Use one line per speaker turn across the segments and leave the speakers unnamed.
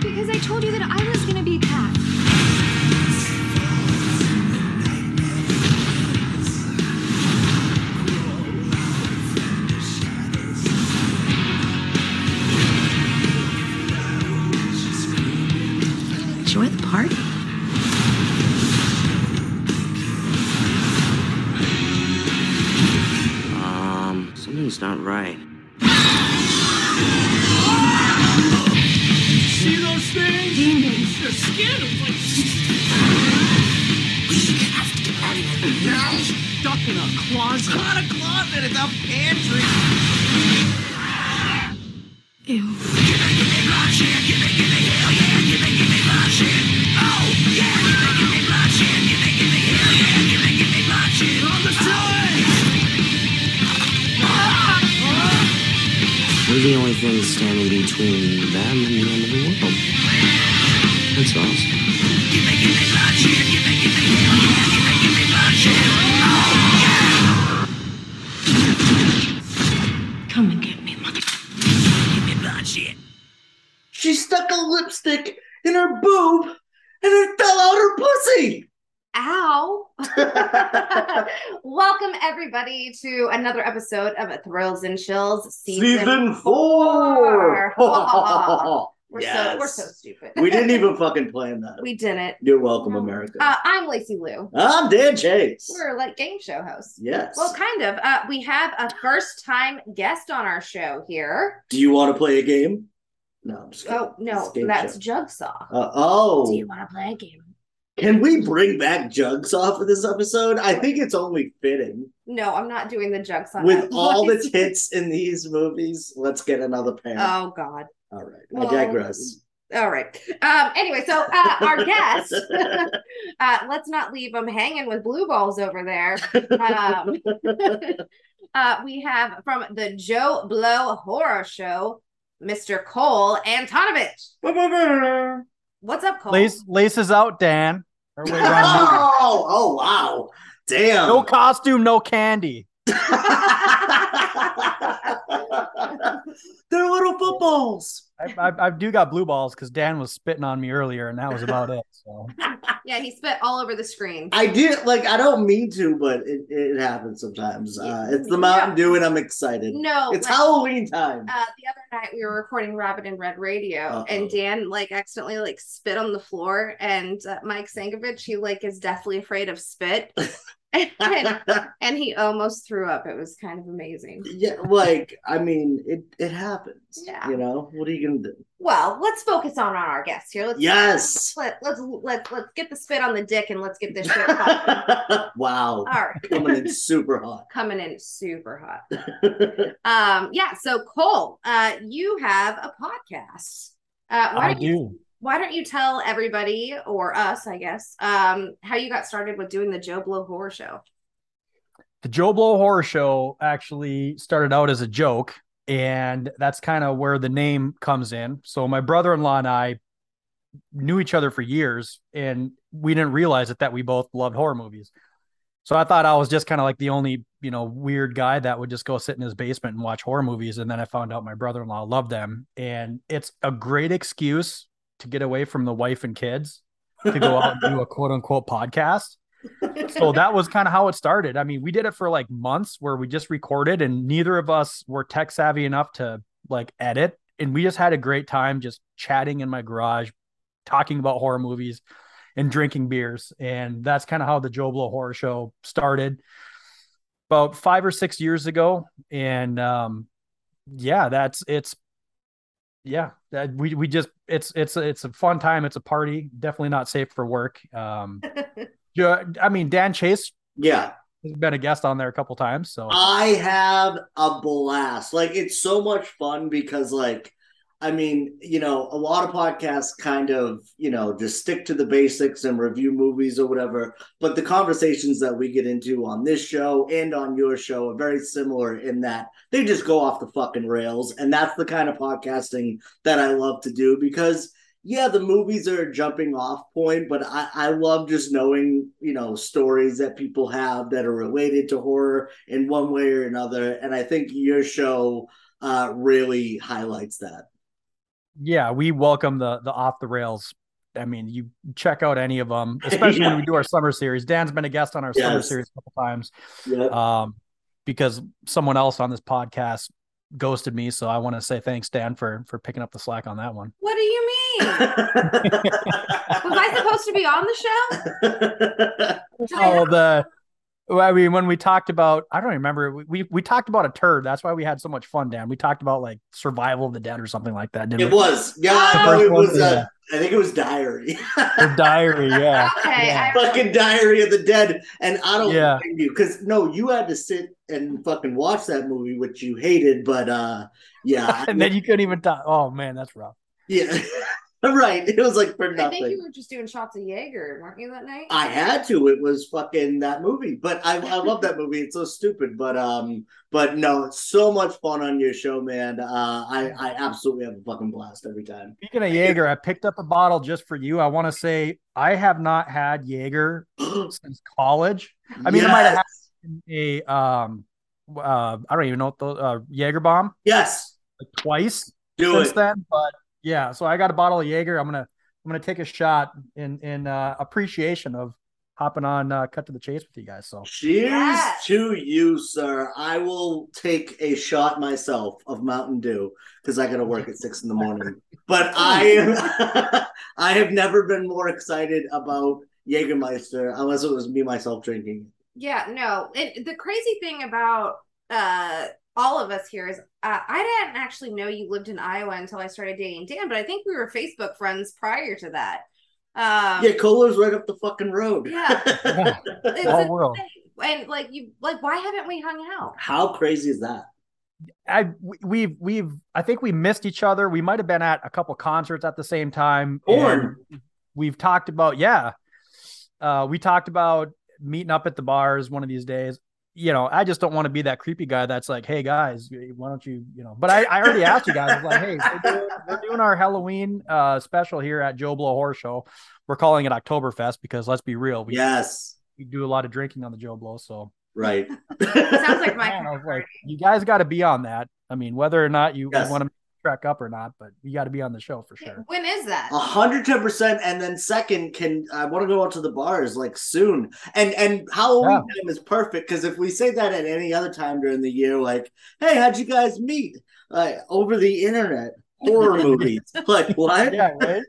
Because I told you that I was gonna be a cat.
Enjoy the party.
Um, something's not right.
See those things? Demons. Their skin is like. Stuck in a closet. It's not a closet, it's a pantry.
Ew.
On the side!
We're the only things standing between them and the end of the world. That's awesome.
Come and get me, mother.
She stuck a lipstick in her boob and it fell out her pussy.
Ow. Welcome, everybody, to another episode of Thrills and Chills season, four. we're, so, we're so stupid.
we didn't even fucking plan that.
we didn't.
You're welcome,
No.
America.
Uh, I'm Lacey Lou.
I'm Dan Chase.
We're like game show hosts.
Yes.
Well, kind of. Uh, we have a first time guest on our show here.
Do you want to play a game? No, I'm just kidding.
Oh, no,
It's game
that's
show.
Jugsaw.
Uh, oh.
Do you want to play a game?
Can we bring back Jugsaw for this episode? I think it's only fitting.
No, I'm not doing the Jugsaw.
With all the
voice.
tits in these movies, let's get another pair.
Oh, God.
All right.
well,
I digress.
All right. Um, anyway, so uh, our guest, uh, let's not leave them hanging with blue balls over there. Um, uh, we have from the Joe Blow Horror Show, Mr. Cole Antonovich. What's up, Cole?
Lace, laces out, Dan. Or wait, wrong movie.
oh, oh wow. Damn.
no costume, no candy.
They're little footballs.
I, I, I do got blue balls because Dan was spitting on me earlier, and that was about it. So
Yeah, he spit all over the screen.
I did like I don't mean to, but it, it happens sometimes. Uh, it's the Mountain Dew and I'm excited.
no,
It's
like,
Halloween time.
Uh, the other night we were recording Robin and Red Radio,
Uh-oh.
and Dan like accidentally like spit on the floor, and uh, Mike Sankovich he like is deathly afraid of spit, and, and he almost threw up. It was kind of amazing.
yeah, like I mean it it happens.
Yeah.
You know, what are you gonna do?
Well, let's focus on on our guest here. Let's
Yes.
Let, let's let's let's get the spit on the dick and let's get this shit. popping.
wow.
All right,
Coming in super hot.
coming in super hot. Um, yeah. So Cole, uh, you have a podcast. Uh, why
I
don't you
do.
why don't you tell everybody or us i guess um how you got started with doing the joe blow horror show
The Joe Blow Horror Show actually started out as a joke, and that's kind of where the name comes in. So my brother-in-law and I knew each other for years, and we didn't realize it that we both loved horror movies. So I thought I was just kind of like the only, you know, weird guy that would just go sit in his basement and watch horror movies. And then I found out my brother-in-law loved them, and it's a great excuse to get away from the wife and kids to go out and do a quote-unquote podcast so that was kind of how it started. I mean, we did it for like months where we just recorded and neither of us were tech savvy enough to like edit. And we just had a great time just chatting in my garage, talking about horror movies and drinking beers. And that's kind of how the Joe Blow Horror Show started about five or six years ago. And um, yeah, that's it's yeah, that we we just it's it's it's a fun time. It's a party. Definitely not safe for work. Um, yeah, I mean, Dan Chase
yeah.
has been a guest on there a couple times. So
I have a blast. Like it's so much fun because like I mean, you know, a lot of podcasts kind of, you know, just stick to the basics and review movies or whatever. But the conversations that we get into on this show and on your show are very similar in that they just go off the fucking rails. And that's the kind of podcasting that I love to do because yeah, the movies are a jumping off point, but I, I love just knowing, you know, stories that people have that are related to horror in one way or another. And I think your show uh, really highlights that.
yeah, we welcome the the off the rails. I mean, you check out any of them, especially when we do our summer series. Dan's been a guest on our summer
Yes.
series a couple times
Yeah.
um, because someone else on this podcast ghosted me. So I want to say thanks, Dan, for for picking up the slack on that one.
What do you mean? Was I supposed to be on the show? Did I
Oh,
not-
the well, I mean, when we talked about, I don't remember. We, we we talked about a turd. That's why we had so much fun, Dan. We talked about like survival of the dead or something like that, didn't
it
we?
was. Yeah,
Oh.
no,
The
it
first
was.
one,
Uh, I think it was Diary.
The diary, yeah.
okay,
yeah.
I,
fucking Diary of the Dead, and I don't
Yeah.
blame you because no, you had to sit and fucking watch that movie, which you hated. But uh, yeah,
And then you couldn't even talk. Oh man, that's rough.
yeah, right. It was like for
I think
nothing.
you were just doing shots of Jaeger, weren't you that night?
I had to. It was fucking that movie. But I, I love that movie. It's so stupid. But um, but no, it's so much fun on your show, man. Uh, I I absolutely have a fucking blast every time.
Speaking of Jaeger, I picked up a bottle just for you. I want to say I have not had Jaeger since college. I mean, I might have
Yes.
had a um, uh, I don't even know what the uh, Jaeger bomb
Yes,
like twice
do
since
it.
then. But yeah, so I got a bottle of Jaeger. I'm gonna I'm gonna take a shot in in uh, appreciation of hopping on uh, cut to the chase with you guys. So
Cheers
Yes.
to you, sir. I will take a shot myself of Mountain Dew because I got to work at six in the morning. But I am, I have never been more excited about Jägermeister unless it was me myself drinking.
Yeah, no. And the crazy thing about uh all of us here is uh, I didn't actually know you lived in Iowa until I started dating Dan, but I think we were Facebook friends prior to that. Um
yeah, Kohler's right up the fucking road.
Yeah. it's
all
insane.
world.
And like you like why haven't we hung out?
How crazy is that?
I we- we've we've I think we missed each other. We might have been at a couple concerts at the same time.
Corn.
and We've talked about yeah. Uh, we talked about meeting up at the bars one of these days. You know, I just don't want to be that creepy guy that's like, "Hey guys, why don't you?" You know, but I, I already asked you guys. I was like, "Hey, we're doing, we're doing our Halloween uh, special here at Joe Blow Horse Show. We're calling it Oktoberfest because let's be real, we,
Yes,
we do a lot of drinking on the Joe Blow. So
right.
Sounds like
I don't know,
my
it's like, you guys got to be on that. I mean, whether or not you
Yes.
want to track up or not, but you got to be on the show for sure.
when is that?
Oh, hundred ten percent, and then second, can I want to go out to the bars like soon? And and Halloween time is perfect because if we say that at any other time during the year, like, hey, how'd you guys meet? Like over the internet, horror movies. Like what?
Yeah, right.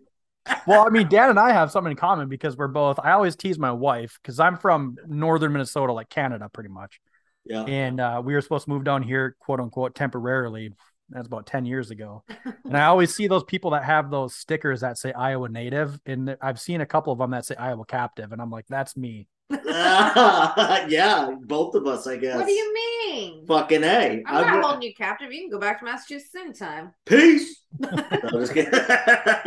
well, I mean, Dan and I have something in common because we're both. I always tease my wife because I'm from northern Minnesota, like Canada, pretty much.
Yeah.
And uh, we were supposed to move down here, quote unquote, temporarily. That's about ten years ago. And I always see those people that have those stickers that say Iowa native, and I've seen a couple of them that say Iowa captive, and I'm like, that's me.
yeah, both of us, I guess.
What do you mean?
Fucking a.
I'm not
would-
holding you captive. You can go back to Massachusetts anytime.
peace. No, I'm just kidding.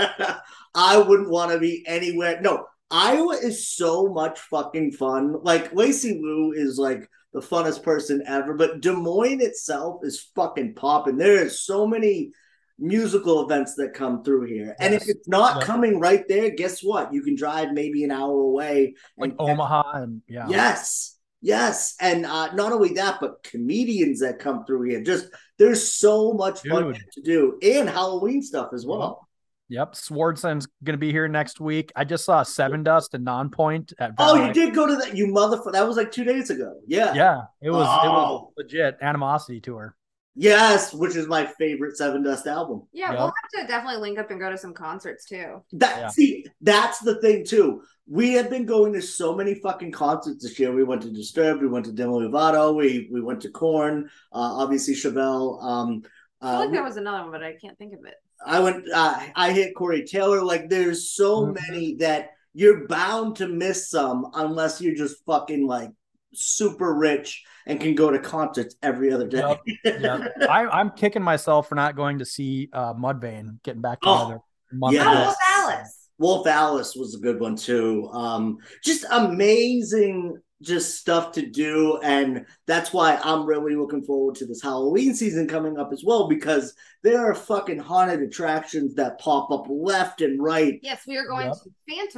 I wouldn't want to be anywhere. No, Iowa is so much fucking fun. Like Lacey Lou is like the funnest person ever, but Des Moines itself is fucking popping. There is so many musical events that come through here. And if
Yes.
it's not
Yeah.
coming right there, guess what? You can drive maybe an hour away
Like
and
Omaha, and yeah,
Yes. Yes. And uh, not only that, but comedians that come through here. Just there's so much fun
Dude.
to do and Halloween stuff as well.
Yep, Swardson's gonna be here next week. I just saw Seven Dust and Nonpoint at.
Oh,
Valley.
you did go to that, you motherfucker. That was like two days ago. Yeah.
Yeah, it was it was
Oh.
legit animosity tour.
Yes, which is my favorite Seven Dust album.
Yeah,
Yeah.
we'll have to definitely link up and go to some concerts too.
That
Yeah.
see, that's the thing too. We have been going to so many fucking concerts this year. We went to Disturbed, we went to Demi Lovato, we we went to Corn, uh, obviously Chevelle. Um,
I feel
uh,
like there was another one, but I can't think of it.
I went. Uh, I hit Corey Taylor. Like there's so
Mhm.
many that you're bound to miss some unless you're just fucking like super rich and can go to concerts every other day.
Yep, yep. I, I'm kicking myself for not going to see uh, Mudvayne getting back
Oh,
together. a month
yes.
Oh,
ago.
Wolf Alice.
Wolf Alice was a good one too. Um, just amazing, just stuff to do, and that's why I'm really looking forward to this Halloween season coming up as well because there are fucking haunted attractions that pop up left and right.
Yes, we are going
Yep.
to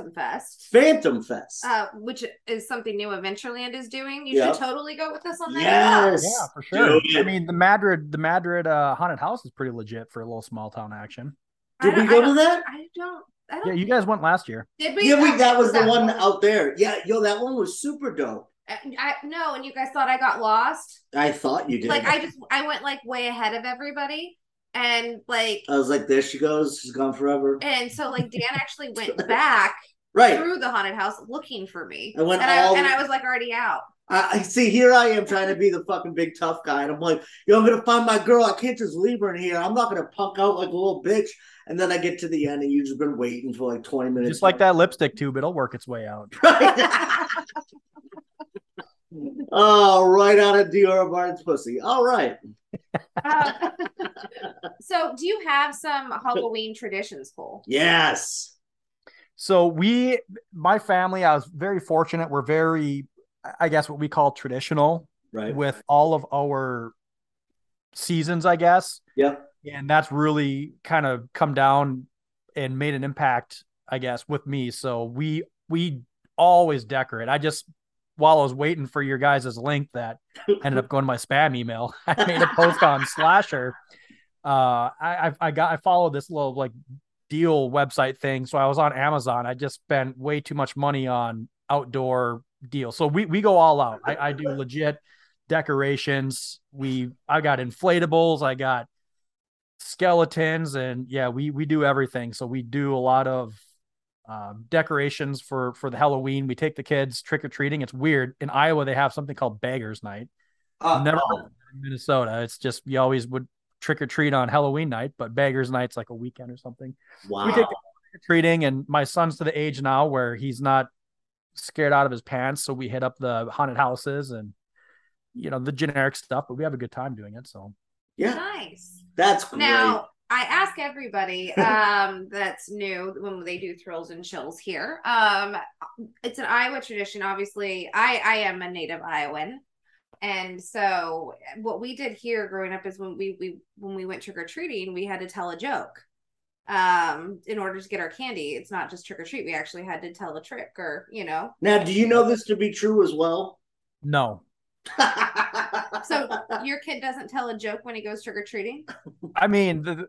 Phantom Fest,
Phantom Fest.
uh, which is something new Adventureland is doing. You
Yep.
should totally go with us on that.
yes.
Yeah, for sure.
Dude.
I mean, the Madrid, the Madrid uh, haunted house is pretty legit for a little small town action.
Did
I
we
don't-
go
I
to
don't-
that?
I don't. I
Yeah,
don't.
you guys went last year.
did we?
Yeah, we,
I
that was the
that
one
one.
out there. Yeah, yo, that one was super dope.
I, I- no, and you guys thought I got lost.
I thought you did.
Like
I,
I just I went like way ahead of everybody, and like
was like, there she goes. She's gone forever.
and so like Dan actually went back
Right.
through the haunted house looking for me,
I went
and I
all-
and I was like already out.
I, I see. Here I am trying to be the fucking big tough guy, and I'm like, yo, I'm gonna find my girl. I can't just leave her in here. I'm not gonna punk out like a little bitch. And then I get to the end, and you've just been waiting for like 20 minutes.
Just like that lipstick tube, it'll work its way out.
Right. oh, right out of Dior Martin's pussy. All right.
Um, so do you have some Halloween traditions, Cole?
Yes.
So we, my family, I was very fortunate. We're very, I guess, what we call traditional
Right.
with all of our seasons, I guess.
Yep.
And that's really kind of come down and made an impact, I guess, with me. So we we always decorate. I just while I was waiting for your guys' link that ended up going to my spam email. I made a post on Slasher. Uh I I- I got I followed this little like deal website thing. So I was on Amazon. I just spent way too much money on outdoor deals. So we we go all out. I, I do legit decorations. We I got inflatables, I got skeletons, and yeah, we we do everything. So we do a lot of um, decorations for for the Halloween. We take the kids trick or treating. It's weird in Iowa they have something called Beggars Night.
Uh,
Never heard of it in Minnesota. It's just you always would trick or treat on Halloween night, but Beggars Night's like a weekend or something
Wow.
we take the treating and my son's to the age now where he's not scared out of his pants so we hit up the haunted houses and you know the generic stuff but we have a good time doing it so
yeah,
Nice.
that's great.
Now, I ask everybody um, that's new when they do thrills and chills here. Um, it's an Iowa tradition, obviously. I I am a native Iowan, and so what we did here growing up is when we we when we went trick or treating, we had to tell a joke um in order to get our candy it's not just trick or treat we actually had to tell a trick or you know
now, do you know this to be true as well?
no
so your kid doesn't tell a joke when he goes trick or treating
i mean the, the-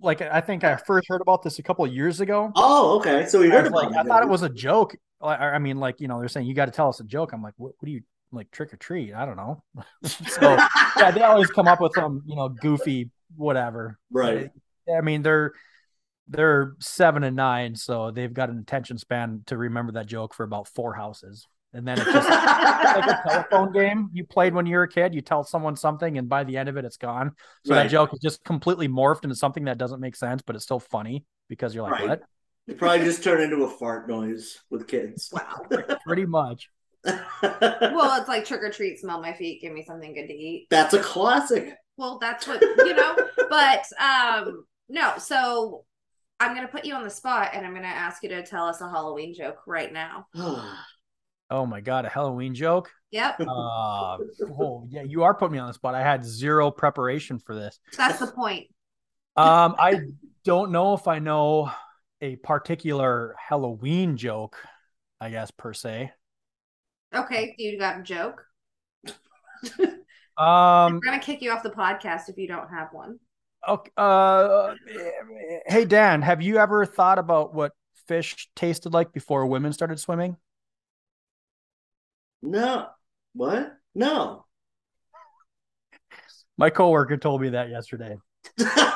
like i think i first heard about this a couple of years ago
oh, okay. So we
I,
heard
was
about
like, I thought it was a joke I, I mean like you know they're saying you got to tell us a joke i'm like what, what do you like trick or treat i don't know so yeah they always come up with some you know goofy whatever
right.
I mean, they're they're seven and nine, so they've got an attention span to remember that joke for about four houses. And then it's just like a telephone game you played when you were a kid. You tell someone something, and by the end of it, it's gone. So
Right.
that joke is just completely morphed into something that doesn't make sense, but it's still funny because you're like,
Right. It probably just turned into a fart noise with kids. Wow.
what? Pretty much.
well, it's like trick or treat, smell my feet, give me something good to eat.
that's a classic.
Well, that's what you know. but um, no, so I'm gonna put you on the spot, and I'm gonna ask you to tell us a Halloween joke right now.
Oh my god, a Halloween joke.
Yep,
Uh, oh yeah, you are putting me on the spot. I had zero preparation for this.
that's the point.
Um, I don't know if I know a particular Halloween joke, I guess per se.
Okay, you got a joke.
Um,
We're gonna kick you off the podcast if you don't have one.
okay, uh, hey Dan, have you ever thought about what fish tasted like before women started swimming?
no. What? No.
My coworker told me that yesterday.
oh,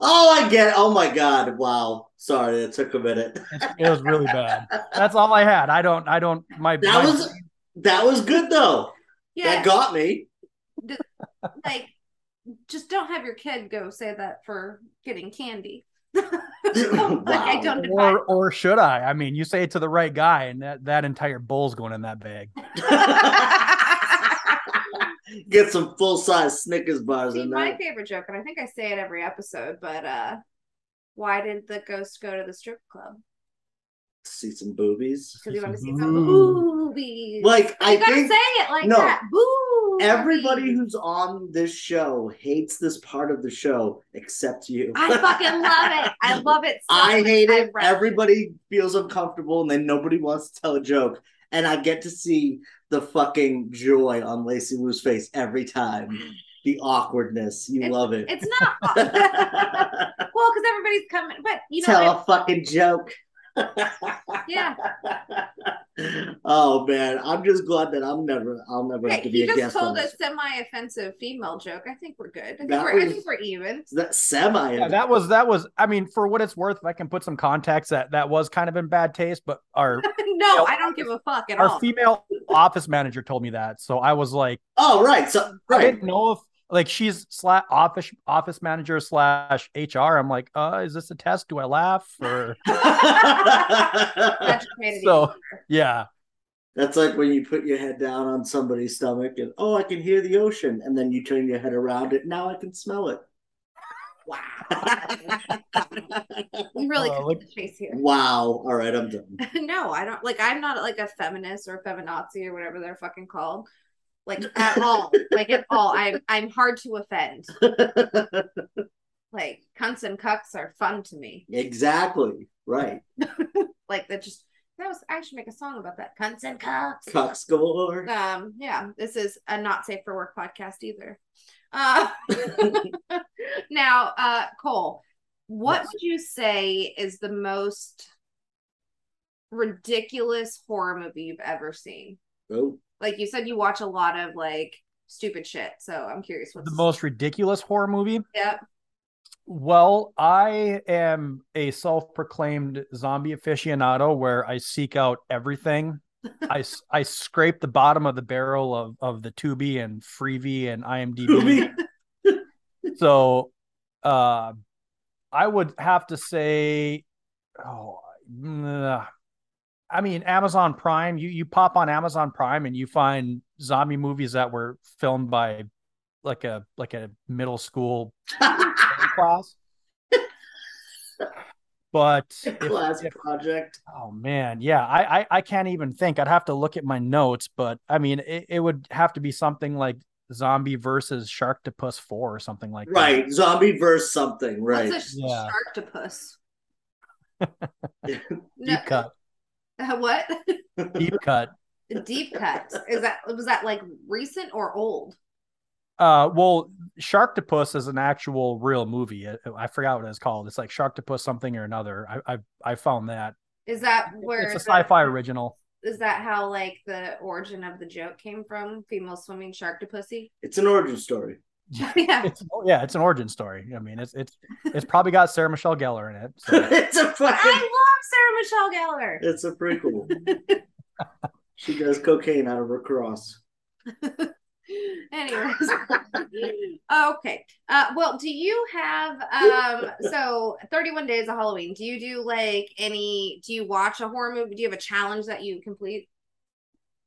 I get. It. Oh my God! Wow. Sorry, that took a minute.
It's- It was really bad. That's all I had. I don't. I don't. My
That
my-
was that was good though.
Yeah,
That got me.
like just don't have your kid go say that for getting candy. Like I
Wow.
don't advise.
Or or should I? I mean, you say it to the right guy, and that that entire bowl's going in that bag.
Get some full size Snickers bars
See,
in
my
there.
favorite joke, and I think I say it every episode, but uh why did the ghost go to the strip club?
See some boobies.
Because he wanted to see
Ooh.
some boobies.
Like I
you gotta
think
say it like
no.
that. Boobies.
everybody who's on this show hates this part of the show except you.
I fucking love it. I love it. So
I
much.
hate it.
I love
Everybody feels uncomfortable and then nobody wants to tell a joke. And I get to see the fucking joy on Lacey Wu's face every time. the awkwardness. You love it.
It's not well because everybody's coming, but you know,
Tell a fucking joke.
it- yeah,
oh man, I'm just glad that I'm never. I'll never
Okay,
have to be
he
a
just
guest on
told a
this.
semi-offensive female joke. I think we're good. I think,
That
we're, I
was-
think we're even.
That semi.
Yeah, that was that was. I mean, for what it's worth, if I can put some context, that that was kind of in bad taste. But our
no, I don't give a fuck at all.
our female office manager told me that, so I was like,
Oh right, so
I
right.
didn't know if like she's slash office office manager slash HR. I'm like, uh, is this a test? Do I laugh or
That just made it
so? Yeah,
That's like when you put your head down on somebody's stomach and oh, I can hear the ocean, and then you turn your head around it. Now I can smell it. Wow.
even- we really
Uh,
cut
look-
to the chase here.
wow. All right, I'm done.
no, I don't like. I'm not like a feminist or a feminazi or whatever they're fucking called. Like at all, like at all. I'm I'm hard to offend. Like cunts and cucks are fun to me.
exactly. Right.
Like that just that was I should make a song about that. Cunts and cucks.
Cucks galore.
um yeah this is a not safe for work podcast either uh now uh cole what
Yes.
would you say is the most ridiculous horror movie you've ever seen
Oh,
like you said you watch a lot of like stupid shit so i'm curious what's
the most ridiculous horror movie.
yep
Well, I am a self-proclaimed zombie aficionado where I seek out everything. I, s- I scrape the bottom of the barrel of, of the Tubi and Freebie and IMDb.
Ruby.
so, uh, I would have to say, oh, mm, I mean, Amazon Prime. You you pop on Amazon Prime and you find zombie movies that were filmed by like a like a middle school class. But if-
Class
if-
project.
oh man, yeah, I, I I can't even think. I'd have to look at my notes, but I mean, it, it would have to be something like zombie versus Sharktopus four or something like that.
Right. Zombie verse something. Right.
what's a
Yeah.
sharktopus no,
Deep cut,
uh, what
deep cut.
deep cut is that was that like recent or old
Uh, well, Sharktopus is an actual real movie. I, I forgot what it's called. It's like Sharktopus something or another. I I, I found that
is that where
it's a
the-
sci-fi original.
is that how like the origin of the joke came from? Female swimming shark to pussy.
It's an origin story.
yeah,
It's oh, yeah, it's an origin story. I mean, it's it's it's probably got Sarah Michelle Gellar in it. So.
it's a
I
fucking.
love Sarah Michelle Gellar.
It's a prequel. she does cocaine out of her cross.
Anyways, okay. Uh, well, do you have um? So thirty-one days of Halloween. Do you do like any? Do you watch a horror movie? Do you have a challenge that you complete?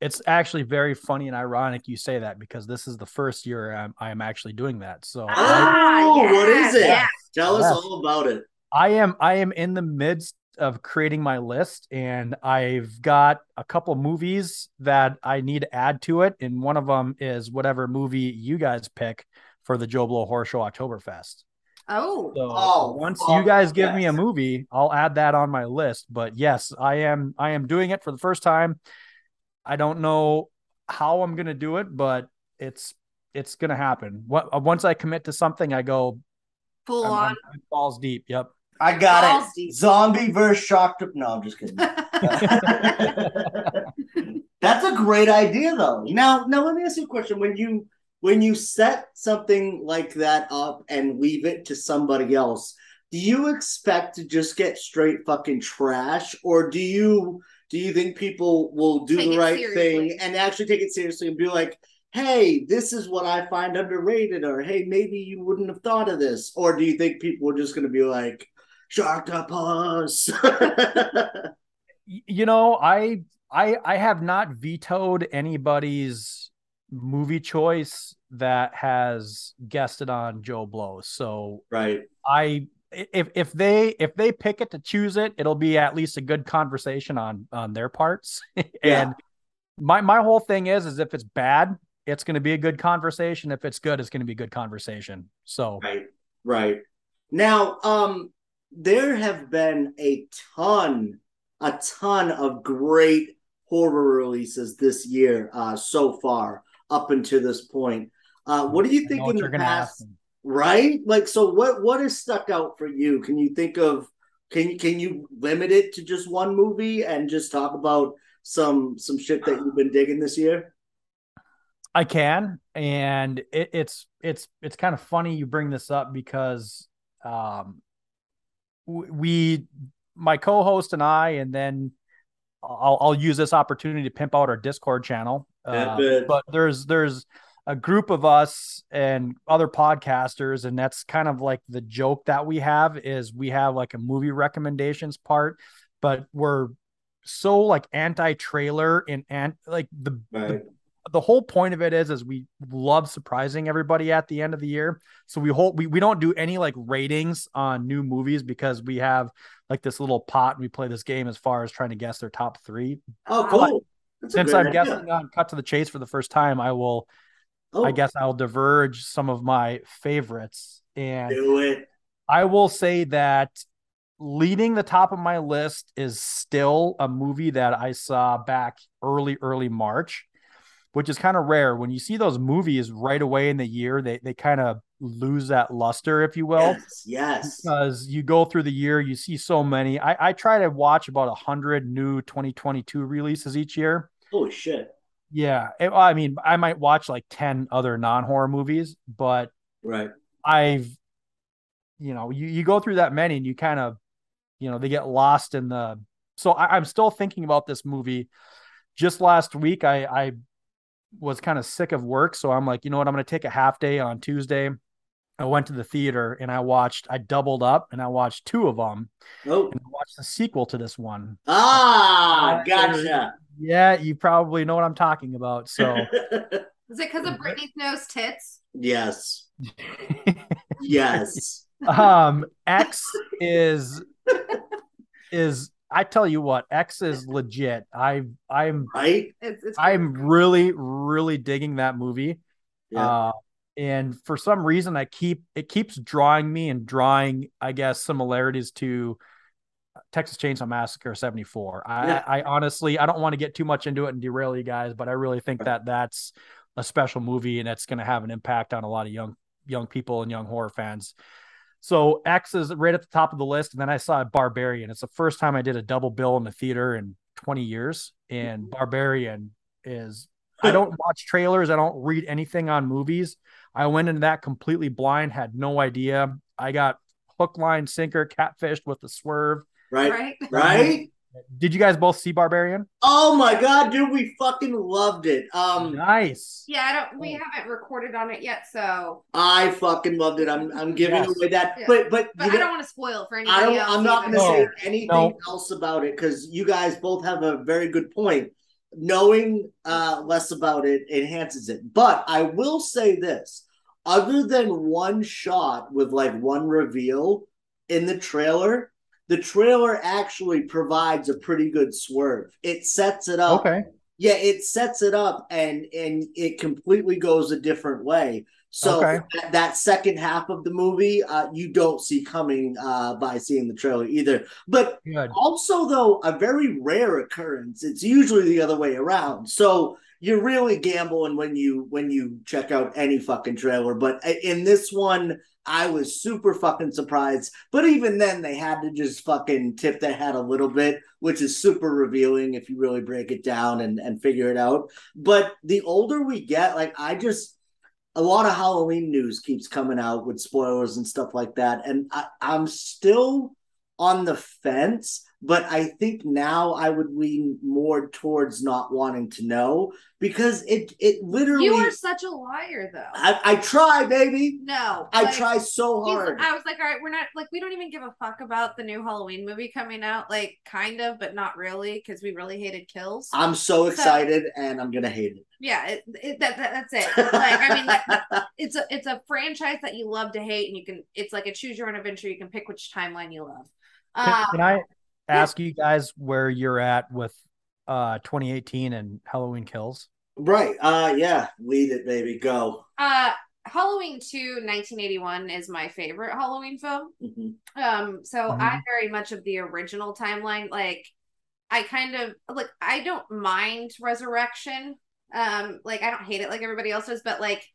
it's actually very funny and ironic you say that because this is the first year I'm, I'm actually doing that. So I,
Ah,
Oh, what
yes,
is it?
yes.
Tell us
Yes.
all about it.
I am I am in the midst of creating my list and I've got a couple movies that I need to add to it and one of them is whatever movie you guys pick for the Joe Blow Horror Show Oktoberfest.
Oh,
So
Oh,
once
fuck
you guys give me a
yes.
movie, I'll add that on my list. But yes, I am I am doing it for the first time. I don't know how I'm gonna do it, but it's it's gonna happen. What uh, once I commit to something, I go
full
I'm-
on.
I'm- I'm balls deep. Yep.
I
got it. Balls deep.
Zombie verse shock. No, I'm just kidding. That's a great idea, though. Now, now let me ask you a question. When you when you set something like that up and leave it to somebody else, do you expect to just get straight fucking trash, or do you do you think people will do
Take
the
it
right
seriously.
thing and actually take it seriously and be like, "Hey, this is what I find underrated," or "Hey, maybe you wouldn't have thought of this," or do you think people are just going to be like, "Sharktopus"?
Y- You know, I I I have not vetoed anybody's movie choice that has guested on Joe Blow. So
right.
I if if they if they pick it to choose it, it'll be at least a good conversation on on their parts.
Yeah.
and my my whole thing is is if it's bad, it's going to be a good conversation. If it's good, it's going to be a good conversation. So
Right. Right. Now, um, there have been a ton, a ton of great horror releases this year, uh, so far, up until this point. Uh, what do you
I
think
know
in
what you're
the
gonna ask
past?
me.
Right? Like, so what? What has stuck out for you? Can you think of? Can you can you limit it to just one movie and just talk about some some shit that you've been digging this year?
I can, and it, it's it's it's kind of funny you bring this up because um w- we my co-host and I, and then I'll I'll use this opportunity to pimp out our Discord channel.
Yeah,
Uh,
good.
but there's there's a group of us and other podcasters, and that's kind of like the joke that we have is we have like a movie recommendations part, but we're so like anti-trailer and and like the
Right.
the whole point of it is is we love surprising everybody at the end of the year so we hold we, we don't do any like ratings on new movies because we have like this little pot and we play this game as far as trying to guess their top three
Oh, cool. That's a
since
great
i'm
idea.
guessing on cut to the chase for the first time i will
Oh,
i guess i'll diverge some of my favorites and
Oh, do it.
I will say that leading the top of my list is still a movie that I saw back early, early March, which is kind of rare. When you see those movies right away in the year, they they kind of lose that luster, if you will.
yes, yes.
Because you go through the year, you see so many. I, I try to watch about 100 new 2022 releases each year.
Holy shit.
Yeah. it- I mean, I might watch like 10 other non horror movies, but
Right.
I've, you know, you, you go through that many and you kind of, you know, they get lost in the. So I, I'm still thinking about this movie. Just last week, I I was kind of sick of work, so I'm like, you know what, I'm going to take a half day on Tuesday. I went to the theater and I watched. I doubled up and I watched two of them
Oh.
and I watched the sequel to this one.
Ah, gotcha.
Yeah, you probably know what I'm talking about. So
Is it because of Britney Snow's tits?
yes. Yes.
um x is is i tell you what x is legit i i'm
Right?
It's, it's
i'm really really digging that movie
Yeah.
uh and for some reason i keep it keeps drawing me and drawing i guess similarities to texas chainsaw massacre 74 i
Yeah.
i honestly i don't want to get too much into it and derail you guys but i really think that that's a special movie and it's going to have an impact on a lot of young young people and young horror fans so x is right at the top of the list and then i saw barbarian it's the first time i did a double bill in the theater in 20 years and barbarian is I don't watch trailers. I don't read anything on movies. I went into that completely blind, had no idea. I got hook, line, sinker, catfished with the swerve.
Right.
right.
Right?
Did you guys both see Barbarian?
Oh my god, dude, we fucking loved it. Um
nice.
Yeah, I don't. We
Oh.
haven't recorded on it yet, so
I fucking loved it. I'm I'm giving
Yes.
away that.
Yeah.
But but,
but
you
I
know,
don't want to spoil it for anybody
I don't
else.
I'm not
either.
gonna say
No.
anything
No.
else about it because you guys both have a very good point. Knowing uh less about it enhances it. But I will say this other than one shot with like one reveal in the trailer, the trailer actually provides a pretty good swerve. It sets it up
Okay.
yeah it sets it up and and it completely goes a different way so
Okay.
that, that second half of the movie uh, you don't see coming uh, by seeing the trailer either but
Good.
also though a very rare occurrence it's usually the other way around so you're really gambling when you when you check out any fucking trailer but i- in this one i was super fucking surprised but even then they had to just fucking tip their head a little bit which is super revealing if you really break it down and and figure it out but the older we get like i just a lot of halloween news keeps coming out with spoilers and stuff like that and I, i'm still on the fence, but I think now I would lean more towards not wanting to know because it it literally
You are such a liar, though.
I, I try, baby.
no,
I
like,
try so
he's-
hard.
I was like, all right, we're not like we don't even give a fuck about the new Halloween movie coming out, like kind of, but not really, because we really hated Kills.
I'm so excited and I'm gonna hate it.
yeah, it, it, that, that that's it. Like, I mean, like it's a it's a franchise that you love to hate, and you can it's like a choose your own adventure. You can pick which timeline you love.
Can,
Uh,
Um,
can I ask you guys where you're at with uh 2018 and Halloween Kills?
right. Uh yeah, lead it, baby. Go.
uh, Halloween 2, 1981 is my favorite Halloween film.
Mhm.
Um, so
Mhm.
I'm very much of the original timeline. Like, I kind of like I don't mind Resurrection. Um, like I don't hate it like everybody else does, but like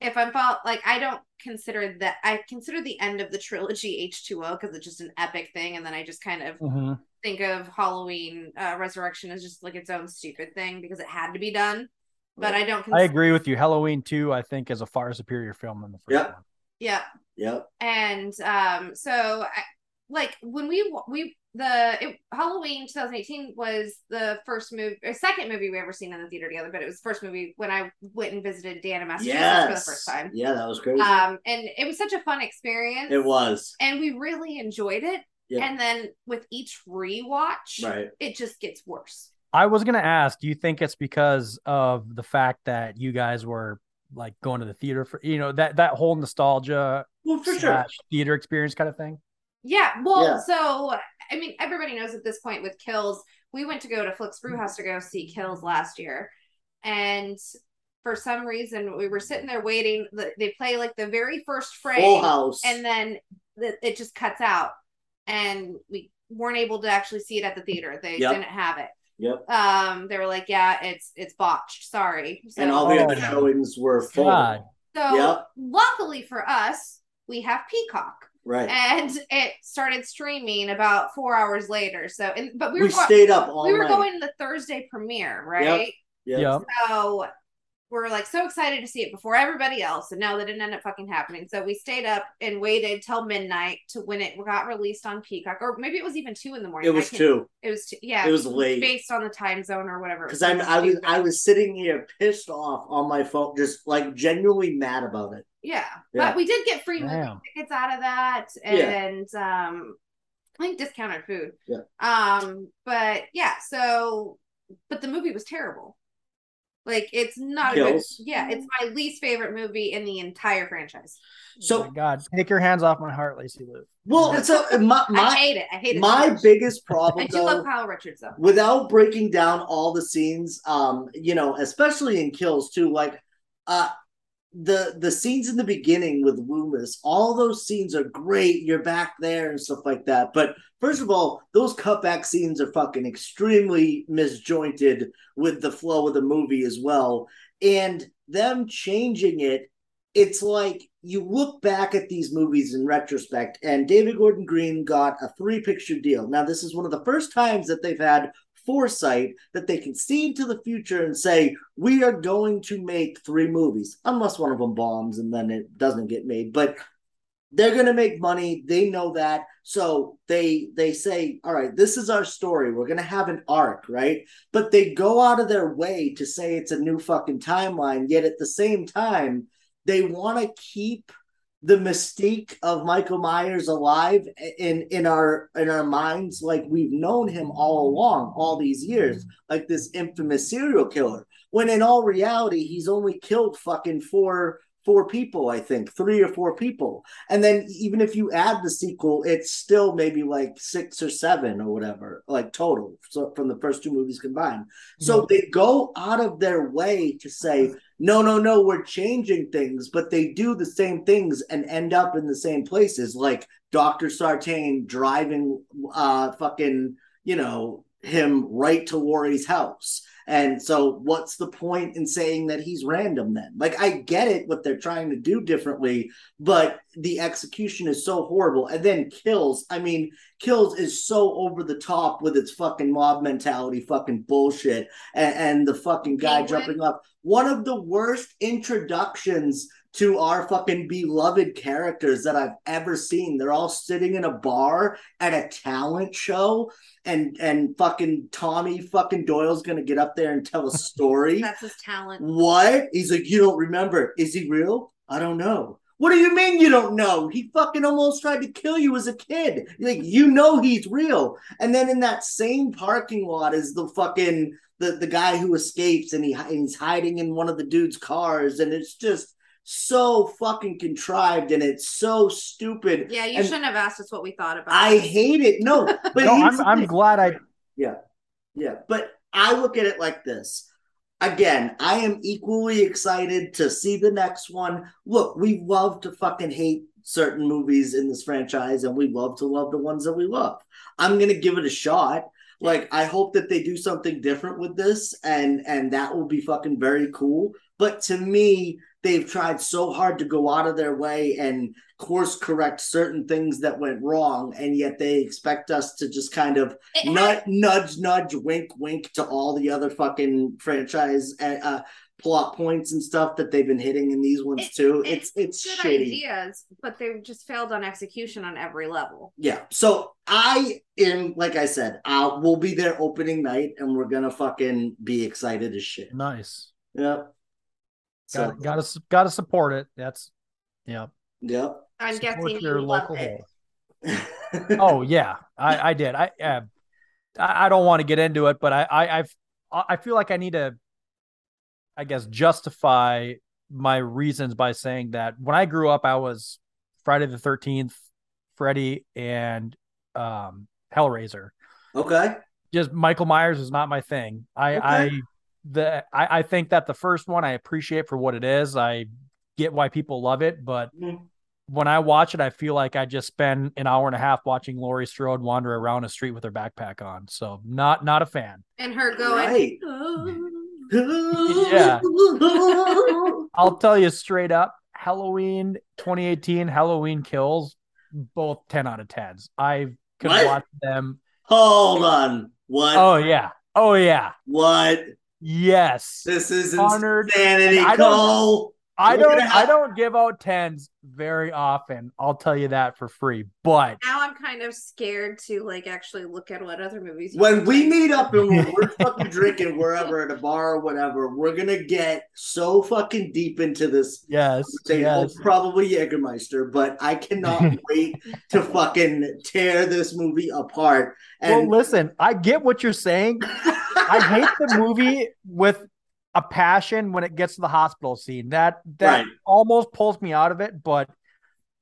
if I'm fault, like I don't consider that I consider the end of the trilogy H2O because it's just an epic thing, and then I just kind of
Mhm.
think of Halloween uh, Resurrection as just like its own stupid thing because it had to be done. But I don't.
I agree with you. Halloween two, I think, is a far superior film than the first
Yep.
one.
Yeah,
Yep.
and um, so I, like when we we the it, Halloween 2018 was the first movie or second movie we ever seen in the theater together, but it was the first movie when I went and visited Dan in Massachusetts for the
Yes.
first time.
Yeah, that was crazy.
Um, and it was such a fun experience.
it was
and we really enjoyed it.
Yeah.
And then with each rewatch,
right.
it just gets worse.
I was gonna ask, do you think it's because of the fact that you guys were like going to the theater for you know that that whole nostalgia
Well, for sure.
slash theater experience kind of thing?
Yeah. Well,
Yeah.
so I mean, everybody knows at this point with Kills, we went to go to Flick's Brewhouse to go see Kills last year, and for some reason we were sitting there waiting. The- They play like the very first
Full
frame,
House.
and then the- it just cuts out, and we weren't able to actually see it at the theater. They
Yep.
didn't have it.
yep.
Um, they were like, "Yeah, it's it's botched. Sorry."
And all the
Oh.
other showings were full.
God.
So
Yep.
luckily for us, we have Peacock,
Right.
and it started streaming about four hours later. So, and but we
we
were go-
stayed up all
we were
night.
going to the Thursday premiere, right?
Yep.
Yeah.
So we're like so excited to see it before everybody else, and no, that didn't end up fucking happening. So we stayed up and waited till midnight to when it got released on Peacock, or maybe it was even two in the morning.
It
I
was
can't-
two.
It was two. Yeah,
It was late.
based on the time zone or whatever. it
Because I'm I was I was sitting here pissed off on my phone, just like genuinely mad about it.
Yeah.
Yeah.
But we did get free movie
Damn.
tickets out of that and um I think discounted food.
Yeah.
Um but yeah, so but the movie was terrible. Like it's not
Kills?
a good yeah, it's my least favorite movie in the entire franchise.
oh my
So
God, take your hands off my heart, Lacey Lou.
well, it's a my
I
my,
hate it. I hate it. so
my
much.
biggest
I
problem
do love
though,
Kyle Richards though.
without breaking down all the scenes, um, you know, especially in kills too, like uh the the scenes in the beginning with Loomis, all those scenes are great. You're back there and stuff like that. But first of all, those cutback scenes are fucking extremely misjointed with the flow of the movie as well. And them changing it, it's like you look back at these movies in retrospect, and David Gordon Green got a three picture deal. Now, this is one of the first times that they've had foresight that they can see into the future and say, we are going to make three movies, unless one of them bombs and then it doesn't get made. But they're going to make money they know that so they they say all right this is our story we're going to have an arc right but they go out of their way to say it's a new fucking timeline yet at the same time they want to keep the mystique of Michael Myers alive in in our in our minds like we've known him all along all these years like this infamous serial killer when in all reality he's only killed fucking four four people I think three or four people and then even if you add the sequel it's still maybe like six or seven or whatever like total so from the first two movies combined so they go out of their way to say no no no we're changing things but they do the same things and end up in the same places like dr sartain driving uh fucking you know him right to Laurie's house and so what's the point in saying that he's random then like i get it what they're trying to do differently but the execution is so horrible and then kills i mean kills is so over the top with its fucking mob mentality fucking bullshit and, and the fucking guy
Penguin.
jumping up one of the worst introductions to our fucking beloved characters that I've ever seen. They're all sitting in a bar at a talent show and and fucking Tommy fucking Doyle's going to get up there and tell a story.
That's his talent.
What? He's like, you don't remember. Is he real? I don't know. What do you mean you don't know? He fucking almost tried to kill you as a kid. Like you know he's real. And then in that same parking lot is the fucking the the guy who escapes and he hi- he's hiding in one of the dude's cars and it's just so fucking contrived and it's so stupid.
Yeah, you
And
shouldn't have asked us what we thought about.
I
it.
hate it. No, but
no,
here's
I'm
the
I'm
thing.
glad I
Yeah, but I look at it like this. Again, I am equally excited to see the next one. Look, we love to fucking hate certain movies in this franchise and we love to love the ones that we love. I'm going to give it a shot. Like I hope that they do something different with this and and that will be fucking very cool. But to me, they've tried so hard to go out of their way and course correct certain things that went wrong, and yet they expect us to just kind of
It
nudge, nudge, nudge, wink, wink to all the other fucking franchise uh, uh, plot points and stuff that they've been hitting in these ones
It-
too.
it's
It's it's
good
shitty.
ideas, but they've just failed on execution on every level.
Yeah. So I am, like I said, uh, we'll be there opening night, and we're gonna fucking be excited as shit.
Nice.
Yep. So
Got got to got to support it. That's yeah.
yep.
I'm
Support
guessing
your
you loved
local
it.
oh yeah, I, I did. I, uh, I I don't want to get into it, but I, I I've I I feel like I need to, I guess, justify my reasons by saying that when I grew up, I was Friday the Thirteenth, Freddy, and um, Hellraiser.
okay.
Just Michael Myers is not my thing. I
Okay.
I the I, I think that the first one I appreciate for what it is. I get why people love it, but
Mm.
when I watch it, I feel like I just spend an hour and a half watching Laurie Strode wander around a street with her backpack on. So not not a fan.
And her going,
Right.
"Oh."
Yeah. I'll tell you straight up, Halloween 2018, Halloween Kills, both 10 out of 10s. I could
What?
watch them.
Hold on. What?
Oh yeah. Oh yeah.
What?
Yes.
This is
Honored.
insanity,
I don't-
Cole.
I
We're
don't
gonna have-
I don't give out 10s very often. I'll tell you that for free. But
now I'm kind of scared to like actually look at what other movies.
When we meet up and we're, we're fucking drinking wherever at a bar or whatever, we're gonna get so fucking deep into this
yes.
say
Yes.
well, probably Jägermeister, but I cannot wait to fucking tear this movie apart.
Well,
And
listen, I get what you're saying. I hate the movie with a passion when it gets to the hospital scene. That that
Right.
almost pulls me out of it, but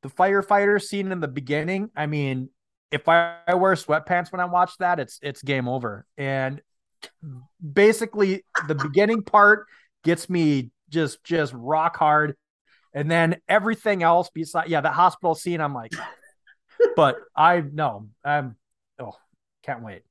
the firefighter scene in the beginning, I mean, if I, I wear sweatpants when I watch that, it's it's game over. And basically the beginning part gets me just just rock hard. And then everything else besides yeah, the hospital scene, I'm like, but I no, I'm oh, can't wait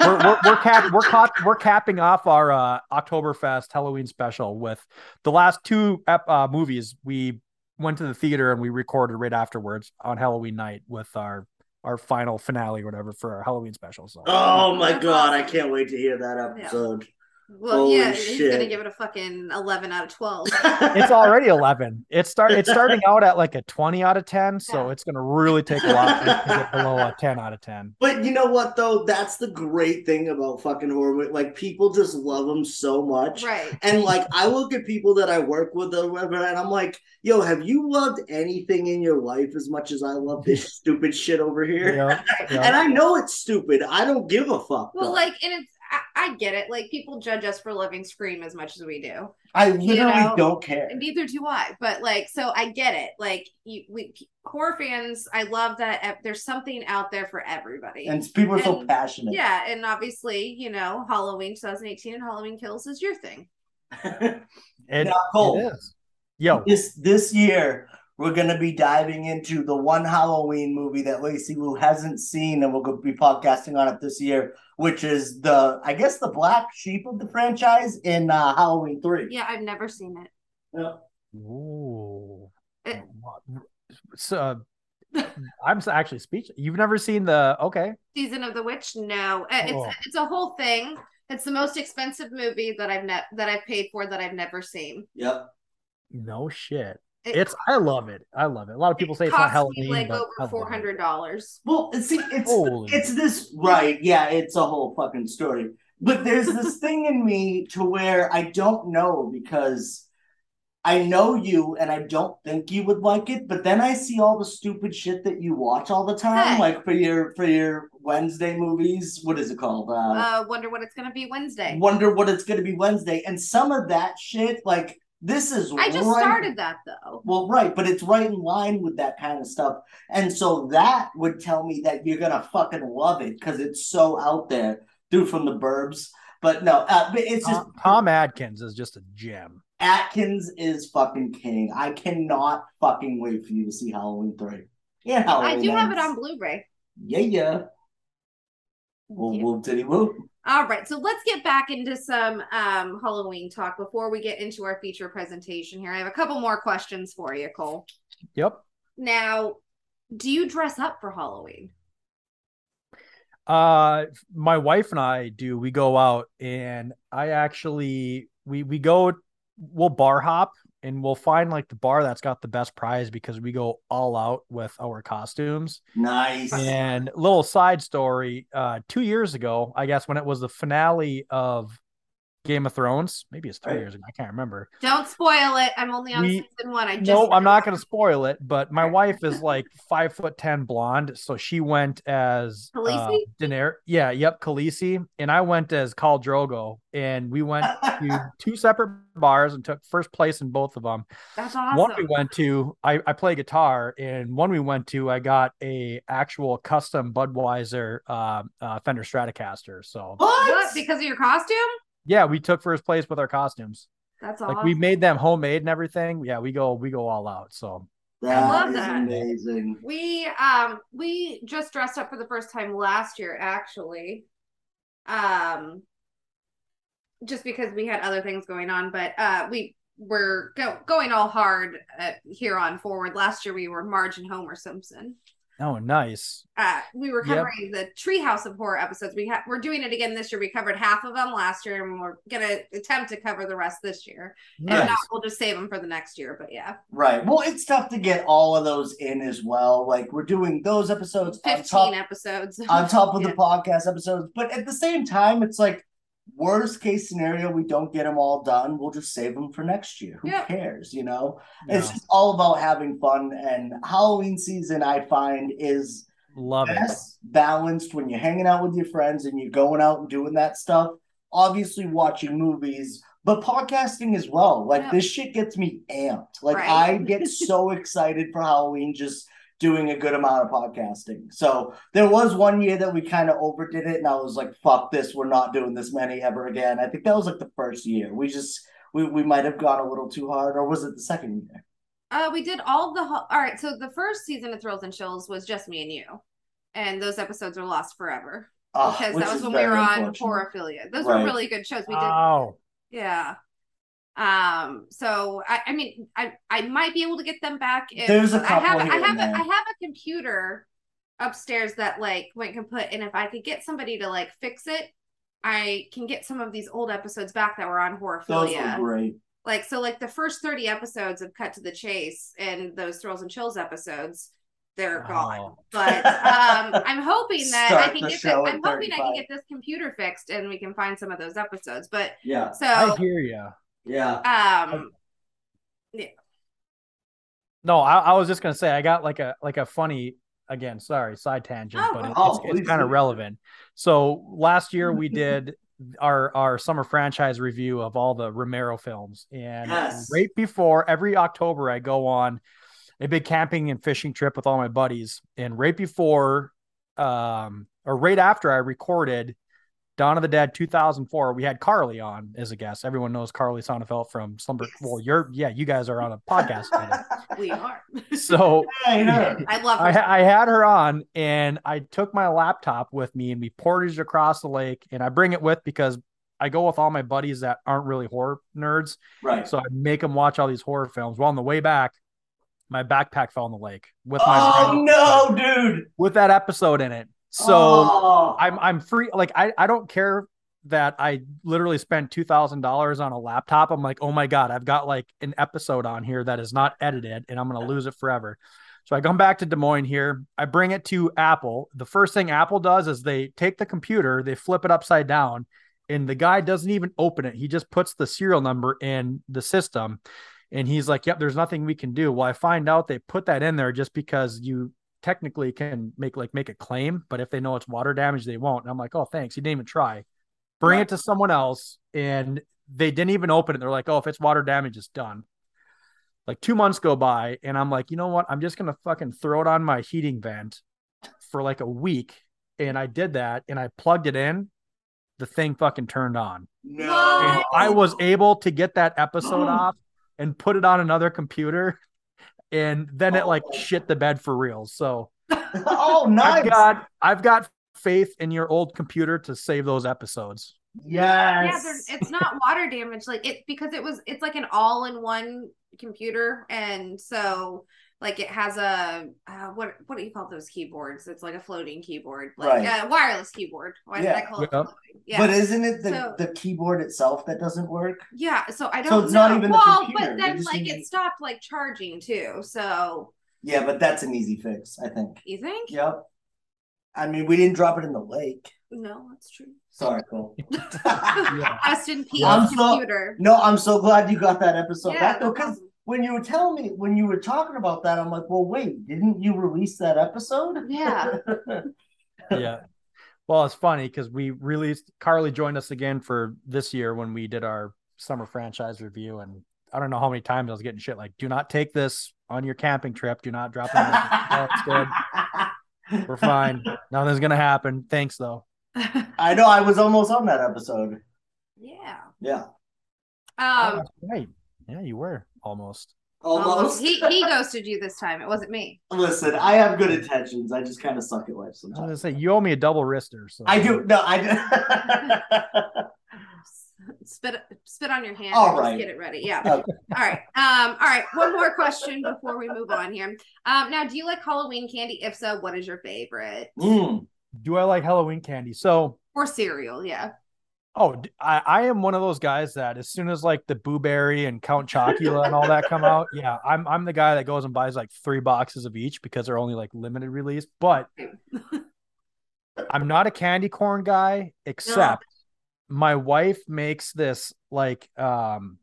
we're we're we're, cap, we're, caught, we're capping off our uh, Oktoberfest Halloween special with the last two ep- uh, movies. We went to the theater and we recorded right afterwards on Halloween night with our our final finale, or whatever, for our Halloween special. So
oh my god, I can't wait to hear that episode.
well,
Holy
yeah, he's gonna
shit.
give it a fucking eleven out of twelve.
it's already eleven. It's start it's starting out at like a twenty out of ten, so
Yeah.
it's gonna really take a while to get below a ten out of ten.
But you know what though? That's the great thing about fucking horror. mo- Like people just love them so much.
right.
And like I look at people that I work with or whatever, and I'm like, yo, have you loved anything in your life as much as I love this stupid shit over here?
Yeah, yeah.
And I know it's stupid. I don't give a fuck.
Well,
though.
like, and it's I, I get it. Like, people judge us for loving Scream as much as we do.
I literally
know,
don't care.
And neither do I. But like, so I get it. Like, you, we horror fans, I love that. ev- There's something out there for everybody.
and people are so
And-
passionate.
yeah, and obviously, you know, Halloween 2018 and Halloween Kills is your thing.
It-
now, Cole,
it is. Yo,
this this year we're gonna be diving into the one Halloween movie that Lacey Lou hasn't seen, and we're gonna be podcasting on it this year, which is the I guess the black sheep of the franchise in uh, Halloween three.
Yeah, I've never seen it.
Ooh.
It-
So I'm so- actually speechless. You've never seen the okay.
Season of the Witch? No, Uh, it's
Oh.
it's a whole thing. It's the most expensive movie that I've ne- that I've paid for that I've never seen.
Yep.
No shit.
It-
It's I love it. I love it. A lot of people say
it
it's not
cost
Halloween.
me like
but I love
over
it.
four hundred dollars.
Well, see, it's
Oh.
Holy
it's this right yeah it's a whole fucking story but there's this thing in me to where i don't know because i know you and i don't think you would like it but then i see all the stupid shit that you watch all the time
Hey.
like for your for your wednesday movies what is it called uh,
Uh, wonder what it's gonna be Wednesday.
wonder what it's going to be wednesday and some of that shit like this is
I just
right-
started that though.
well, right, but it's right in line with that kind of stuff. And so that would tell me that you're gonna fucking love it because it's so out there, dude, from the burbs. But no, uh, but it's just
Tom, Tom Adkins is just a gem.
Atkins is fucking king. I cannot fucking wait for you to see Halloween three. Yeah, Halloween.
I do have it
ends.
on Blu-ray.
Yeah, yeah. Well,
Yeah.
whoop diddy whoop.
All right, so let's get back into some um, Halloween talk before we get into our feature presentation here. I have a couple more questions for you, Cole.
Yep.
Now, do you dress up for Halloween?
Uh, my wife and I do. We go out and I actually we we go we'll bar hop and we'll find like the bar that's got the best prize because we go all out with our costumes.
Nice.
And little side story, uh, two years ago, I guess when it was the finale of Game of Thrones, maybe it's three
Right.
years ago, I can't remember.
Don't spoil it. I'm only on
We-
season one. I just
No, I'm not going to spoil it, but my wife is like five foot ten blonde, so she went as uh,
Khaleesi?
Daener- yeah, yep, Khaleesi, and I went as Khal Drogo, and we went to two separate bars and took first place in both of them.
That's awesome.
One we went to, I, I play guitar, and one we went to, I got a actual custom Budweiser uh, uh, Fender Stratocaster. So
What? Because of your costume?
yeah, we took first place with our costumes.
That's awesome.
Like we made them homemade and everything. Yeah, we go we go all out. So
That
love
is
that.
amazing.
We um we just dressed up for the first time last year actually. Um just because we had other things going on, but uh we were go- going all hard uh, here on forward. Last year we were Marge and Homer Simpson.
oh, nice.
Uh, we were
Yep.
covering the Treehouse of Horror episodes. We ha- we're doing it again this year. We covered half of them last year, and we're gonna attempt to cover the rest this year. If
Nice.
not, we'll just save them for the next year. But yeah,
Right. Well, it's tough to get all of those in as well. Like we're doing those episodes on
fifteen
top
episodes
on top of
Yeah.
the podcast episodes, but at the same time, it's like worst case scenario, we don't get them all done. We'll just save them for next year. Who
Yep.
cares? You know, it's
Yeah.
just all about having fun. And Halloween season, I find, is
Love it.
best balanced when you're hanging out with your friends and you're going out and doing that stuff. Obviously, watching movies, but podcasting as well. Like
Yeah.
this shit gets me amped. Like
Right.
I get so excited for Halloween just doing a good amount of podcasting. So there was one year that we kind of overdid it, and I was like, "Fuck this, we're not doing this many ever again." I think that was like the first year. We just we we might have gone a little too hard, or was it the second year?
Uh, we did all the ho- all right. So the first season of Thrills and Chills was just me and you, and those episodes are lost forever
Ah,
because
which
that was
is
when we
very
were on
unfortunate.
Horophilia. Those
Right.
were really good shows. We did,
Wow.
yeah. Um, so I, I mean, I I might be able to get them back. If,
There's a
I have
couple
I
here
have
and
a,
there.
I have a computer upstairs that like Wink can put, and if I could get somebody to like fix it, I can get some of these old episodes back that were on
Those
Horophilia
were great.
like so like the first 30 episodes of cut to the chase and those thrills and chills episodes they're gone
Oh.
but um i'm hoping that
Start
i can
the
get the,
show at
i'm hoping i can
35.
get this computer fixed and we can find some of those episodes but
Yeah,
I
so
hear you.
yeah.
um
No, I, I was just gonna say I got like a like a funny again. Sorry, side tangent,
Oh,
but it-
oh,
it's,
please
it's kind
do.
of relevant. So last year we did our our summer franchise review of all the Romero films, and
Yes.
right before every October I go on a big camping and fishing trip with all my buddies, and right before um or right after I recorded Dawn of the Dead 2004, we had Carly on as a guest. Everyone knows Carly Sonnefeld from Slumber.
Yes.
Well, you're yeah, you guys are on a podcast. together.
we are
So
Hey, her.
i love
I,
her.
ha- I had her on and I took my laptop with me and we portaged across the lake. And I bring it with because I go with all my buddies that aren't really horror nerds.
Right.
So I make them watch all these horror films. Well, on the way back, my backpack fell in the lake with my
Oh no, dude.
with that episode in it. So
Oh.
I'm I'm free. Like I I don't care that I literally spent two thousand dollars on a laptop. I'm like, oh my god, I've got like an episode on here that is not edited, and I'm gonna lose it forever. So I come back to Des Moines here. I bring it to Apple. The first thing Apple does is they take the computer, they flip it upside down, and the guy doesn't even open it. He just puts the serial number in the system. And he's like, "Yep, there's nothing we can do." Well, I find out they put that in there just because you technically can make like make a claim, but if they know it's water damage, they won't. And I'm like, oh, thanks. You didn't even try. Bring
Right.
it to someone else, and they didn't even open it. They're like, oh, if it's water damage, it's done. Like two months go by, and I'm like, you know what? I'm just gonna fucking throw it on my heating vent for like a week. And I did that, and I plugged it in. The thing fucking turned on. And
no.
I was able to get that episode off and put it on another computer. And then it like
Oh.
shit the bed for real. So
oh, nice.
I've got I've got faith in your old computer to save those episodes.
Yeah,
Yes.
there's- it's not water damage. Like it because it was it's like an all in one computer, and so like it has a uh, what what do you call those keyboards? It's like a floating keyboard, like
Right.
a wireless keyboard. Why did I
Yeah.
call it?
Yep.
Floating? Yeah,
But isn't it the,
So-
the keyboard itself that doesn't work?
yeah. So I
So
don't.
it's
know.
not even the
well,
computer,
but
they
then
just
like
need-
it stopped like charging too. So
Yeah, but that's an easy fix, I think.
you think?
Yep. I mean, we didn't drop it in the lake.
No, that's true.
Sorry, Cole.
Rest in peace,
I'm so-
computer.
no, I'm so glad you got that episode
Yeah,
back
no
though, because
problem.
when you were telling me when you were talking about that, I'm like, well, wait, didn't you release that episode?
yeah.
yeah. Well, it's funny because we released Carly joined us again for this year when we did our summer franchise review, and I don't know how many times I was getting shit like, "Do not take this on your camping trip. Do not drop it. on your-" No, it's good. We're fine. Nothing's gonna happen. Thanks though."
I know. I was almost on that episode.
yeah.
Yeah,
Oh,
Um.
that's right. Yeah, you were almost.
Almost. He he ghosted you this time. It wasn't me.
Listen, I have good intentions. I just kind of suck at life
I was gonna
sometimes.
say you owe me a double wrister. So
uh, I do. No, I do.
Spit spit on your hand.
All
Just
right.
Get it ready. Yeah.
Okay.
All right. Um. All right. One more question before we move on here. Um. Now, do you like Halloween candy? If so, what is your favorite?
Mm.
Do I like Halloween candy? So
Or cereal? Yeah.
Oh, d- I, I am one of those guys that as soon as like the Boo Berry and Count Chocula and all that come out, yeah, I'm I'm the guy that goes and buys like three boxes of each because they're only like limited release. But I'm not a candy corn guy, except my wife makes this like um,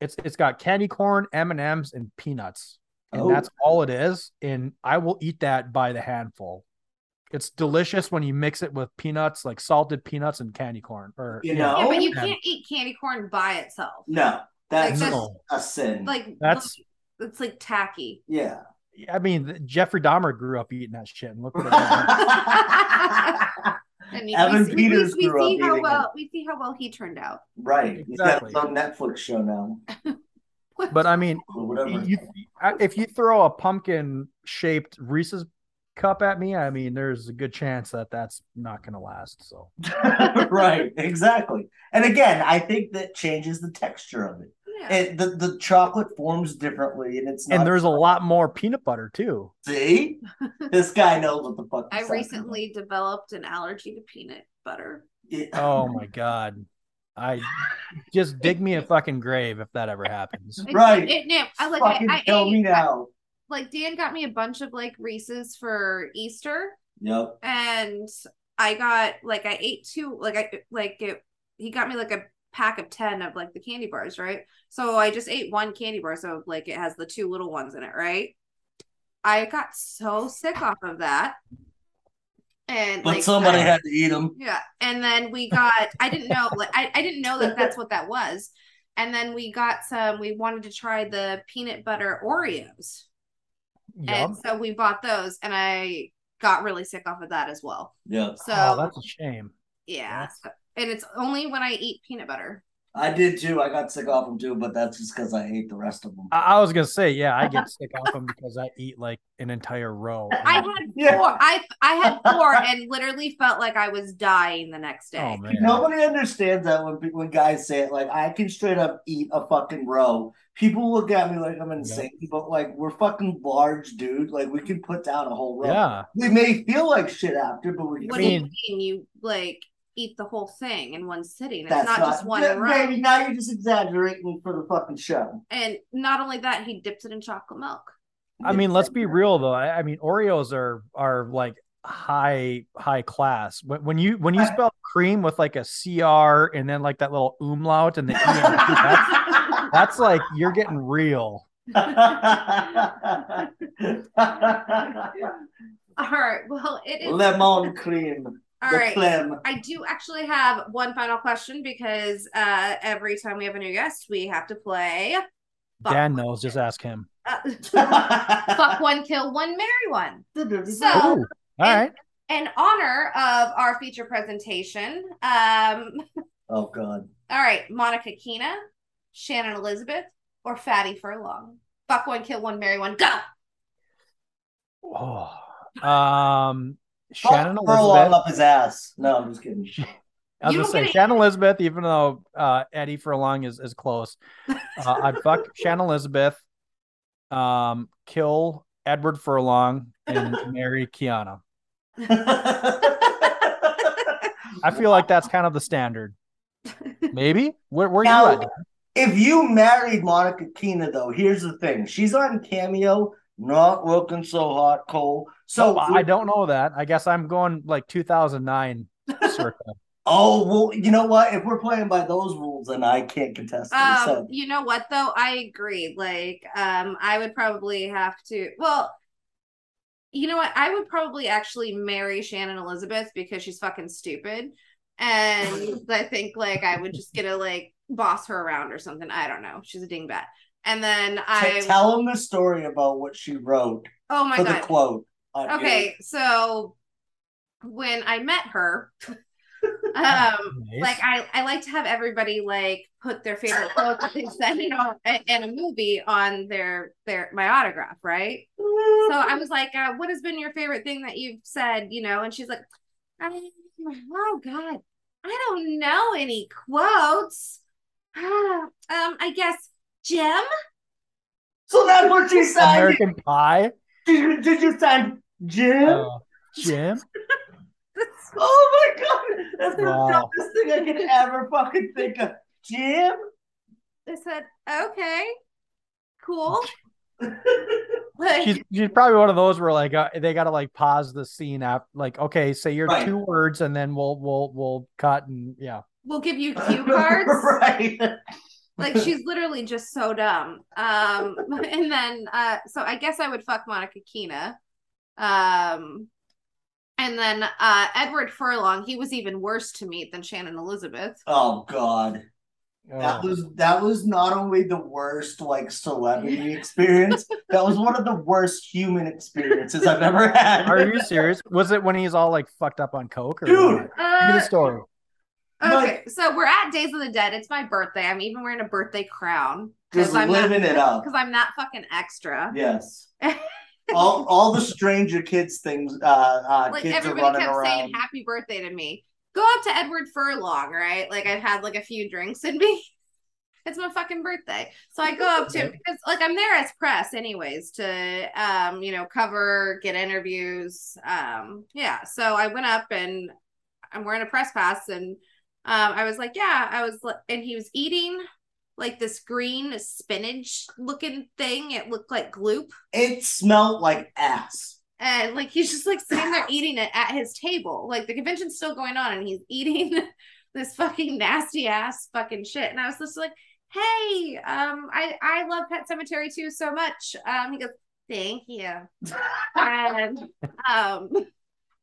it's it's got candy corn, M and M's, and peanuts, and
Oh.
that's all it is. And I will eat that by the handful. It's delicious when you mix it with peanuts, like salted peanuts and candy corn. Or
You
yeah.
know?
yeah but
Oh, Mm.
you
yeah.
can't eat candy corn by itself.
No, that's
Like,
No.
a sin.
Like
That's-
look, it's like tacky.
yeah.
I mean, th- Jeffrey Dahmer grew up eating that shit, and look what it is.
I mean,
Evan
we, see-
Peters
we, we,
grew
see
up
how
eating
well we see how well he turned out.
right. He's got his
Exactly.
own Netflix show now,
What?
But I mean,
or whatever.
you, I- if you throw a pumpkin-shaped Reese's cup at me, I mean, there's a good chance that that's not going to last. So
right. Exactly. And again, I think that changes the texture of it.
Yeah.
it the, the chocolate forms differently, and it's not.
and there's a lot more peanut butter too.
See, this guy knows what the fuck.
I
he's talking
recently developed an allergy to peanut butter.
about.
Oh my god, I just dig me a fucking grave if that ever happens.
It-
Right.
It, it, I like
fucking
I, I
kill
ate-
me now.
like Dan got me a bunch of like Reese's for Easter
Yep.
and I got like I ate two like I like it he got me like a pack of 10 of like the candy bars, right? So I just ate one candy bar so like it has the two little ones in it, right? I got so sick off of that. And
But
like
somebody
I-
had to eat him.
Yeah, and then we got I didn't know like I, I didn't know that that's what that was. And then we got some we wanted to try the peanut butter Oreos.
Yup.
And so we bought those and I got really sick off of that as well.
Yep.
So
oh, that's a shame.
yeah. so- and it's only when I eat peanut butter.
I did too. I got sick off him too, but that's just because I ate the rest of them.
I, I was gonna say, yeah, I get sick off them because I eat like an entire row.
I had
Yeah.
four. I I had four and literally felt like I was dying the next day.
oh man,
Nobody understands that when pe- when guys say it. Like I can straight up eat a fucking row. People look at me like I'm insane, but like we're fucking large, dude. Like we can put down a whole row.
yeah.
We may feel like shit after, but we.
what do
can-
mean-
you mean? You like eat the whole thing in one sitting. It's
that's
not, just one
Ba-
row.
Baby, now you're just exaggerating for the fucking show.
And not only that, he dips it in chocolate milk.
I mean, let's be real though. I, I mean, Oreos are are like high high class. When, when you when you
Right.
spell cream with like a cr and then like that little umlaut and the en, that's, that's like you're getting real.
All right. Well, it is
Lemon cream.
all
the
right.
clem.
I do actually have one final question because uh, every time we have a new guest, we have to play fuck,
Dan knows. Just ask him.
uh, fuck one, kill one, marry one.
Ooh,
So,
all right.
in honor of our feature presentation, um,
oh god.
all right, Monica Keena, Shannon Elizabeth, or Fatty Furlong. Fuck one, kill one, marry one. Go.
Oh. Um, Shannon
Fuck Pearl all
Elizabeth.
up his ass. No, I'm just kidding.
I was
You
gonna
don't
say
get it.
Shannon Elizabeth, even though uh, Eddie Furlong is is close. Uh, I'd fuck Shannon Elizabeth, um, kill Edward Furlong, and marry Kiana. I feel like that's kind of the standard. Maybe where where you
Now,
at? Dan?
if you married Monica Keena, though, here's the thing: she's on Cameo, not looking so hot, Cole. So
Oh, I don't know that. I guess I'm going like 2009 circa.
Oh well, you know what? If we're playing by those rules, then I can't contest it.
Um,
so
you know what though? I agree. Like, um, I would probably have to. Well, you know what? I would probably actually marry Shannon Elizabeth because she's fucking stupid, and I think like I would just get to like boss her around or something. I don't know. She's a dingbat. And then
t-
I.
tell him the story about what she wrote
oh my
for
god.
the quote. on your-
Okay, so when I met her, um,
Nice.
like I, I like to have everybody like put their favorite quote that they said in a, in a movie on their their my autograph right so i was like uh, what has been your favorite thing that you've said you know and she's like "Um, oh god i don't know any quotes Ah, um i guess jim
So that's what she signed.
American Pie,
Did you, did you sign Jim?
uh, Jim.
oh my god, that's the
Wow.
dumbest thing I could ever fucking think of. Jim.
i said okay cool like,
she's she's probably one of those where like uh, they gotta like pause the scene after like okay say your
Right.
two words and then we'll we'll we'll cut and yeah
we'll give you cue cards
right?
like she's literally just so dumb um and then uh so i guess i would fuck monica keena um and then uh edward furlong he was even worse to meet than shannon elizabeth
Oh god. That
Oh.
was that was not only the worst like celebrity experience, that was one of the worst human experiences I've ever had.
are you serious was it when he's all like fucked up on coke or
Dude,
what? give me the
uh,
story
okay so we're at days of the dead it's my birthday i'm even wearing a birthday crown
Just
I'm
living it up.
because i'm not fucking extra
Yes. all all the stranger kids things uh uh
like
kids are
everybody
running
kept
around.
saying happy birthday to me go up to edward furlong right like i've had like a few drinks in me it's my fucking birthday so i go up to him because like i'm there as press anyways to um you know cover get interviews um yeah so i went up and i'm wearing a press pass and um i was like yeah i was li- and he was eating like this green spinach looking thing it looked like gloop
It smelled like ass.
and like he's just like sitting there eating it at his table. Like the convention's still going on, and he's eating this fucking nasty ass fucking shit. And I was just like, "Hey, um, I I love Pet Cemetery too so much." Um, he goes, "Thank you." and um,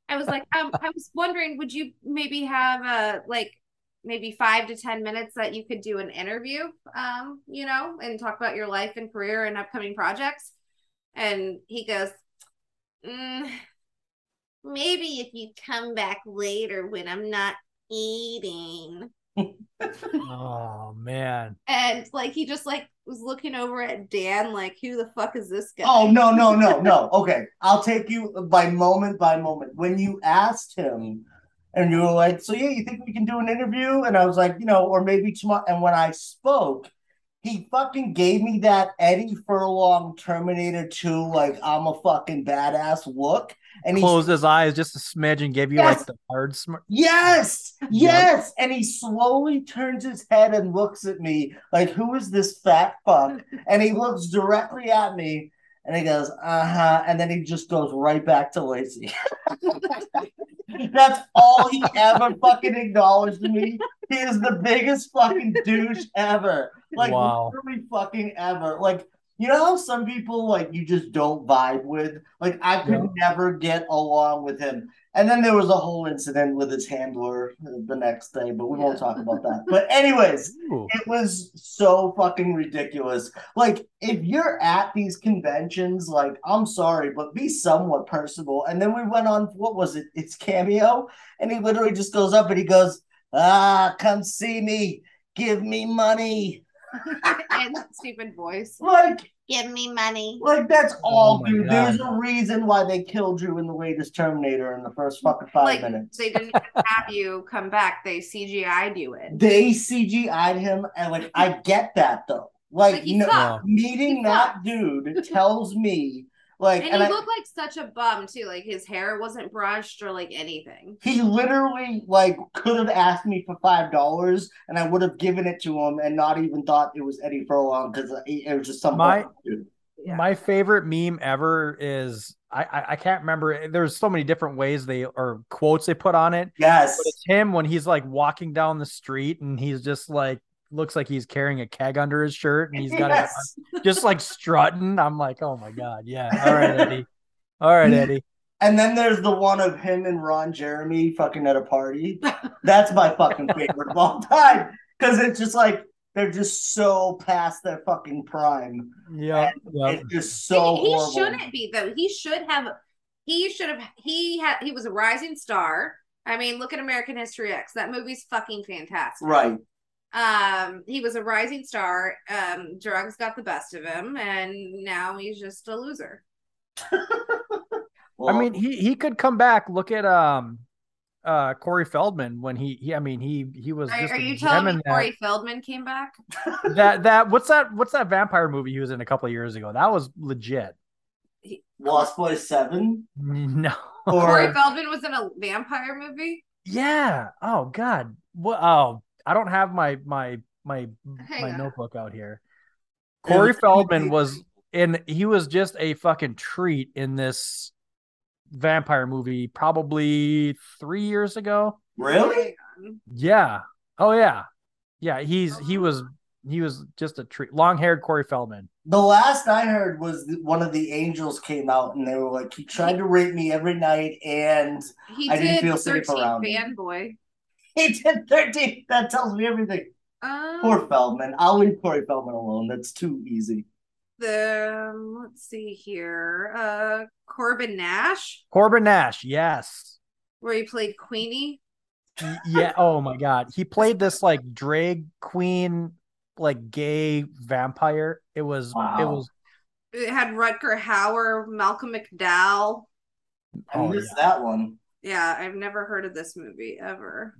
I was like, um, I was wondering, would you maybe have a like maybe five to ten minutes that you could do an interview, um, you know, and talk about your life and career and upcoming projects? And he goes, mm, maybe if you come back later when I'm not eating.
oh man
And like he just like was looking over at Dan, like, who the fuck is this guy?
Oh no, no, no, no. Okay. I'll take you by moment by moment. When you asked him and you were like, So yeah, you think we can do an interview? And I was like, you know, or maybe tomorrow. And when I spoke, he fucking gave me that Eddie Furlong Terminator 2, like I'm a fucking badass look. And he
closed his eyes just a smidge and gave you
Yes.
like the hard smirk
Yes,
Yep.
yes. And he slowly turns his head and looks at me like, who is this fat fuck? And he looks directly at me and he goes, uh huh. And then he just goes right back to Lacey. That's all he ever fucking acknowledged to me. He is the biggest fucking douche ever. Like,
Wow.
literally fucking ever. Like, you know how some people like you just don't vibe with? Like, I could never get along with him. And then there was a whole incident with his handler the next day, but we won't
Yeah.
talk about that. But anyways,
Ooh.
it was so fucking ridiculous. Like if you're at these conventions, like I'm sorry, but be somewhat personable. And then we went on what was it? It's cameo, and he literally just goes up and he goes, "Ah, come see me, give me money."
and that stupid voice.
Like
Give me money.
Like that's all,
Oh my
dude. There's
God.
a reason why they killed you in the latest Terminator in the first fucking five
Like-
minutes.
They didn't even have you come back. They CGI'd you in.
They CGI'd him, and like I get that though. Like
Like, he
no,
sucked.
meeting
He
that
sucked.
dude tells me like,
And,
and,
he
I,
looked like such a bum too. Like his hair wasn't brushed or like anything.
he literally like could have asked me for five dollars, and I would have given it to him, and not even thought it was Eddie Furlong because it was just some
My-
fucking dude.
Yeah.
My favorite meme ever is I, I I can't remember. There's so many different ways they or quotes they put on it.
Yes,
But it's him when he's like walking down the street and he's just like looks like he's carrying a keg under his shirt and he's got
yes.
it just like strutting. I'm like, oh my god, yeah. All right, Eddie. All right, Eddie.
And then there's the one of him and Ron Jeremy fucking at a party. That's my fucking favorite of all time. Because it's just like they're just so past their fucking prime.
Yeah, yeah.
It's just so
he, he
horrible.
shouldn't be though. He should have. He should have. He had. He was a rising star. I mean, look at American History X. That movie's fucking fantastic.
Right.
Um, he was a rising star. Um, drugs got the best of him, and now he's just a loser.
I
Well,
mean, he he could come back. Look at um uh Corey Feldman when he, he I mean he he was
Are,
just
are
a
you
gem
telling
in
me
that.
Corey Feldman came back?
that that what's that what's that vampire movie he was in a couple of years ago? That was legit.
Lost Boys 7
No.
Corey
or
Feldman was in a vampire movie.
Yeah. Oh God. What? Oh, I don't have my my my
Hang
my
on.
notebook out here. Corey
was-
Feldman was in. He was just a fucking treat in this vampire movie, probably three years ago.
Really?
Hang
Yeah. Oh yeah. Yeah. He's he
Oh.
was he was just a treat. Long haired Corey Feldman.
The last I heard was th- one of the angels came out and they were like, he tried to rape me every night and
on. He
I didn't
did
feel safe
13
around him.
fanboy.
he did 13. That tells me everything.
Um,
Poor Feldman. I'll leave Corey Feldman alone. That's too easy.
the let's see here. Uh Corbin Nash,
Corbin Nash. Yes.
where he played Queenie.
Y- yeah oh my god he played this like drag queen like gay vampire it was it
Wow.
was
It had Rutger Hauer, Malcolm McDowell.
I
Oh,
missed that one.
Yeah, I've never heard of this movie ever.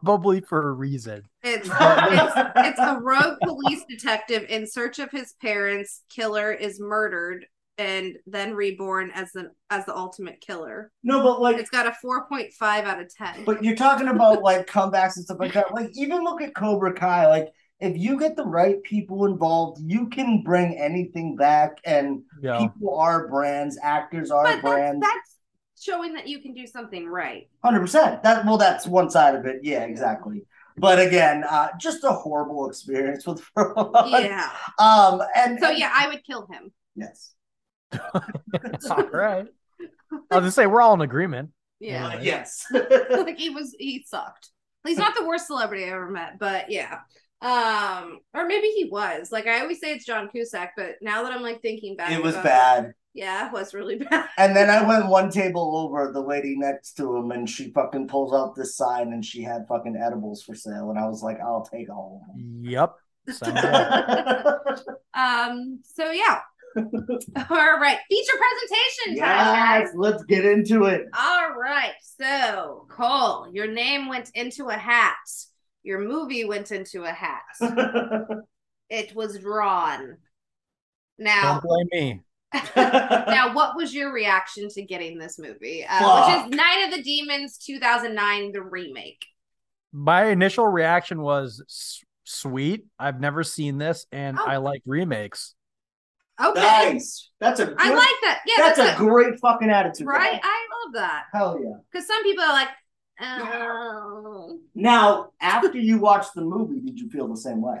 probably for a reason
It's it's, it's a rogue police detective in search of his parents' killer is murdered and then reborn as the as the ultimate killer.
No, but like,
It's got a 4.5 out of 10.
but you're talking about like comebacks and stuff like that. Like, even look at Cobra Kai. Like, if you get the right people involved, you can bring anything back. And
yeah
people are brands, actors are
but that's,
brands.
that's showing that you can do something right.
Hundred percent. That well, that's one side of it. Yeah, exactly. But again, uh, just a horrible experience with Furlong.
Yeah.
Um. And
So yeah, I would kill him.
Yes.
all right i was gonna say we're all in agreement
Yeah.
Right.
Yes.
like he was he sucked. He's not the worst celebrity I ever met, but yeah. Um, or maybe he was. Like I always say it's John Cusack, but now that I'm like thinking back,
it was
about
bad.
Yeah, it was really bad.
And then I went one table over, the lady next to him, and she fucking pulls out this sign and she had fucking edibles for sale. And I was like, I'll take all of
yep Sounds good.
them.
Um, so yeah. All right, feature presentation time, guys.
yes, let's get into it.
All right, so Cole, your name went into a hat. Your movie went into a hat. it was drawn. Now,
don't blame me
now what was your reaction to getting this movie uh,
Fuck.
which is night of the demons 2009 the remake
my initial reaction was s- sweet i've never seen this and
Oh.
i like remakes
okay
nice. That's a good,
i like that yeah
that's,
that's,
a, great fucking
a,
attitude.
right
guy.
i love that
Hell yeah.
because some people are like oh
Now, after you watched the movie, did you feel the same way?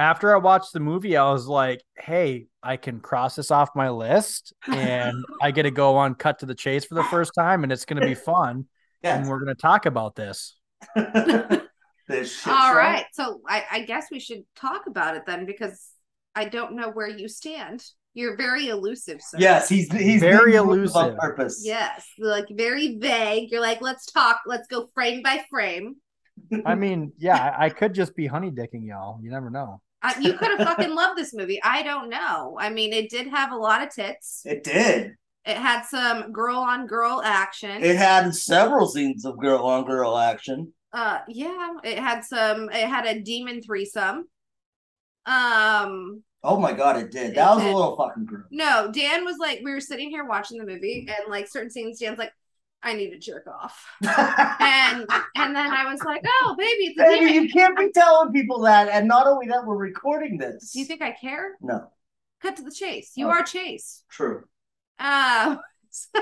after I watched the movie, I was like, hey, I can cross this off my list and I get to go on cut to the chase for the first time and it's going to be fun. And
Yes.
we're going to talk about this.
this shit
all
show.
right so I, I guess we should talk about it then because i don't know where you stand you're very elusive sir.
Yes, he's he's
Very
being rude on
elusive.
purpose.
yes like very vague you're like let's talk let's go frame by frame
I mean, yeah, I, I could just be honey dicking y'all. You never know.
Uh, you could have fucking loved this movie. I don't know. I mean, it did have a lot of tits.
It did.
It had some girl on girl action.
It had several scenes of girl on girl action.
uh, yeah, it had some. It had a demon threesome. Um,
Oh my god, it did.
It
That was
did.
a little fucking gross.
no, Dan was like, we were sitting here watching the movie, and like certain scenes, Dan's like, I need to jerk off, and and then I was like, oh, baby, it's a
Baby,
demon.
you can't be telling people that. And not only that, we're recording this.
Do you think I care?
No,
Cut to the chase. You
Oh.
are Chase.
true.
Um, so,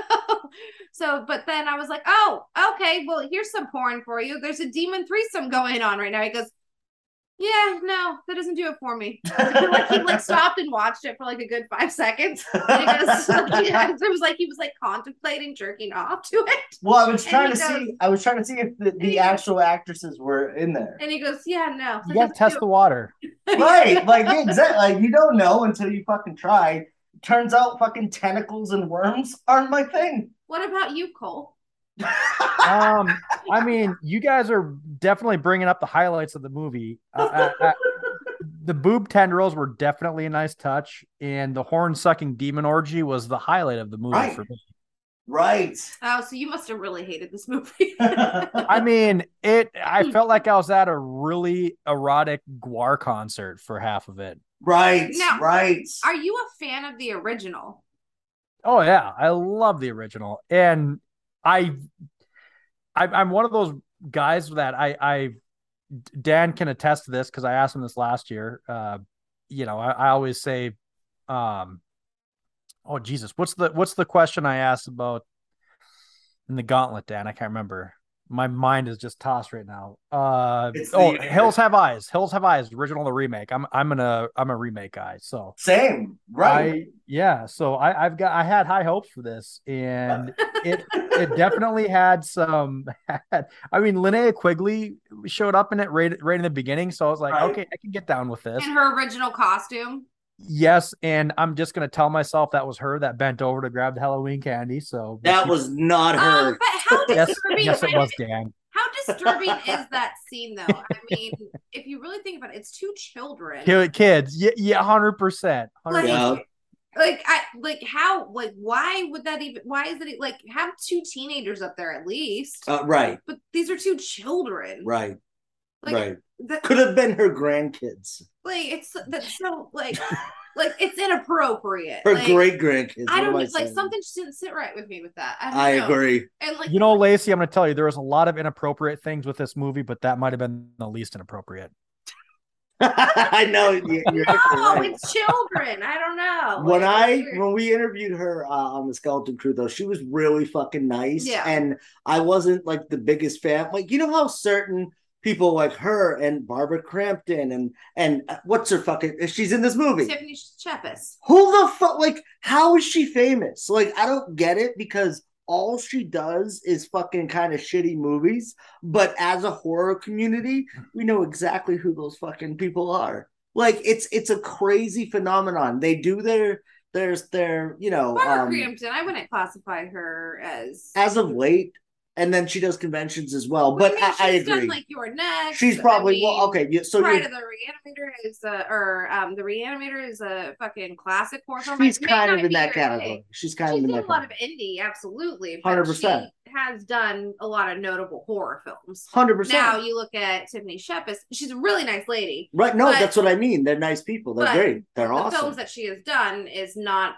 so, but then I was like, oh, okay, well, here's some porn for you. There's a demon threesome going on right now. He goes, yeah, no, that doesn't do it for me. like he like stopped and watched it for like a good five seconds. And he goes, yeah, it was like he was like contemplating jerking off to it,
Well, I was
And
trying
he
to
goes-
see. I was trying to see if the,
he
the
goes-
actual actresses were in there.
and he goes, yeah, no, that
You gotta
doesn't
test
do
the water.
right? Like yeah, exactly. Like you don't know until you fucking try. Turns out, fucking tentacles and worms aren't my thing.
it." What about you, Cole?
Um, I mean, you guys are definitely bringing up the highlights of the movie. Uh, uh, uh, the boob tendrils were definitely a nice touch, and the horn sucking demon orgy was the highlight of the movie
Right.
for me.
right.
Oh, so you must have really hated this movie.
I mean, it. I felt like I was at a really erotic Guar concert for half of it.
right.
Now-
right.
Are you a fan of the original?
Oh yeah, I love the original, and I, I I'm one of those guys that I I Dan can attest to this because I asked him this last year. Uh, you know, I, I always say, um, oh Jesus, what's the what's the question I asked about in the Gauntlet, Dan? I can't remember. My mind is just tossed right now. Uh,
It's the-
oh, Hills Have Eyes. Hills Have Eyes. Original, the remake. I'm I'm gonna I'm a remake guy. So
Same. Right.
I, yeah. So I, I've got I had high hopes for this, and it it definitely had some. I mean, Linnea Quigley showed up in it right right in the beginning, so I was like,
Right.
okay, I can get down with this.
In her original costume?
Yes, and I'm just gonna tell myself that was her that bent over to grab the Halloween candy. So but
that
she-
was not
Um,
her.
but how
yes,
disturbing!
yes, it was Dan.
How disturbing is that scene, though? I mean, if you really think about it, it's two children.
Ki- Kids, yeah, yeah, hundred percent.
Like,
Yeah.
like I like how like why would that even? Why is it like have two teenagers up there at least?
Uh, right.
but these are two children.
Right.
Like,
right.
that-
Could have been her grandkids.
like it's that's so like like it's inappropriate.
Her
like,
great grandkids.
I don't like
saying?
something just didn't sit right with me with that. I, don't
I
know.
agree.
And like
You know, Lacey, I'm gonna tell you there was a lot of inappropriate things with this movie, but that might have been the least inappropriate.
I know. you- You're
no,
right.
it's children. I don't know.
when
Like,
I
it's weird.
when we interviewed her uh, on the Skeleton Crew, though, she was really fucking nice,
Yeah.
and I wasn't like the biggest fan. Like you know how certain people like her and Barbara Crampton and and uh, what's her fucking she's in this movie.
Tiffany Chappis.
Who the fuck? Like how is she famous? Like I don't get it because all she does is fucking kind of shitty movies. But as a horror community, we know exactly who those fucking people are. Like it's it's a crazy phenomenon. They do their there's their you know
Barbara
um,
Crampton, I wouldn't classify her as.
as of late, and then she does conventions as well. But
mean,
I, I
she's done,
agree.
like your next.
she's probably
I
well
mean,
okay. yeah, So
Pride
you're-
of the Reanimator is a, or um, the Reanimator is a fucking classic horror film.
she's
It may
kind
not
of in
be
that
your
category.
thing.
She's kind
She's
of in
done
that
a lot
category.
of indie, absolutely. but
100%.
She has done a lot of notable horror films.
Hundred
Now
percent.
you look at Tiffany Shepis; she's a really nice lady.
Right? No,
but-
that's what I mean. They're nice people. They're
but
great. They're
The
awesome.
films that she has done is not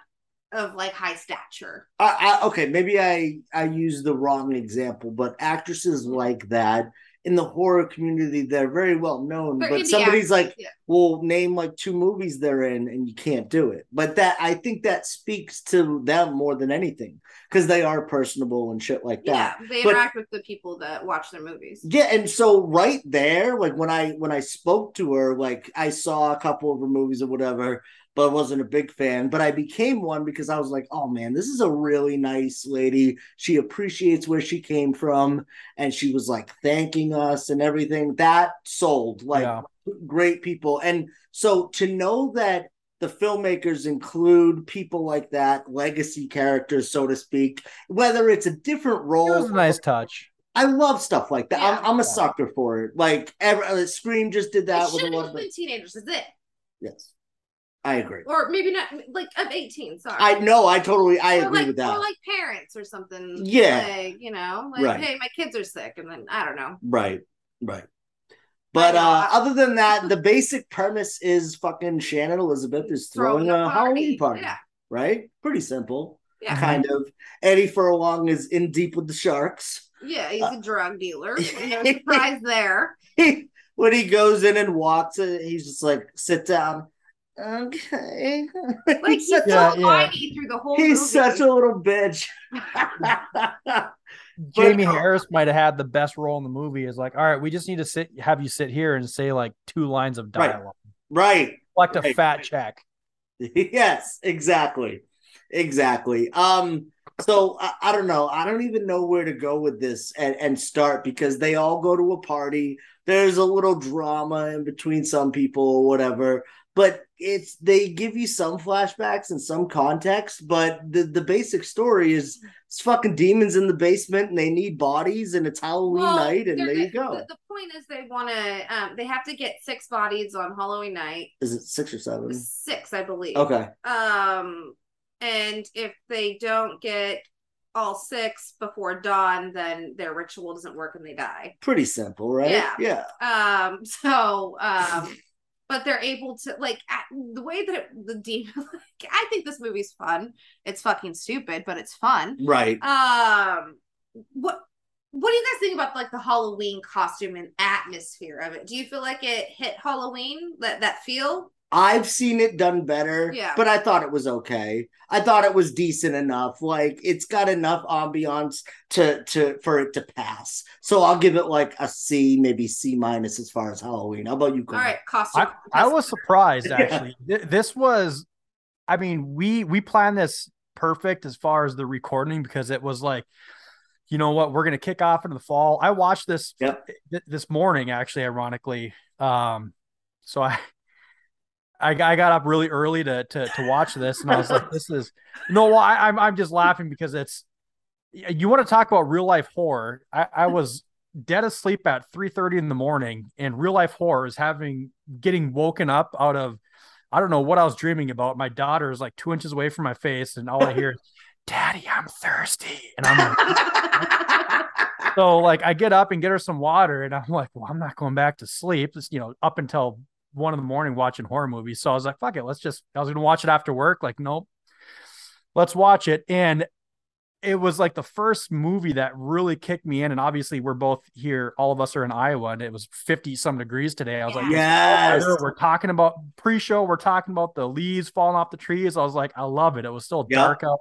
of like high stature.
I, I, okay, maybe I I use the wrong example, but actresses like that in the horror community, they're very well known.
They're
but
indie
somebody's like,
Yeah.
"Well, name like two movies they're in," and you can't do it. But that I think that speaks to them more than anything because they are personable and shit like that.
Yeah, they
But-
interact with the people that watch their movies.
Yeah, and so right there, like when I when I spoke to her, like I saw a couple of her movies or whatever, but I wasn't a big fan. But I became one because I was like, oh man, this is a really nice lady. She appreciates where she came from, and she was like thanking us and everything. That sold like
Yeah.
great people. And so to know that the filmmakers include people like that, legacy characters, so to speak, whether it's a different
It
role.
was a nice touch.
I love stuff like that.
Yeah.
I'm, I'm a sucker for it. Like every, uh, Scream just did that
it
with a
should
lot
have
of
been teenagers. Is it?
Yes, I agree.
or maybe not like of 18 sorry
I know. I totally. I
or
agree
like,
with that.
or like parents or something
Yeah.
like, you know like
Right.
hey my kids are sick and then i don't know
right. Right. But
know.
uh, other than that, the basic premise is fucking Shannon Elizabeth is throwing, a, Halloween party,
yeah
right? Pretty simple,
yeah
kind of. Eddie Furlong is in deep with the sharks.
yeah he's a drug dealer no
yeah.
surprise there
when he goes in and walks, uh, he's just like, sit down. Okay.
like he's so
Yeah, yeah.
whiny through the whole movie.
He's such a little bitch.
Jamie
But-
Harris might have had the best role in the movie. Is like, all right, we just need to sit, have you sit here and say like two lines of
Right.
dialogue,
right.
collect a
Right.
fat check.
yes, exactly. Exactly. Um, so I, I don't know. I don't even know where to go with this and, and start because they all go to a party. There's a little drama in between some people or whatever, but it's they give you some flashbacks and some context, but the, the basic story is it's fucking demons in the basement and they need bodies and it's Halloween
Well,
night and
they're
there you
the-
go.
The, the point is they want to. Um, they have to get six bodies on Halloween night.
Is it six or seven?
Six, I believe.
Okay.
Um, and if they don't get all six before dawn, then their ritual doesn't work and they die.
Pretty simple, right?
Yeah.
Yeah.
Um, so um, but they're able to like at, the way that it, the demon. Like, I think this movie's fun. It's fucking stupid, but it's fun.
Right.
um what what do you guys think about like the halloween costume and atmosphere of it do you feel like it hit halloween that that feel
I've seen it done better,
Yeah.
but I thought it was okay. I thought it was decent enough. Like it's got enough ambiance to to for it to pass. So I'll give it like a C, maybe C minus as far as Halloween. How about you?
all
Cole?
right costume
I, I
contest.
was surprised actually. Th- This was, I mean, we we planned this perfect as far as the recording because it was like, you know what, we're gonna kick off into the fall. I watched this
Yep.
th- this morning actually, ironically. Um, so I. I, I got up really early to, to to watch this, and I was like, "This is no." Well, I, I'm I'm just laughing because it's y- you want to talk about real life horror. I, I was dead asleep at 3:30 in the morning, and real life horror is having getting woken up out of I don't know what I was dreaming about. My daughter is like two inches away from my face, and all I hear is Daddy, I'm thirsty. And I'm like, so like I get up and get her some water, and I'm like, Well, I'm not going back to sleep. It's you know, up until one in the morning watching horror movies. So I was like, fuck it, let's just I was gonna watch it after work. Like, nope. Let's watch it. And it was like the first movie that really kicked me in. And obviously, we're both here. All of us are in Iowa, and it was 50 some degrees today. I was like,
Yeah.
Yes.
weather. We're talking about pre-show. We're talking about the leaves falling off the trees. I was like, I love it. It was still
Yeah.
dark out.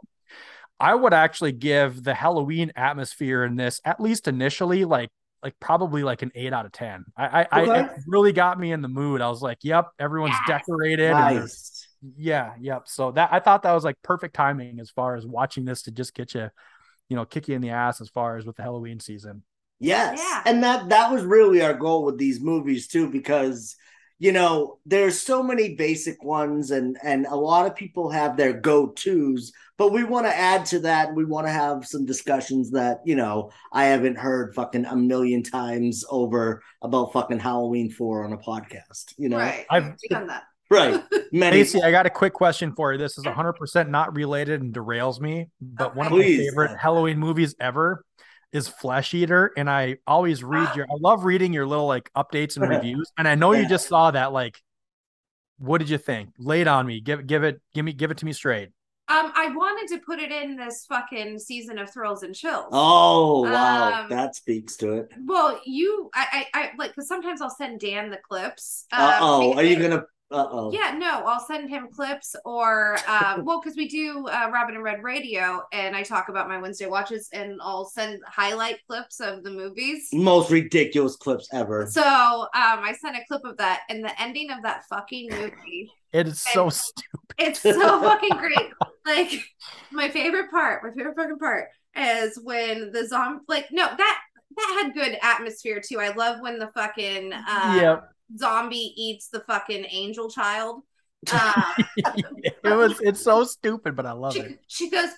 I would actually give the Halloween atmosphere in this, at least initially, like like probably like an eight out of ten. I I, I it
Okay.
really got me in the mood. I was like, yep, everyone's
Yes.
decorated. and there's-
Nice.
yeah, yep. So that I thought that was like perfect timing as far as watching this to just get you, you know, kick you in the ass as far as with the Halloween season.
Yes.
Yeah.
And that that was really our goal with these movies too because you know, there's so many basic ones and and a lot of people have their go-tos, but we want to add to that. We want to have some discussions that, you know, I haven't heard fucking a million times over about fucking Halloween 4 on a podcast, you know.
right
I've-
We've done that
Right. Many
Lacey, I got a quick question for you. This is 100% not related and derails me, but one of
Please.
my favorite Halloween movies ever is Flesh Eater. And I always read your, I love reading your little like updates and reviews. And I know you just saw that. Like, what did you think? Lay it on me. Give, give it, give me, give it to me straight.
um i wanted to put it in this fucking season of thrills and chills
Oh, wow.
Um,
that speaks to it.
well you i i, I like because sometimes i'll send dan the clips um,
Uh-oh.
because-
Are you going to uh-oh.
Yeah, no, I'll send him clips or um, well, because we do uh, Robin and Red Radio, and I talk about my Wednesday watches, and I'll send highlight clips of the movies.
Most ridiculous clips ever.
So um, I sent a clip of that, and the ending of that fucking movie.
It is so
And-
stupid.
It's so fucking great. Like my favorite part, my favorite fucking part is when the zombie, like no, that that had good atmosphere too. I love when the fucking uh,
Yeah.
zombie eats the fucking angel child. Um,
it was, it's so stupid, but I love
she,
it.
she goes,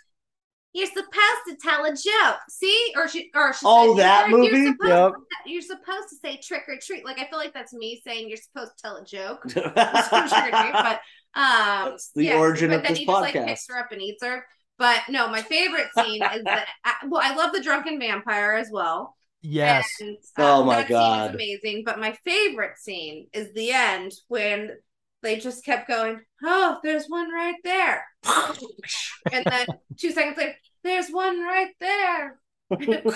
You're supposed to tell a joke. See? Or she or she
Oh,
said,
that
"You're-
movie?
You're supposed,
Yep.
you're supposed to say trick or treat. Like I feel like that's me saying you're supposed to tell a joke. It's for trick or treat,
That's
but um
the
yeah,
origin
but
of
then
this
he just like
podcast.
picks her up and eats her. But no, my favorite scene is that I, well, I love the drunken vampire as well.
Yes.
And, um,
Oh my
that scene is
God.
amazing! But my favorite scene is the end when they just kept going. Oh, there's one right there, and then two seconds later, there's one right there.
no,
and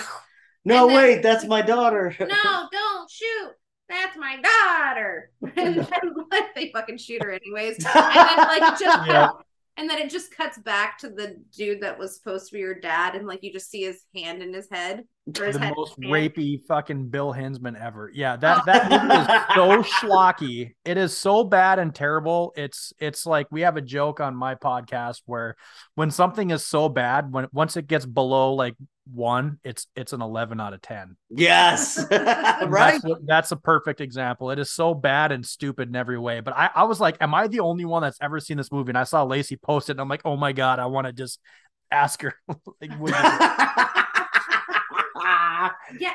then-
wait, that's my daughter.
No, don't shoot. That's my daughter. And then like, they fucking shoot her anyways. And then like it just
Yeah.
and then it just cuts back to the dude that was supposed to be your dad, and like you just see his hand in his head. or his
the
head in
most
his hand.
rapey fucking Bill Hinsman ever. Yeah, that that movie is so schlocky. It is so bad and terrible. It's it's like we have a joke on my podcast where when something is so bad, when once it gets below like one, it's it's an eleven out of ten.
Yes.
And
right?
that's, what- that's a perfect example. It is so bad and stupid in every way. But I I was like, am I the only one that's ever seen this movie? And I saw Lacey post it, and I'm like, oh my god, I want to just ask her. like, would you-
Yeah,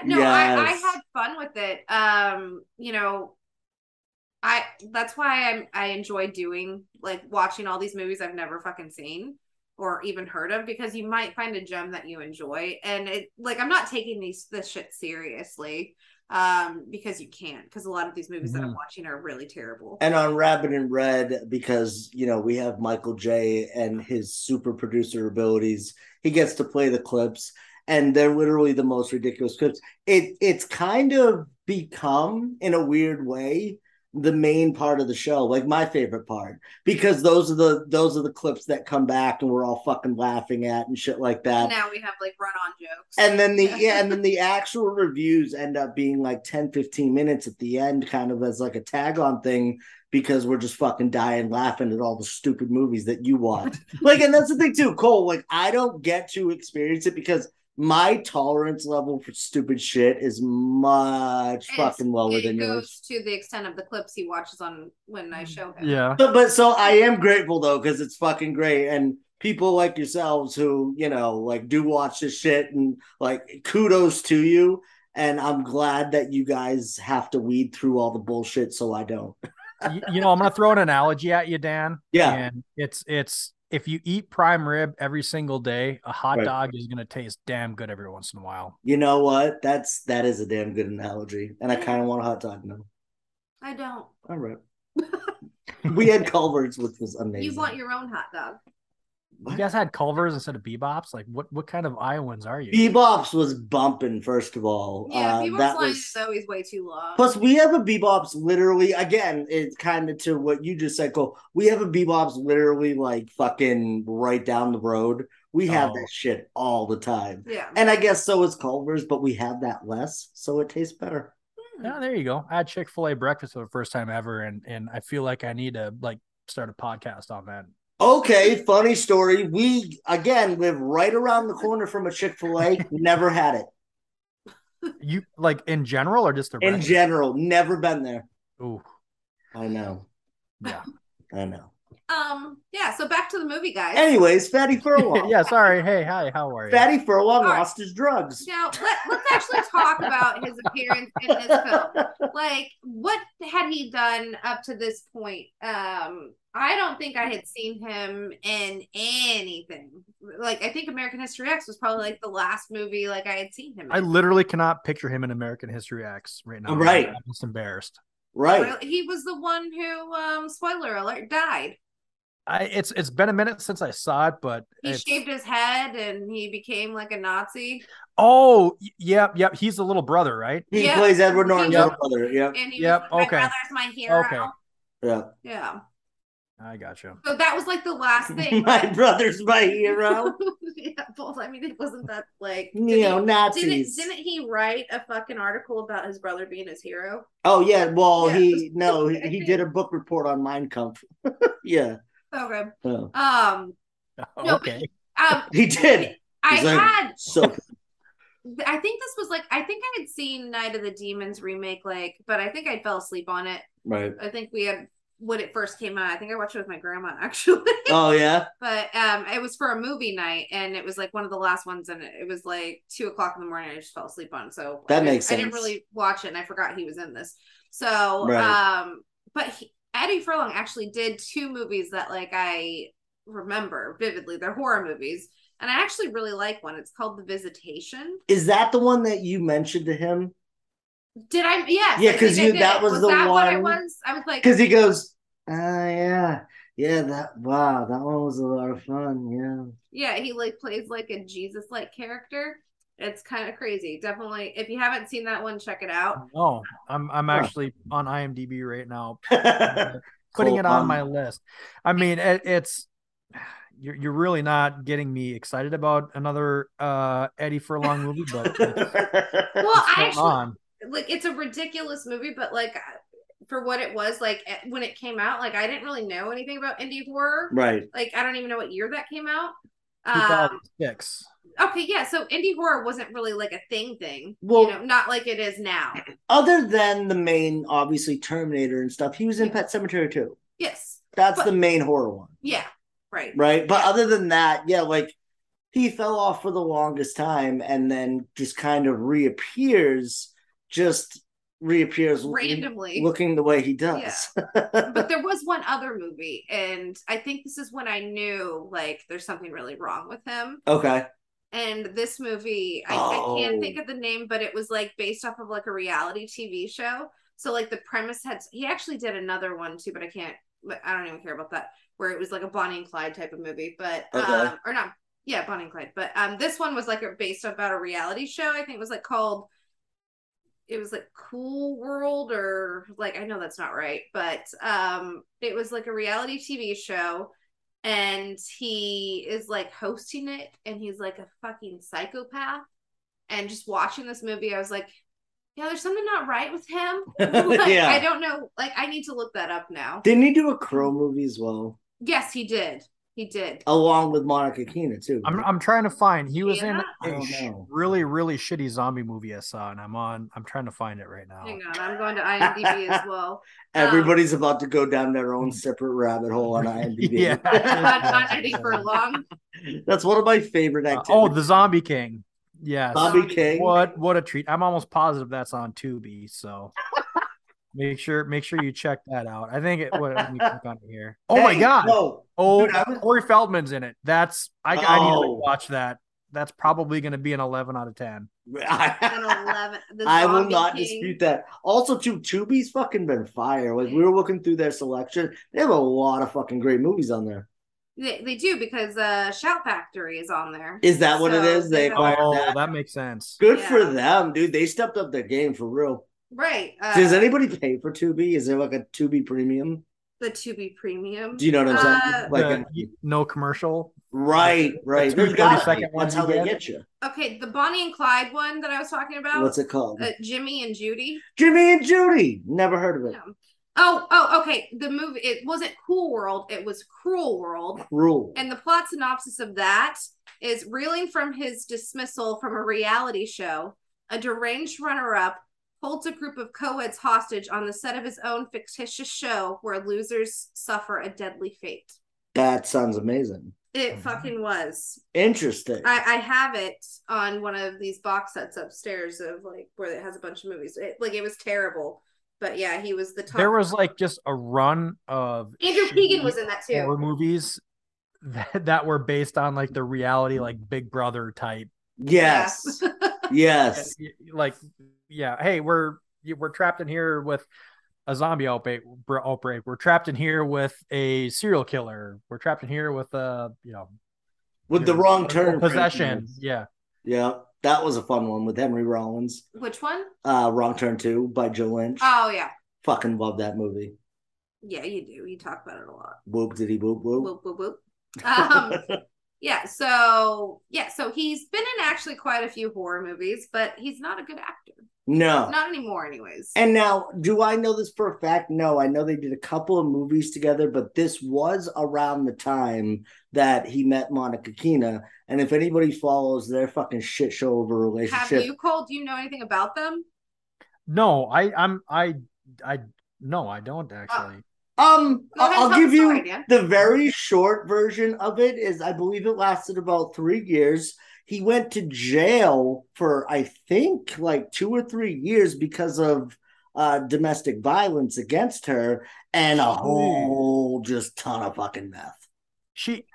no, I, I
Yes.
had fun with it. Um, you know, I that's why I'm I enjoy doing like watching all these movies I've never fucking seen or even heard of because you might find a gem that you enjoy. And it like I'm not taking these this shit seriously. Um, because you can't, because a lot of these movies that I'm watching are really terrible.
Mm-hmm. and on Rabbit in Red, because you know, we have Michael J and his super producer abilities, he gets to play the clips, and they're literally the most ridiculous clips. It it's kind of become in a weird way the main part of the show, like my favorite part, because those are the those are the clips that come back and we're all fucking laughing at and shit like that.
now we have like run on jokes.
and then the yeah and then the actual reviews end up being like 10 15 minutes at the end kind of as like a tag on thing because we're just fucking dying laughing at all the stupid movies that you watch like and that's the thing too cole like i don't get to experience it because my tolerance level for stupid shit is much
It's-
fucking lower
it
than
goes
yours
to the extent of the clips he watches on when
Mm.
I show him.
yeah.
but, but so I am grateful though, because it's fucking great. And people like yourselves who, you know, like do watch this shit and like kudos to you. And I'm glad that you guys have to weed through all the bullshit so I don't.
you, you know, I'm gonna throw an analogy at you, Dan.
Yeah.
And it's it's if you eat prime rib every single day, a hot
Right.
dog is gonna taste damn good every once in a while.
You know what? That's that is a damn good analogy. And I kind of want a hot dog now.
I don't.
All right. we had Culver's, which was amazing.
You want your own hot dog.
What?
You guys had Culver's instead of Bebops. Like, what what kind of Iowans are you?
Bebop's was bumping, first of all.
Yeah,
Uh,
people's
that
lines
was-
is always way too long.
Plus, we have a bebop's literally again. It's kind of to what you just said, Cole. We have a bebop's literally like fucking right down the road. We have
Oh.
that shit all the time,
yeah.
and I guess so is Culver's, but we have that less, so it tastes better.
Yeah, there you go. I had Chick Fil A breakfast for the first time ever, and and I feel like I need to like start a podcast on that.
Okay, funny story. We again live right around the corner from a Chick Fil A. never had it
You like in general or just a
in general. Never been there.
Ooh,
I know.
yeah,
I know.
Um. Yeah. So back to the movie, guys.
Anyways, Fatty Furlong.
yeah. Sorry. Hey, hi. How are you?
Oh. Fatty Furlong
All right.
lost his drugs.
now let, let's actually talk about his appearance in this film. Like, what had he done up to this point? Um, I don't think I had seen him in anything. Like, I think American History X was probably like the last movie like I had seen him.
I
in.
literally cannot picture him in American History X right now.
Right.
I'm just embarrassed.
Right.
He was the one who, um, spoiler alert, died.
I it's it's been a minute since I saw it, but
He
it's-
shaved his head and he became like a Nazi.
oh y- yep yep he's the little brother, right?
He
Yeah.
plays Edward Norton's
Yep.
little brother. Yeah.
And he
Yep,
was like,
okay.
my brother's my hero.
Okay.
Yeah.
Yeah.
I got you.
So that was like the last thing.
my brother's my hero.
yeah, well, I mean, it wasn't that like did he-
Neo
Didn't,
Nazis.
didn't he write a fucking article about his brother being his hero?
Oh yeah, well
Yeah.
he no he, he did a book report on Mein Kampf. yeah,
Okay.
Oh.
Um, No,
okay.
um
he did.
I
He's like-
had
So
I think this was like I think I had seen Night of the Demons remake like, but I think I fell asleep on it.
right,
I think we had when it first came out. I think I watched it with my grandma actually,
Oh yeah.
but um, it was for a movie night, and it was like one of the last ones, and it was like two o'clock in the morning. I just fell asleep on, so
That
I-
makes
I didn't
sense.
really watch it, and I forgot he was in this. So,
Right.
um, but he, Eddie Furlong actually did two movies that like I remember vividly. They're horror movies, and I actually really like one. It's called The Visitation.
Is that the one that you mentioned to him?
Did I? Yes.
Yeah,
I
'cause
think I
you-
did.
that was the
that what I
one-
was. I was like,
Because he goes, ah, yeah, yeah, that wow, that one was a lot of fun. Yeah,
yeah, he like plays like a Jesus-like character. It's kind of crazy. Definitely, if you haven't seen that one, check it out.
No, I'm I'm
Huh.
actually on IMDb right now, putting
Cool,
it on
um,
my list. I mean, it, it's you're you're really not getting me excited about another uh Eddie Furlong movie, but it's going
Well, I actually
on.
like it's a ridiculous movie, but like for what it was, like eh, when it came out, like I didn't really know anything about indie horror.
right.
Like I don't even know what year that came out. Um,
2006.
okay, yeah. So indie horror wasn't really like a thing thing.
Well-
you know, not like it is now.
Other than the main, obviously Terminator and stuff, he was in Pet Cemetery too.
Yes.
That's
But-
the main horror one,
Yeah. Right.
right? But other than that, yeah, like he fell off for the longest time and then just kind of reappears, just reappears
Randomly.
looking the way he does.
but there was one other movie and i think this is when i knew like there's something really wrong with him
okay.
and this movie I, I
Oh.
can't think of the name but it was like based off of like a reality tv show so like the premise had he actually did another one too but i can't but i don't even care about that where it was like a bonnie and clyde type of movie but
Okay.
um or not yeah bonnie and clyde but um this one was like a, based about a reality show i think it was like called it was like cool world or like i know that's not right but um it was like a reality tv show and he is like hosting it and he's like a fucking psychopath and just watching this movie i was like yeah there's something not right with him like,
Yeah.
i don't know like i need to look that up now
Didn't he do a Crow movie as well?
yes he did he did
along with Monica Keena too.
I'm I'm trying to find. He was
Yeah.
I
in a
don't
sh-
know.
really really shitty zombie movie I saw, and I'm on. I'm trying to find it right now.
hang on i'm going to imdb as well
Everybody's about to go down their own separate rabbit hole on IMDb.
i'm
Yeah.
not, not ready for long
That's one of my favorite
Uh,
activities.
oh, the Zombie King. Yes.
Zombie
Zombie
King.
What what a treat! I'm almost positive that's on Tubi, so make sure make sure you check that out. I think it. What, let me click on here. Oh my
Hey,
god!
No,
oh,
dude, I was-
Corey Feldman's in it. That's I, I need to
Oh.
watch that. That's probably going to be an 11 out of 10.
An 11 the
I will
Zombie
not
King.
dispute that. Also, too, Tubi's fucking been fire. Like we were looking through their selection, they have a lot of fucking great movies on there.
They, they do because uh Shout Factory is on there.
Is that what it
So
is? They
they have-
acquired
Oh,
that.
that makes sense.
Good for
Yeah.
them, dude. They stepped up their game for real.
Right. Uh,
Does anybody pay for Tubi? Is there like a Tubi premium?
the Tubi Premium?
Do you know what I'm saying?
Uh,
Like,
The-
a-
you- no commercial.
right, right.
two
There's gotta
30-second
be. That's
ones
how
you
they
get.
get you.
okay, the Bonnie and Clyde one that I was talking about.
What's it called?
Uh, Jimmy and Judy.
Jimmy and Judy. Never heard of it.
Yeah. Oh, oh, okay. The movie it wasn't Cool World, it was Cruel World.
Rule.
And the plot synopsis of that is reeling from his dismissal from a reality show, a deranged runner up holds a group of co eds hostage on the set of his own fictitious show where losers suffer a deadly fate.
that sounds amazing.
Mm-hmm.
It fucking was.
Interesting.
I, I have it on one of these box sets upstairs of like where it has a bunch of movies. It, like it was terrible, but yeah, he was the top.
There was like just a run of
Andrew
shitty
Keegan was in that
horror
too.
movies that, that were based on like the reality, like Big Brother type.
yes. yes.
y- y- like yeah hey we're y- we're trapped in here with a zombie outbreak br- outbreak we're trapped in here with a serial killer we're trapped in here with a you know
With the
your-
wrong
a
turn.
possession yeah
Yeah. That was a fun one with Henry Rollins.
Which one?
Uh Wrong Turn 2 by Joe Lynch.
Oh yeah,
Fucking love that movie.
yeah, you do. You talk about it a lot.
Whoop diddy whoop whoop.
Whoop whoop whoop. Um, yeah. So yeah, so he's been in actually quite a few horror movies, but he's not a good actor.
no.
Not anymore, anyways.
And now, do I know this for a fact? No, I know they did a couple of movies together, but this was around the time that he met Monica Keena. And if anybody follows their fucking shit show of a
have
relationship,
you, Cole? Do you know anything about them?
no i i'm i i no i don't actually
Um,
Go ahead and
I'll
tell the
give you
story, Dan.
the very short version of it. Is I believe it lasted about three years. He went to jail for I think like two or three years because of uh, domestic violence against her and a whole just ton of fucking meth.
She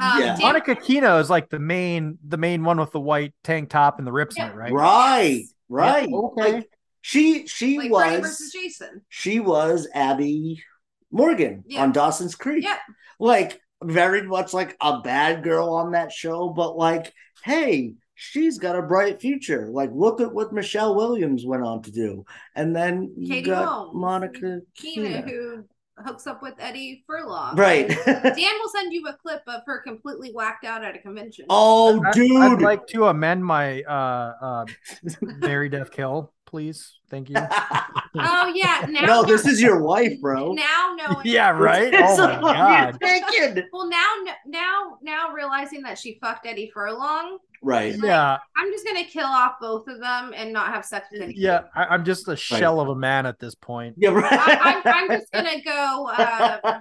Um,
Yeah.
Dan-
Monica Kina is like the main the main one with the white tank top and the rips in it, right?
Right, right.
Yeah, okay.
Like, she she
like Freddy versus
was
Jason.
she was Abby Morgan
Yeah.
on Dawson's Creek.
Yep.
Like very much like a bad girl on that show, but like, hey, she's got a bright future. Like, look at what Michelle Williams went on to do. And then you
Katie
got
Holmes.
Monica
Keenan,
Keena.
who hooks up with Eddie Furlong.
Right.
Dan will send you a clip of her completely whacked out at a convention.
oh
I-
dude.
I'd like to amend my uh uh Barry Death Kill, please. Thank you.
Oh, yeah. Now
no, this
know-
is your wife, bro.
now knowing.
yeah, right. Oh my god.
You're taken.
Well, now kn- now now realizing that she fucked Eddie Furlong,
Right.
Yeah,
I'm just gonna kill off both of them and not have sex with anybody.
yeah. I, I'm just a shell of a man at this point.
Yeah,
I,
right.
I'm, I'm just gonna go uh,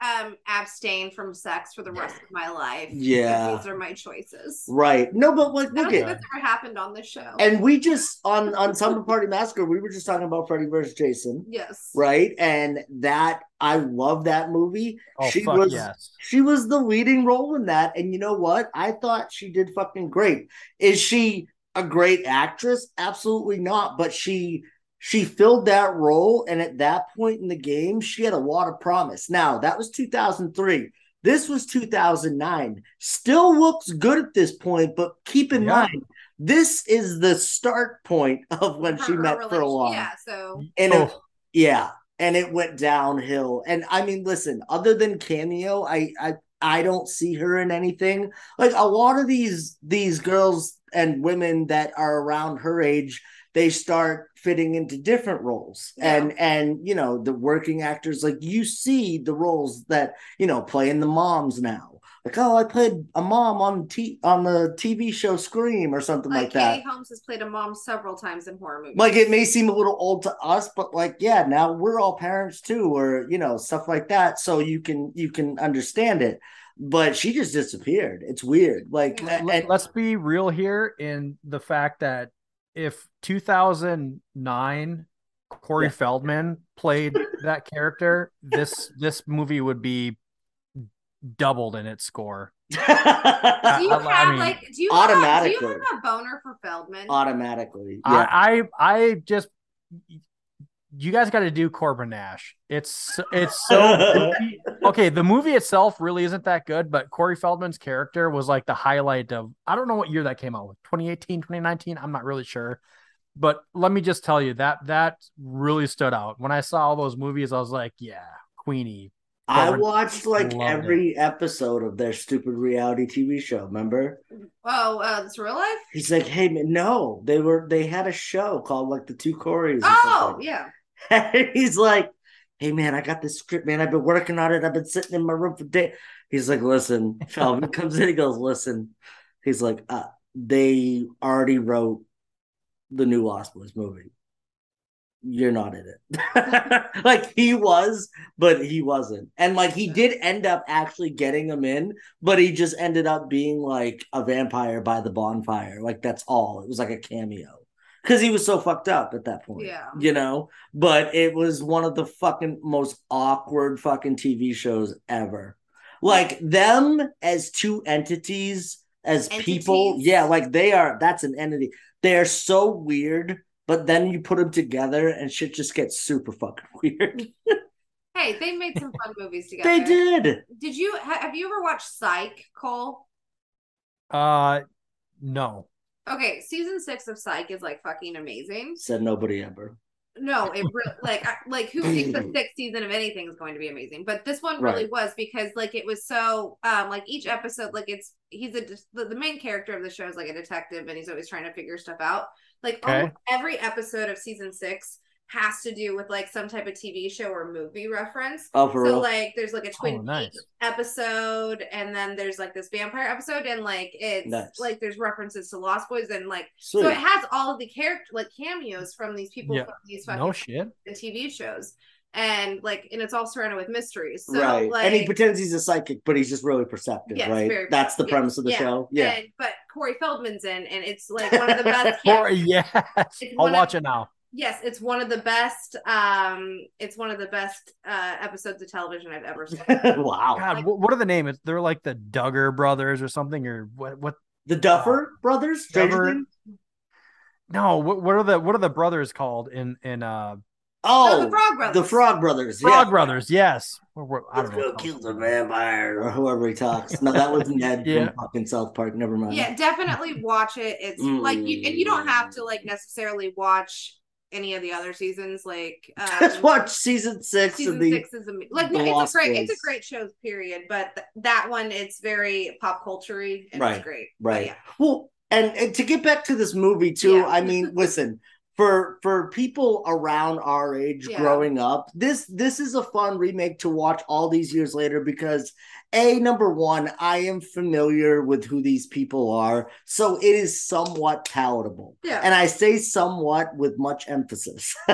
um, abstain from sex for the rest of my life. because
Yeah.
these are my choices.
right. No, but
I
like
don't
look
think
at
that's ever happened on the show.
and we just on on Summer Party Massacre, we were just talking about Freddy vs. Jason,
yes,
right? And that I love that movie.
Oh
she
fuck
was
yes.
she was the leading role in that, and you know what? I thought she did fucking great. Is she a great actress? Absolutely not. But she she filled that role, and at that point in the game, she had a lot of promise. Now that was 2003. This was 2009. Still looks good at this point, but keep in
Yeah.
mind this is the start point of when she
Her- her
met
relation-
Furlong.
Yeah, so
And
Oh.
it, yeah, and it went downhill. And I mean, listen, other than cameo, I I I don't see her in anything. Like a lot of these these girls and women that are around her age, they start fitting into different roles.
Yeah.
And and you know, the working actors like you see the roles that, you know, playing the moms now. Like, oh, I played a mom on t- on the TV show Scream or something like,
like
that
Katie Holmes has played a mom several times in horror movies.
like it may seem a little old to us but like yeah now we're all parents too or you know stuff like that so you can you can understand it but she just disappeared it's weird like
Yeah.
and-
Let- let's be real here in the fact that if 2009 Corey
Yeah.
Feldman played that character, this this movie would be doubled in its score.
do you
I-
have
I mean,
like do you have, do you
automatically. Uh,
have a boner for Feldman?
automatically yeah
I, I I just you guys got to do Corbin Nash. It's it's so okay. The movie itself really isn't that good, but Corey Feldman's character was like the highlight of I don't know what year that came out with 2018, 2019. I'm not really sure, but let me just tell you that that really stood out when I saw all those movies. I was like, yeah, Queenie.
i
Corbin-
watched like
Loved
every episode of their stupid reality tv show remember
Oh, uh, it's real life.
he's like hey man, no they were they had a show called like the two corys or
Oh,
something.
yeah.
And he's like, "Hey man, I got this script, man. I've been working on it. I've been sitting in my room for days." He's like, "Listen," Feldman comes in. He goes, "Listen," he's like, uh, "They already wrote the new Lost Boys movie. You're not in it." like he was, but he wasn't. And like he did end up actually getting him in, but he just ended up being like a vampire by the bonfire. Like that's all. It was like a cameo. Because he was so fucked up at that point.
Yeah.
You know? But it was one of the fucking most awkward fucking TV shows ever. Like them as two entities, as people.
Entities?
Yeah, like they are that's an entity. They are so weird, but then you put them together and shit just gets super fucking weird.
Hey, they made some fun movies together.
They did.
Did you ha- have you ever watched Psych, Cole?
Uh, no.
Okay, season six of Psych is like fucking amazing.
Said nobody ever.
No, it really like I- like who thinks the sixth season of anything is going to be amazing? But this one really
Right.
was because like it was so um like each episode like it's he's a dis- the, the main character of the show is like a detective and he's always trying to figure stuff out. Like
Okay.
almost every episode of season six has to do with like some type of TV show or movie reference.
Oh, for
so
real.
like there's like a twin
Oh, nice.
episode and then there's like this vampire episode and like it's
Nice.
like there's references to Lost Boys and like
Sweet.
so it has all of the character like cameos from these people
Yeah.
from these fucking
No shit.
the TV shows. and like and it's all surrounded with mysteries. So
right.
like
and he pretends he's a psychic, but he's just really perceptive,
Yes,
right?
very-
That's the
yeah,
premise of the
yeah,
show. Yeah.
and- but Corey Feldman's in and it's like one of the best
Or yes,
It's
I'll
one of-
watch it now.
Yes, it's one of the best um it's one of the best uh episodes of television I've ever seen.
wow.
God, what, what are the names? They're like the Duggar brothers or something, or what? What?
The Duffer brothers? Stranger
Duffer-
Things?
No, what, what are the what are the brothers called in in uh
Oh,
the Frog Brothers.
The Frog Brothers.
Frog
yeah.
Brothers? Yes, Or what- I
Let's
don't know.
go kill the vampire.
Or whoever he talks. No, that was Ned
Yeah.
from fucking South Park. Never mind.
yeah, definitely watch it. It's like you and you
Mm.
don't have to like necessarily watch any of the other seasons like um,
Just watch season six
season
of the
six is a like
the
no, it's
Lost
a great it's
Boys.
a great show period but th- that one it's very pop culture and
Right,
it's great But
right
yeah.
well and and to get back to this movie too
Yeah.
i mean listen for for people around our age
Yeah.
growing up this this is a fun remake to watch all these years later because a number one i am familiar with who these people are so it is somewhat palatable
Yeah.
and i say somewhat with much emphasis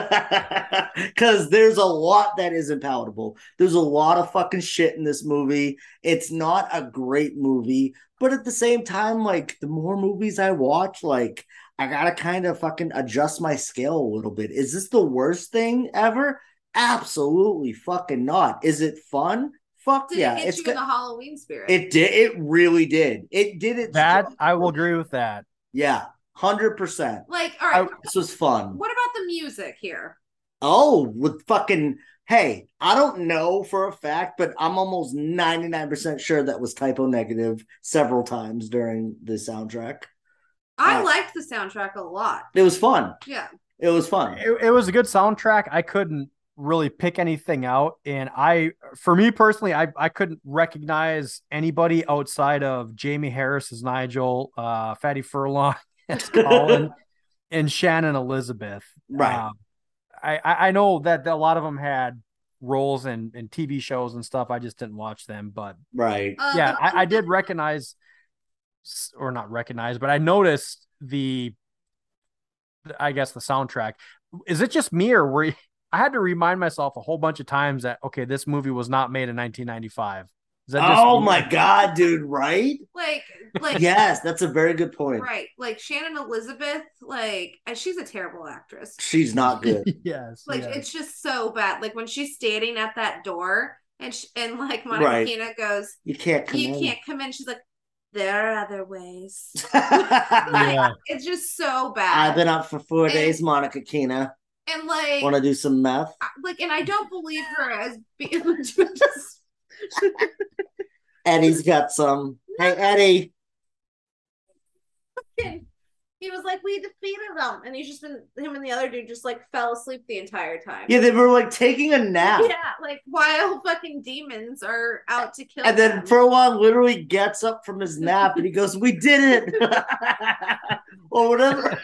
because there's a lot that isn't palatable there's a lot of fucking shit in this movie it's not a great movie but at the same time, like the more movies I watch, like I gotta kind of fucking adjust my scale a little bit. Is this the worst thing ever? Absolutely fucking not. Is it fun? Fuck
Did
yeah.
it get
it's
you
good.
in the Halloween spirit?
it did. It really did. It did it.
That I will agree with that.
Yeah, hundred percent.
like, all right,
This was fun.
what about the music here?
Oh, with fucking. Hey, I don't know for a fact, but I'm almost 99% sure that was typo negative several times during the soundtrack.
I
Uh,
liked the soundtrack a lot.
It was fun.
Yeah,
It was fun.
It, it was a good soundtrack. I couldn't really pick anything out, and I for me personally, I I couldn't recognize anybody outside of Jamie Harris as Nigel, uh, Fatty Furlong as Colin, and Shannon Elizabeth.
Right.
Um, I, I I know that a lot of them had roles in, in TV shows and stuff. I just didn't watch them, but
Right.
Uh,
yeah,
the-
I, I did recognize, s- or not recognize, but I noticed the, I guess the soundtrack. Is it just me or were you- I had to remind myself a whole bunch of times that okay, this movie was not made in 1995. Is that just
Oh
me?
my god, dude, right?
Like, like,
yes, that's a very good point.
right. Like Shannon Elizabeth, like, and she's a terrible actress.
She's not good.
yes,
Like,
yes.
it's just so bad. Like when she's standing at that door, and sh and like Monica
Right.
Keena goes,
You can't come
"You
in.
can't come in." She's like, "There are other ways."
I've
like,
Yeah.
It's just so bad.
been up for four
And-
days, Monica Keena.
and like,
Want to do some meth?
I- like, and I don't believe her as being just
Eddie's got some. Hey, Eddie.
fucking- He was like, "We defeated them," and he's just been him and the other dude just like fell asleep the entire time.
Yeah, they were like taking a nap.
Yeah, like while fucking demons are out to kill.
And
them.
then Furlong literally gets up from his nap and he goes, We did it. or whatever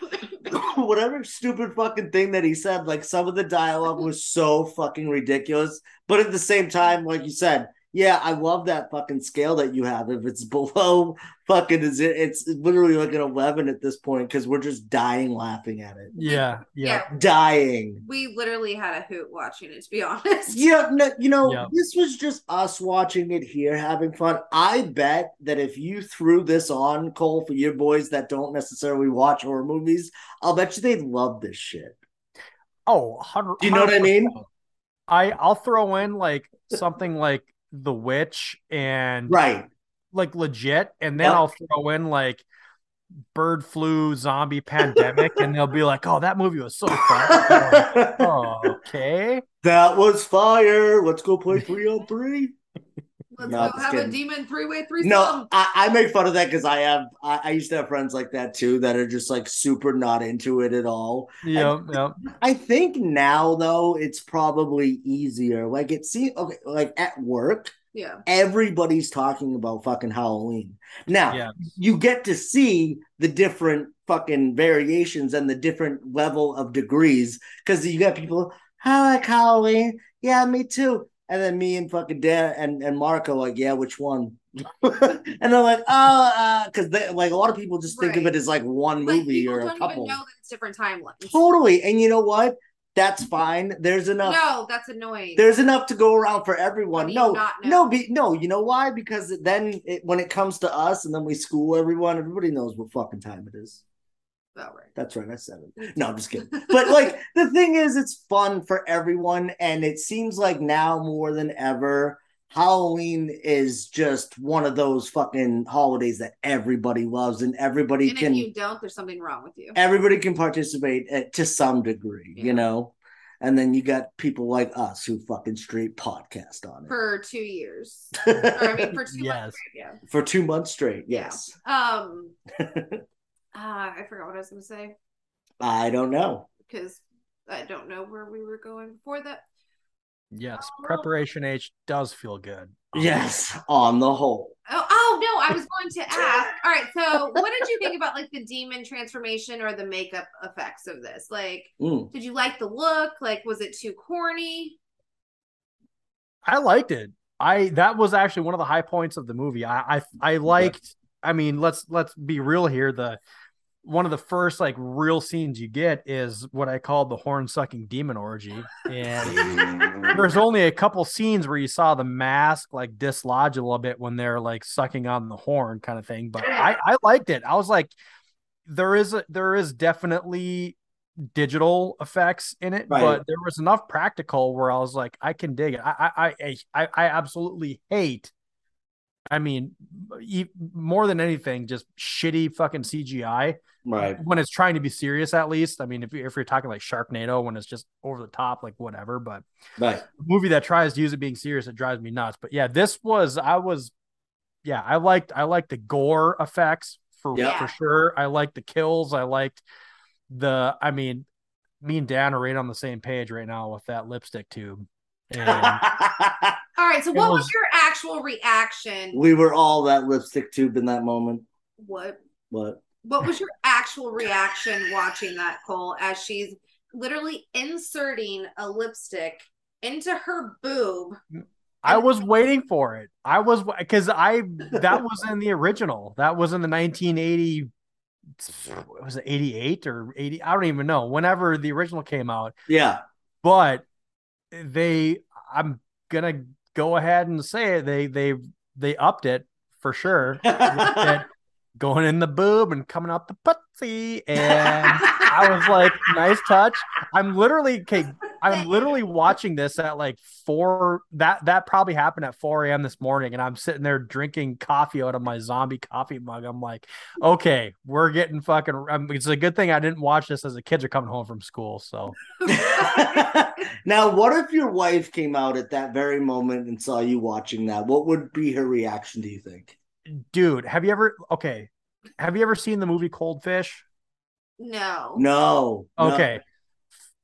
whatever stupid fucking thing that he said, like some of the dialogue was so fucking ridiculous. But at the same time, like you said, yeah, I love that fucking scale that you have. If it's below fucking is it it's literally like an eleven at this point because we're just dying laughing at it.
yeah, yeah,
Dying.
we literally had a hoot watching it. To be honest,
Yeah, no, you know,
Yeah.
this was just us watching it here, having fun. I bet that if you threw this on, Cole, for your boys that don't necessarily watch horror movies, I'll bet you they'd love this shit.
Oh, 100
Do you know what I mean?
100%. I I'll throw in like something like The Witch and
Right.
like legit, and then
Yeah.
I'll throw in like bird flu, zombie pandemic, and they'll be like, "Oh, that movie was so fun."
that
Oh, okay,
was fire. Let's go play three on three.
let's
No,
go
just
have a
kidding.
demon three way three.
No, I, I make fun of that because I have I, I used to have friends like that too that are just like super not into it at all.
yep, yep.
I think now though it's probably easier. Like it seems okay, like at work,
yeah,
everybody's talking about fucking Halloween. Now
Yeah.
you get to see the different fucking variations and the different level of degrees because you got people, I like Halloween. Yeah, me too. And then me and fucking Dan and, and Mark are like, yeah, which one? and they're like, oh, because they like a lot of people just think of
Right.
it as like one
like
movie
people
or
don't
a couple.
even know that it's different timelines.
Totally. And you know what? That's
Mm-hmm.
fine. There's enough.
No, that's annoying.
There's enough to go around for everyone.
do you
No,
not know?
no, be, no. You know why? Because then it, when it comes to us, and then we school everyone. Everybody knows what fucking time it is.
Oh, right.
That's right. I said it. No, I'm just kidding. But like the thing is, it's fun for everyone, and it seems like now more than ever, Halloween is just one of those fucking holidays that everybody loves, and everybody
and
can
if you don't, there's something wrong with you.
everybody can participate at, to some degree,
Yeah.
you know. And then you got people like us who fucking straight podcast on it
For two years. or, I
for,
mean, for two
Yes.
months. Yeah.
two months straight.
Yeah.
Yes,
Um, uh, I forgot what I was going to say
I don't know.
because I don't know where we were going before that.
Yes, preparation H does feel good.
Yes, on the whole,
Oh, oh no, I was going to ask. All right, so what did you think about like the demon transformation or the makeup effects of this? Like,
Mm.
did you like the look? Like, was it too corny?
I liked it. I that was actually one of the high points of the movie. I I, I liked. I mean, let's let's be real here. The one of the first like real scenes you get is what I called the horn sucking demon orgy, and there's only a couple scenes where you saw the mask like dislodge a little bit when they're like sucking on the horn kind of thing. But I I liked it. I was like, there is a, there is definitely digital effects in it,
Right.
but there was enough practical where I was like, I can dig it. I I I I, I absolutely hate. I mean, e- more than anything, just shitty fucking CGI
right?
when it's trying to be serious. At least, I mean, if you if you're talking like Sharknado, when it's just over the top, like whatever. But
Right.
a movie that tries to use it being serious, it drives me nuts. But yeah, this was I was, yeah, I liked I liked the gore effects for
Yeah.
for sure. I liked the kills. I liked the. I mean, me and Dan are right on the same page right now with that lipstick tube. And
All right, so
It
what was,
was-
your actual reaction?
we were all that lipstick tube in that moment.
What
What?
What was your actual reaction watching that, Cole, as she's literally inserting a lipstick into her boob?
I was waiting for it. I was because I that was in the original. That was in the 1980. what Was it 88 or 80? I don't even know. Whenever the original came out.
Yeah.
but they i'm gonna go ahead and say it they they they upped it for sure It going in the boob and coming out the putsy and i was like nice touch i'm literally okay i'm literally watching this at like four that that probably happened at 4 a.m this morning and i'm sitting there drinking coffee out of my zombie coffee mug i'm like okay we're getting fucking I'm, it's a good thing i didn't watch this as the kids are coming home from school so
now, what if your wife came out at that very moment and saw you watching that? What would be her reaction? Do you think?
dude have you ever okay have you ever seen the movie cold fish
no.
No. no.
okay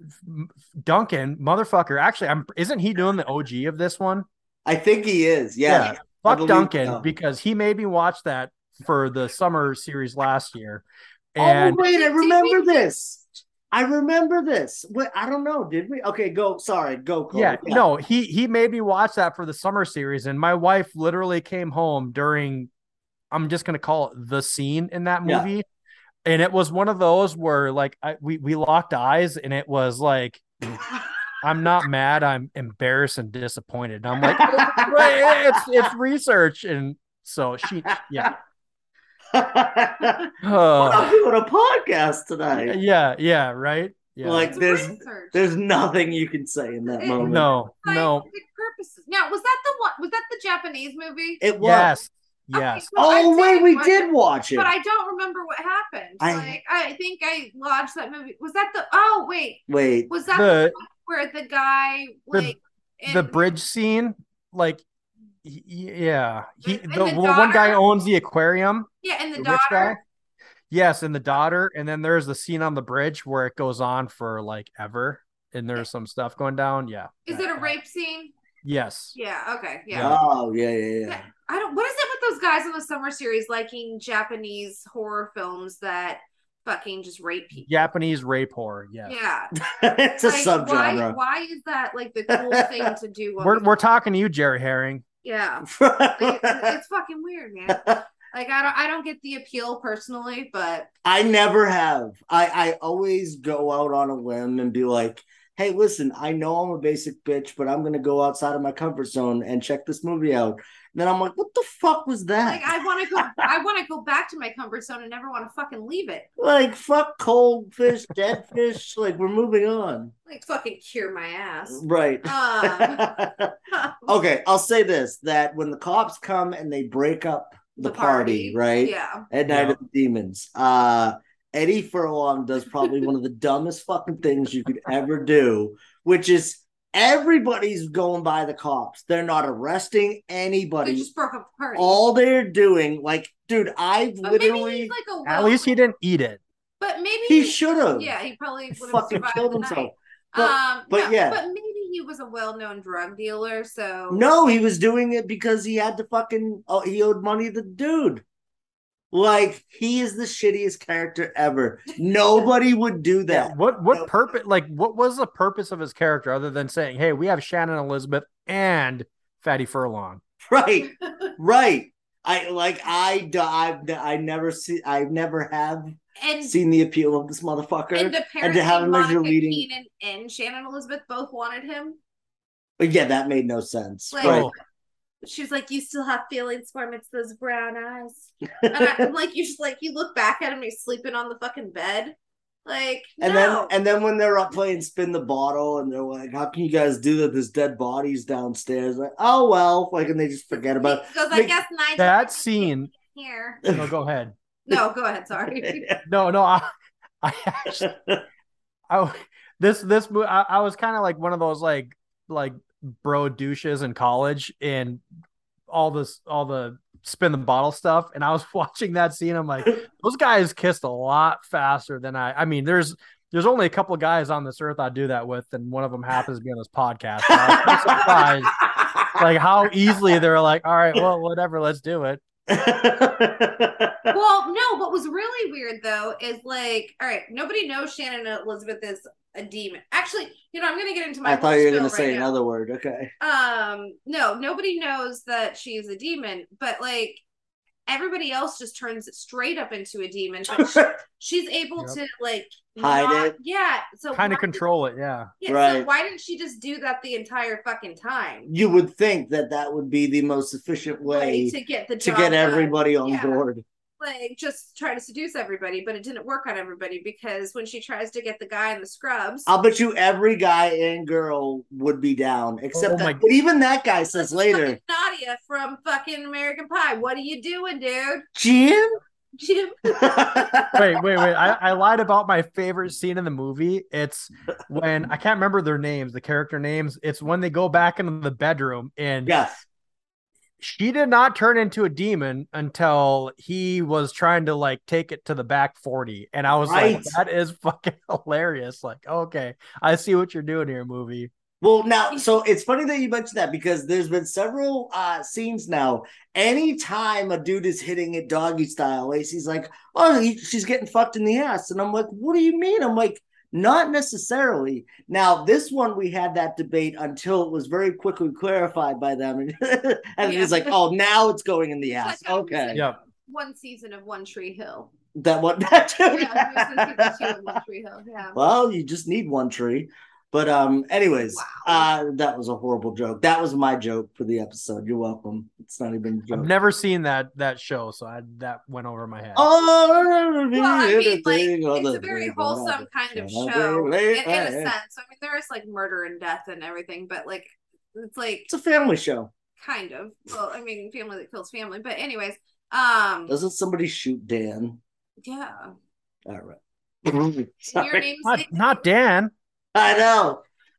F- duncan motherfucker actually i'm isn't he doing the og of this one
I think he is. Yeah. I
fuck
believe
duncan
so.
because he made me watch that for the summer series last year
Oh
and
wait, I
Did we-
remember this. I remember this. Wait, I don't know. Did we? Okay, go. Sorry, go. Cole.
yeah no he he made me watch that for the summer series and my wife literally came home during i'm just gonna call it the scene in that
Yeah.
movie and it was one of those where like I, we we locked eyes and it was like I'm not mad. I'm embarrassed and disappointed. And I'm like, "Well, it's it's research, and so she, yeah,
I'm
Uh,
doing a podcast tonight.
yeah, yeah, right, yeah.
Like
It's
there's
research.
there's nothing you can say in that
It-
moment.
Eh, no, no,
scientific purposes. Now, was that the one? Was that the Japanese movie?
It was.
yes, yes.
Okay, so I
Oh wait, we
watch
did
it,
watch it.
but I don't remember what happened.
I-
like, I think I watched that movie. Was that the? Oh wait,
Wait.
was that the,
The
one where the guy
The-
like
the
in-
bridge scene, like, y- yeah, he
And- and
the,
the
well, one guy
daughter?
owns the aquarium,
Yeah, and the,
the rich guy.
daughter.
Yes, and the daughter, and then there's the scene on the bridge where it goes on for like ever, and there's some stuff going down. Yeah,
Is it a rape scene?
Yes,
Yeah. Okay. Yeah.
Oh yeah, yeah, yeah.
Yeah. I don't. What is it with those guys in the summer series liking Japanese horror films that fucking just rape people?
Japanese rape horror. Yes.
Yeah.
it's a
Like, Why,
subgenre.
why is that like the cool thing to do? when
we're,
we-
we're talking to you, Jerry Herring.
Yeah. Like, it's, it's fucking weird, man. Like I don't I don't get the appeal personally, but
I never have. I I always go out on a limb and be like, hey, listen, I know I'm a basic bitch, but I'm gonna go outside of my comfort zone and check this movie out. And then I'm like, what the fuck was that?
Like I want to go. I want to go back to my comfort zone and never want to fucking leave it.
like fuck cold fish, dead fish. Like we're moving on.
Like fucking cure my ass.
Right.
Um,
okay, I'll say this: that when the cops come and they break up the, party, right?
Yeah.
At Night
Yeah.
of the Demons, uh, Eddie Furlong does probably one of the dumbest fucking things you could ever do, which is everybody's going by the cops. They're not arresting
They
anybody.
just broke up the party.
All they're doing, like, dude, I've
but maybe
literally.
he's like a
At least he didn't eat it.
But maybe
he should have.
Yeah, he probably would have
fucking
survived
killed
the night.
himself. But-
Um,
but
no,
yeah.
but maybe he was a well-known drug dealer, so
No, he was doing it because he had to fucking oh, he owed money to the dude. Like he is the shittiest character ever. Nobody would do that.
What what
No.
purpose? Like, what was the purpose of his character other than saying, "Hey, we have Shannon Elizabeth and Fatty Furlong"?
Right. Right. I like I d- I've n- I never see I never have
and
seen the appeal of this motherfucker.
and apparently
have him as
Monica
your leading-
Keenan and Shannon Elizabeth both wanted him.
but yeah, that made no sense.
Like-
right.
Oh,
She's like, you still have feelings for him. It's those brown eyes. And I, am like, you just like you look back at him. He's sleeping on the fucking bed. Like
And
no.
then and then when they're up playing spin the bottle and they're like, How can you guys do that? There's dead bodies downstairs. Like, oh well, like and they just forget about
because I
Like,
guess nine
that scene.
here.
No, go ahead.
No, go ahead. Sorry.
No, no. I, I actually, I this this mo- I, I was kind of like one of those like like bro douches in college and all this all the spin the bottle stuff and I was watching that scene I'm like those guys kissed a lot faster than I I mean there's there's only a couple guys on this earth I do that with and one of them happens to be on this podcast So I was surprised like how easily they're like all right well whatever let's do it
well, no, what was really weird though is like, all right, nobody knows Shannon Elizabeth is a demon. Actually, you know, I'm gonna get into my
I thought you were
whole
gonna
spiel
say
right now.
another word. Okay.
Um, no, nobody knows that she's a demon, but like everybody else just turns it straight up into a demon. But she, she's able to like
Hide it.
Yeah. So
kind
why-
of control it yeah
yeah, So
right.
why didn't she just do that the entire fucking time?
you would think that that would be the most efficient way
Like, to get the
to
job
get
done.
everybody on
Yeah.
board.
like just try to seduce everybody, but it didn't work on everybody because when she tries to get the guy in the scrubs,
I'll bet you every guy and girl would be down, except
Oh my-
that, but even that guy says later,
fucking Nadia from fucking American Pie, what are you doing, dude?
Jim.
Jim,
wait, wait, wait. I, I lied about my favorite scene in the movie. It's when I can't remember their names, the character names. It's when they go back into the bedroom and
yes.
she did not turn into a demon until he was trying to like take it to the back 40. And I was
Right.
like, that is fucking hilarious. Like, okay, I see what you're doing here, movie.
Well, now, so it's funny that you mentioned that because there's been several uh, scenes now. Anytime a dude is hitting it doggy style, Lacey's like, "Oh, he, she's getting fucked in the ass," and I'm like, "What do you mean?" I'm like, "Not necessarily." Now, this one we had that debate until it was very quickly clarified by them, and, and
Yeah.
he's like, "Oh, now it's going in the
It's like
ass."
I was
okay,
in
Yeah.
one season of One Tree Hill.
that one. That
Yeah,
too.
I was in season two of One Tree Hill. Yeah.
Well, you just need one tree. But um, anyways,
Wow.
uh, that was a horrible joke. That was my joke for the episode. You're welcome. It's not even a
I've
joke.
never seen that that show, so I, that went over my head.
Oh,
Well, I mean, like it's a very wholesome kind of show in, in a sense. I mean, there is like murder and death and everything, but like it's like
It's a family show.
kind of. Well, I mean, family that kills family, but anyways, um,
Doesn't somebody shoot Dan?
yeah.
All right.
Your
Sorry.
name's
Not,
Nathan.
not Dan.
I know,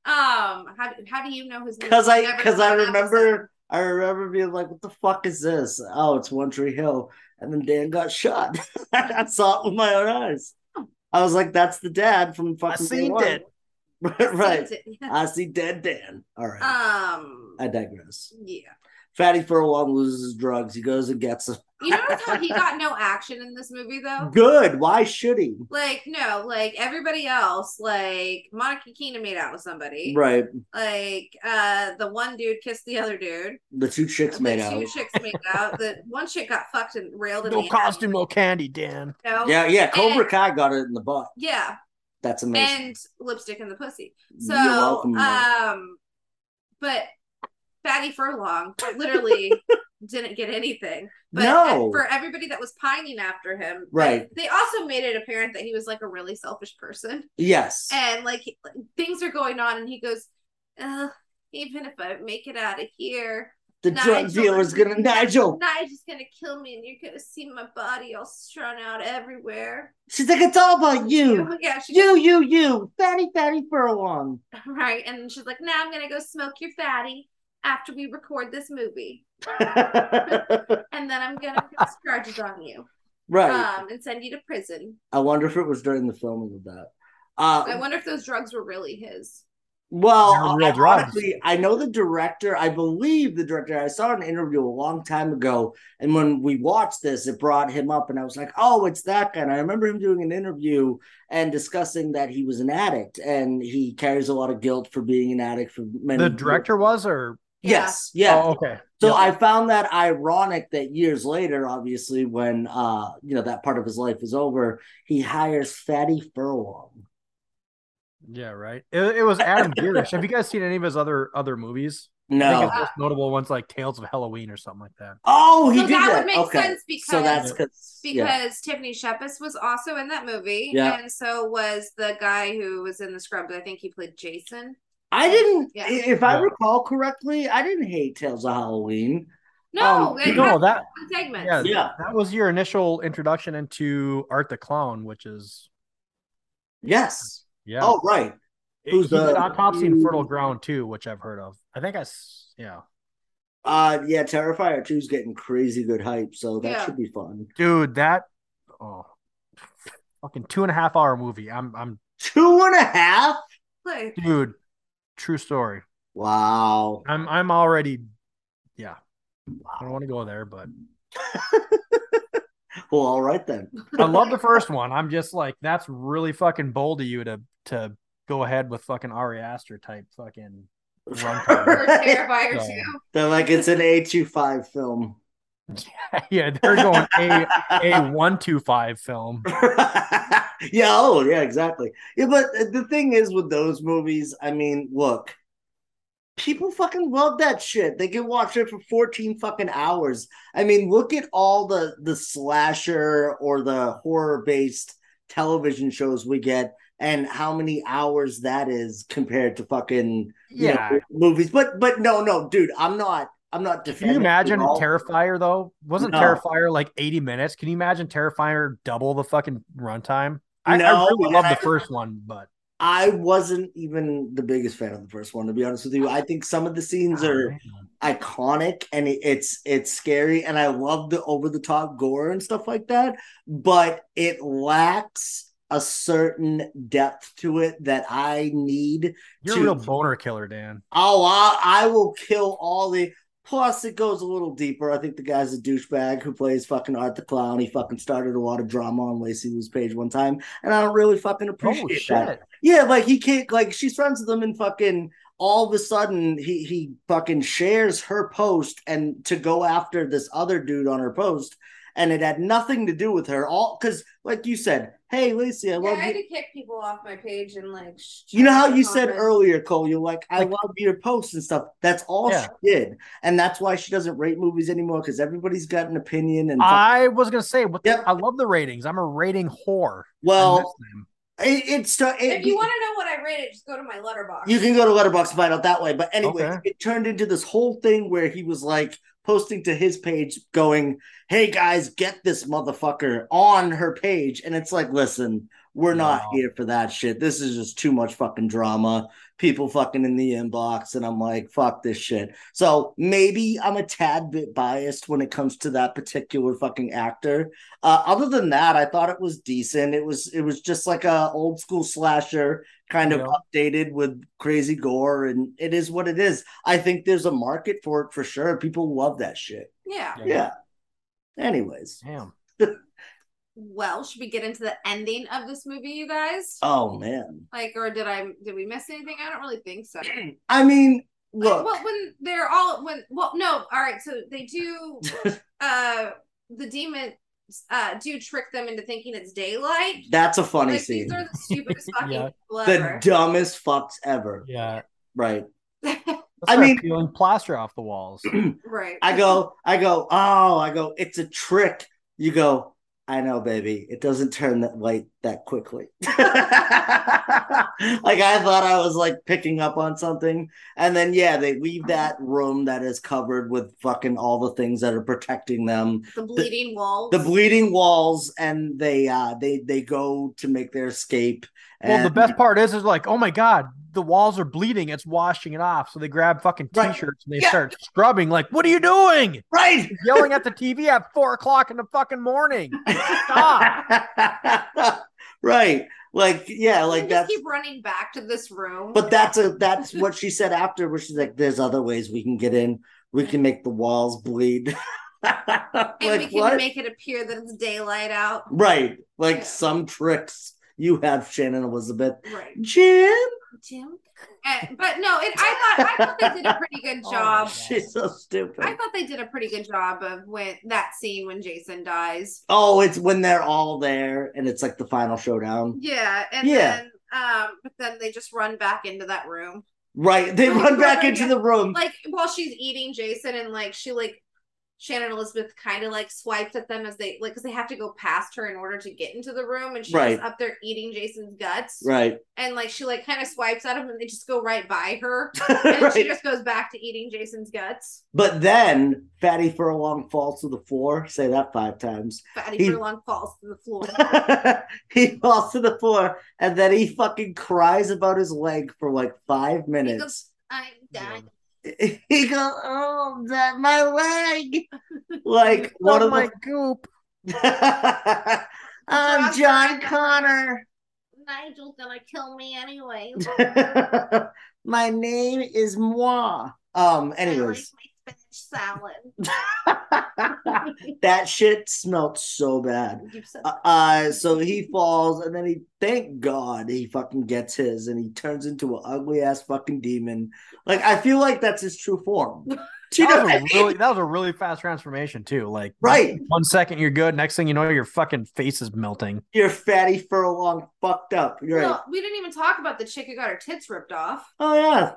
um. How, how do you know his name?
cause
You've
I,
never
cause
seen
I
an episode.
remember, I remember being like, "What the fuck is this?" Oh, it's One Tree Hill, and then Dan got shot. I saw it with my own eyes. I was like, "That's the dad from fucking." day
seen
one."
it.
right.
Seen it.
I see dead Dan. All right.
Um.
I digress.
yeah.
Fatty Furlong loses his drugs. He goes and gets them.
You notice how he got no action in this movie though.
Good. Why should he?
Like no, like everybody else, like Monica Keena made out with somebody.
Right.
Like uh, the one dude kissed the other dude.
The two chicks made
the
out.
two chicks made out. The one chick got fucked and railed in
No
the ass,
costume, no candy, Dan.
you know?
Yeah, yeah. Cobra Kai got it in the butt.
Yeah.
That's amazing.
and lipstick in the pussy. So,
You're welcome, Mom.
um, but Fatty Furlong literally didn't get anything. But
No.
e- for everybody that was pining after him,
Right.
They also made it apparent that he was like a really selfish person,
yes.
and like he- like, things are going on, and he goes, Ugh, "Even if I make it out of here,
the drug
Nigel-
dealer's gonna Nigel.
Nigel's gonna kill me, and you're gonna see my body all strung out everywhere."
She's like, it's all about you.
yeah, she
You, you, you. Fatty, fatty furlong.
Right. And she's like, now I'm going to go smoke your fatty after we record this movie.
right.
And then I'm going to press charges on you um, and send you to prison.
I wonder if it was during the filming of that.
I
Uh,
wonder if those drugs were really his.
well,
They're real drugs.
ironically, I know the director. I believe the director. I saw an interview a long time ago, and when we watched this, it brought him up, and I was like, "Oh, it's that guy." And I remember him doing an interview and discussing that he was an addict, and he carries a lot of guilt for being an addict for many.
The director was, or
Yes. Yeah.
Oh, okay.
So
Yep.
I found that ironic that years later, obviously, when uh, you know that part of his life is over, he hires Fatty Furlong.
yeah, right. It, it was Adam Girish. Have you guys seen any of his other other movies? I think
No.
his most notable ones like Tales of Halloween or something like that.
Oh, he
So
did
that
that.
would make
okay.
sense because-
so that's yeah.
Because Tiffany Shepis was also in that movie.
Yeah.
And so was the guy who was in the Scrubs. I think he played Jason.
I didn't.
Yeah.
i- If I
Yeah.
recall correctly, I didn't hate Tales of Halloween.
No,
Um,
it
no,
has
that-
one segment.
Yeah,
Yeah.
That was your initial introduction into Art the Clown, which is
Yes.
yeah.
Oh, right. who's
he did
the-
Autopsy and Fertile Ground too, which I've heard of. I think I s- yeah.
Uh, yeah. Terrifier two's getting crazy good hype, so that
Yeah.
should be fun.
Dude, that oh fucking two and a half hour movie. I'm I'm
Two and a half.
Like,
dude, true story.
Wow.
I'm I'm already yeah. I don't want to go there, but
Well, all right then.
I love the first one. I'm just like, that's really fucking bold of you to to go ahead with fucking Ari Aster type fucking.
Or
They're
Terrifier
No.
2.
like, it's an A two five film.
yeah, they're going a a one two five film.
yeah, oh, yeah, exactly. Yeah, but the thing is with those movies, I mean, look, people fucking love that shit. They can watch it for 14 fucking hours. I mean, look at all the the slasher or the horror-based television shows we get and how many hours that is compared to fucking you know,
Yeah,
movies. But but no, no, dude, I'm not I'm not
can you
defending
imagine
at all.
Terrifier though? Wasn't
No.
Terrifier like eighty minutes? Can you imagine Terrifier double the fucking runtime? I, I
No,
really
and
love
I-
the first one, but
I wasn't even the biggest fan of the first one, to be honest with you. I think some of the scenes are iconic and it- it's it's scary, and I love the over the top gore and stuff like that. But it lacks a certain depth to it that I need.
you're
Dude.
a real boner killer, Dan.
Oh, I, I will kill all the. Plus, it goes a little deeper. I think the guy's a douchebag who plays fucking Art the Clown. He fucking started a lot of drama on Lacey Lou's page one time, and I don't really fucking appreciate
Oh
that.
shit!
Yeah, like he can't like she's friends with him and fucking all of a sudden he he fucking shares her post and to go after this other dude on her post and it had nothing to do with her all because like you said, hey Lacey, I
Yeah, I
love
had
you.
to kick people off my page and like. sh-
You know how you
comment.
said earlier, Cole, you're like, I
Like-
love your posts and stuff. That's all
Yeah.
she did. And that's why she doesn't rate movies anymore because everybody's got an opinion and fuck-
I was gonna say, what the-
Yep.
I love the ratings. I'm a rating whore. I miss
well,
them.
it, it's it,
If you want to know what I rated, just go to my letterbox.
You can go to Letterboxd and find out that way. But anyway,
Okay.
it turned into this whole thing where he was like posting to his page, going, Hey guys, get this motherfucker on her page. And it's like, listen, we're not
No.
here for that shit. This is just too much fucking drama. People fucking in the inbox. And I'm like, fuck this shit. So maybe I'm a tad bit biased when it comes to that particular fucking actor. Uh, other than that, I thought it was decent. It was it was just like a old school slasher kind of
Yeah.
updated with crazy gore, and it is what it is. I think there's a market for it for sure. People love that shit.
yeah.
Yeah.
Yeah. Anyways,
Damn.
Well, should we get into the ending of this movie, you guys?
oh man,
Like, or did I did we miss anything? I don't really think so. Like,
I mean, look,
well, when they're all when well, no, all right. So they do. uh The demon uh, do trick them into thinking it's daylight.
That's a funny
Like,
scene.
these are the stupidest fucking
Yeah.
people
The
ever.
dumbest fucks ever.
Yeah.
Right. I
I mean,
mean-
peeling plaster off the walls.
right.
I go, I go, oh, I go, it's a trick. You go, I know, baby. It doesn't turn that white that quickly. like I thought I was like picking up on something. And then yeah, they leave that room that is covered with fucking all the things that are protecting them.
the bleeding walls.
The bleeding walls and they uh they they go to make their escape.
Well, the
and-
best part is, is like, oh my god, the walls are bleeding. It's washing it off. So they grab fucking
Right.
t-shirts and they
Yeah.
start scrubbing. Like, what are you doing?
right.
Yelling at the TV at four o'clock in the fucking morning.
right. Like yeah,
They
like
just
that's
keep running back to this room.
But that's a that's what she said after, where she's like, "There's other ways we can get in. We can make the walls bleed." like
and we can
what?
make it appear that it's daylight out.
right, like
Yeah.
some tricks you have, Shannon Elizabeth.
Right.
Jim,
Oh, Jim. And- but no, it, I thought I thought they did a pretty good
Oh,
job.
she's so stupid.
I thought they did a pretty good job of when that scene when Jason dies.
oh, it's when they're all there, and it's like the final showdown.
Yeah, and
Yeah.
then um, but then they just run back into that room.
Right, they run back into the room.
Like while she's eating Jason and like she like Shannon Elizabeth kind of like swipes at them as they like because they have to go past her in order to get into the room and she's
Right.
up there eating Jason's guts
Right,
and like she like kind of swipes at him and they just go right by her and then she
right.
just goes back to eating Jason's guts.
But then Fatty Furlong falls to the floor. Say that five times.
Fatty
He-
Furlong falls to the floor.
he falls to the floor and then he fucking cries about his leg for like five minutes.
I'm dying.
He goes, Oh, that my leg. Like one of Oh my
Oh goop.
the I'm John Connor.
Nigel's gonna kill me anyway.
my name is Moi. Um, anyways.
I like my spinach salad.
that shit smelled so bad.
You've said
Uh, so he falls, and then he, thank God, he fucking gets his, and he turns into an ugly ass fucking demon. Like I feel like that's his true form. Do you know
That
what I
was,
mean?
a really, that was a really fast transformation too. Like,
Right,
One second you're good, next thing you know, your fucking face is melting.
you're fatty furlong, fucked up. You're
Well,
right.
we didn't even talk about the chick who got her tits ripped off.
Oh yeah,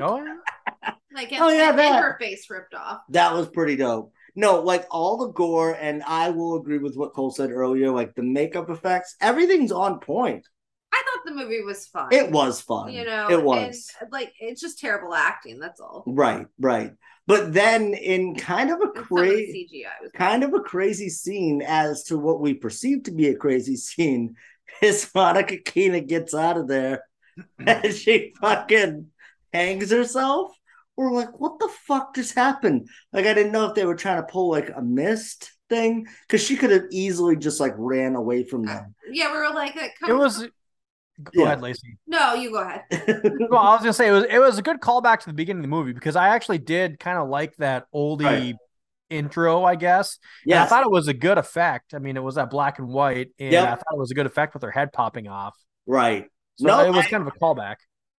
Oh, yeah.
Like, and,
Oh, yeah,
and- and
that.
her face ripped off.
that was pretty dope. No, like all the gore, and I will agree with what Cole said earlier. Like the makeup effects, everything's on point.
I thought the movie was fun.
It was fun.
you know,
it was.
And, like, it's just terrible acting. That's all.
Right, right. But then in kind of a
And some of the
crazy
CGI was
kind of a crazy scene as to what we perceive to be a crazy scene, is Monica Keena gets out of there and she fucking hangs herself. We're like, what the fuck just happened? Like I didn't know if they were trying to pull like a mist thing. Cause she could have easily just like ran away from them.
Yeah, we were like, like
It
come-
was. Go
Yeah.
ahead, Lacey.
No, you go ahead.
Well, I was gonna say it was it was a good callback to the beginning of the movie because I actually did kind of like that oldie
Right.
intro, I guess. Yeah, I
Yes.
thought it was a good effect. I mean, it was that black and white, and
Yep.
I thought it was a good effect with her head popping off.
Right.
So
No,
it was
I-
kind of a callback.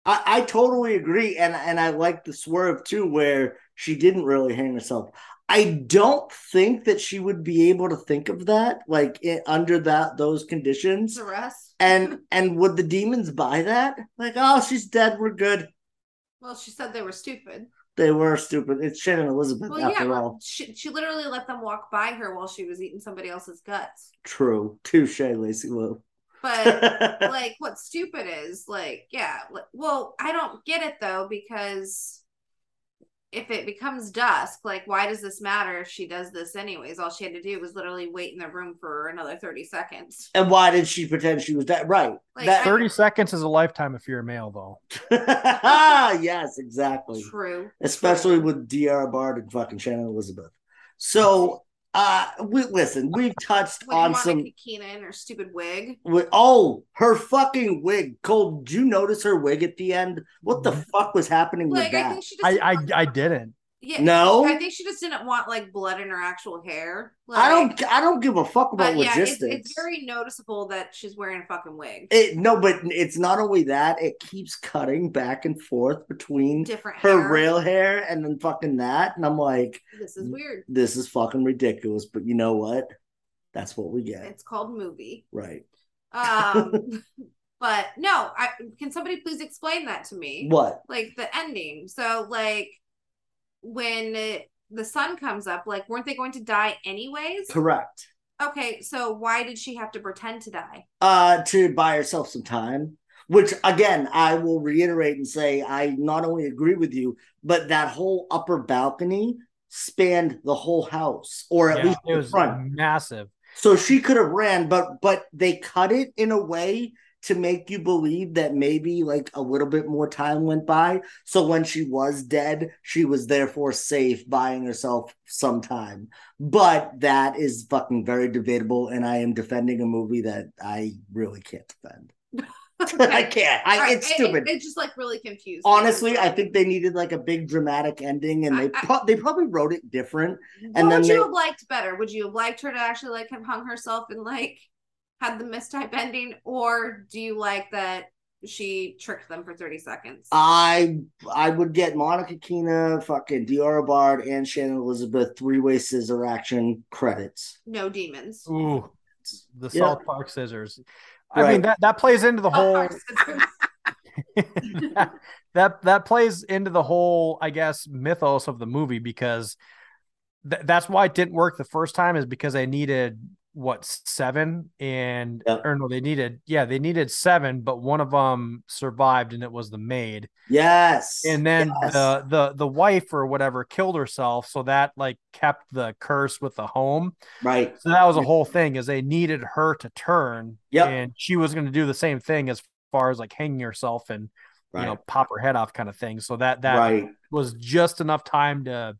I, I totally agree, and and I like the swerve too, where she didn't really hang herself. I don't think that she would be able to think of that, like i under that those conditions.
The rest.
And and would the demons buy that? Like, oh, she's dead. We're good.
well, she said they were stupid.
They were stupid. It's Shannon Elizabeth
Well, yeah,
after
well,
all.
she, she literally let them walk by her while she was eating somebody else's guts.
True. Touche, Lacey Lou.
But like what stupid is like yeah like, well i don't get it though because if it becomes dusk like why does this matter if she does this anyways all she had to do was literally wait in the room for another 30 seconds
and why did she pretend she was dead? Right.
like
That-
Thirty seconds is a lifetime if you're a male, though.
ah, yes,
I,
exactly.
true
especially with DR Bard and fucking Shannon Elizabeth. So, uh, we listen, we've touched
with
on
monica
some.
keenan and her stupid wig
with- oh, her fucking wig. Cole, did you notice her wig at the end? What the fuck was happening with
like i
that?
think she just
I
didn't
I,
want-
I didn't.
yeah
no,
i think she just didn't want like blood in her actual hair like,
I don't. I don't give a fuck about
but yeah it's,
logistics.
it's very noticeable that she's wearing a fucking wig
It- no, but it's not only that. It keeps cutting back and forth between
different
her
hair.
real hair and then fucking that, and I'm like,
this is weird
this is fucking ridiculous. But you know what? That's what we get.
It's called movie.
Right.
Um, but no, I can somebody please explain that to me?
What?
Like the ending. So like when the sun comes up, like weren't they going to die anyways?
Correct.
Okay, so why did she have to pretend to die?
uh, to buy herself some time. Which again, I will reiterate and say, I not only agree with you, but that whole upper balcony spanned the whole house, or at
Yeah,
least
it
the
was
front.
massive.
So she could have ran, but but they cut it in a way to make you believe that maybe like a little bit more time went by. So when she was dead, she was therefore safe, buying herself some time. But that is fucking very debatable, and I am defending a movie that I really can't defend. I can't. I,
Right,
it's
it- it-
stupid.
It, just like really confused. me.
Honestly, I think they needed like a big dramatic ending, and they
I- I-
pro- they probably wrote it different.
What
and then
would
they-
you have liked better? Would you have liked her to actually like have hung herself and like had the mistype ending, or do you like that she tricked them for thirty seconds?
Uh, I I would get Monica Keena, fucking Diora Bard, and Shannon Elizabeth three way scissor action credits.
no demons.
Ooh, the
Yeah.
South Park scissors. I
Right. Oh,
mean that that plays into the
Oh,
whole that that plays into the whole I guess mythos of the movie because th- that's why it didn't work the first time is because they needed what seven and
Yeah.
or no they needed yeah they needed seven but one of them survived and it was the maid
Yes,
and then
yes.
the the the wife or whatever killed herself so that like kept the curse with the home
right,
so that was a whole thing is they needed her to turn
Yep.
and she was going to do the same thing as far as like hanging herself and
right,
you know pop her head off kind of thing so that that
right.
was just enough time to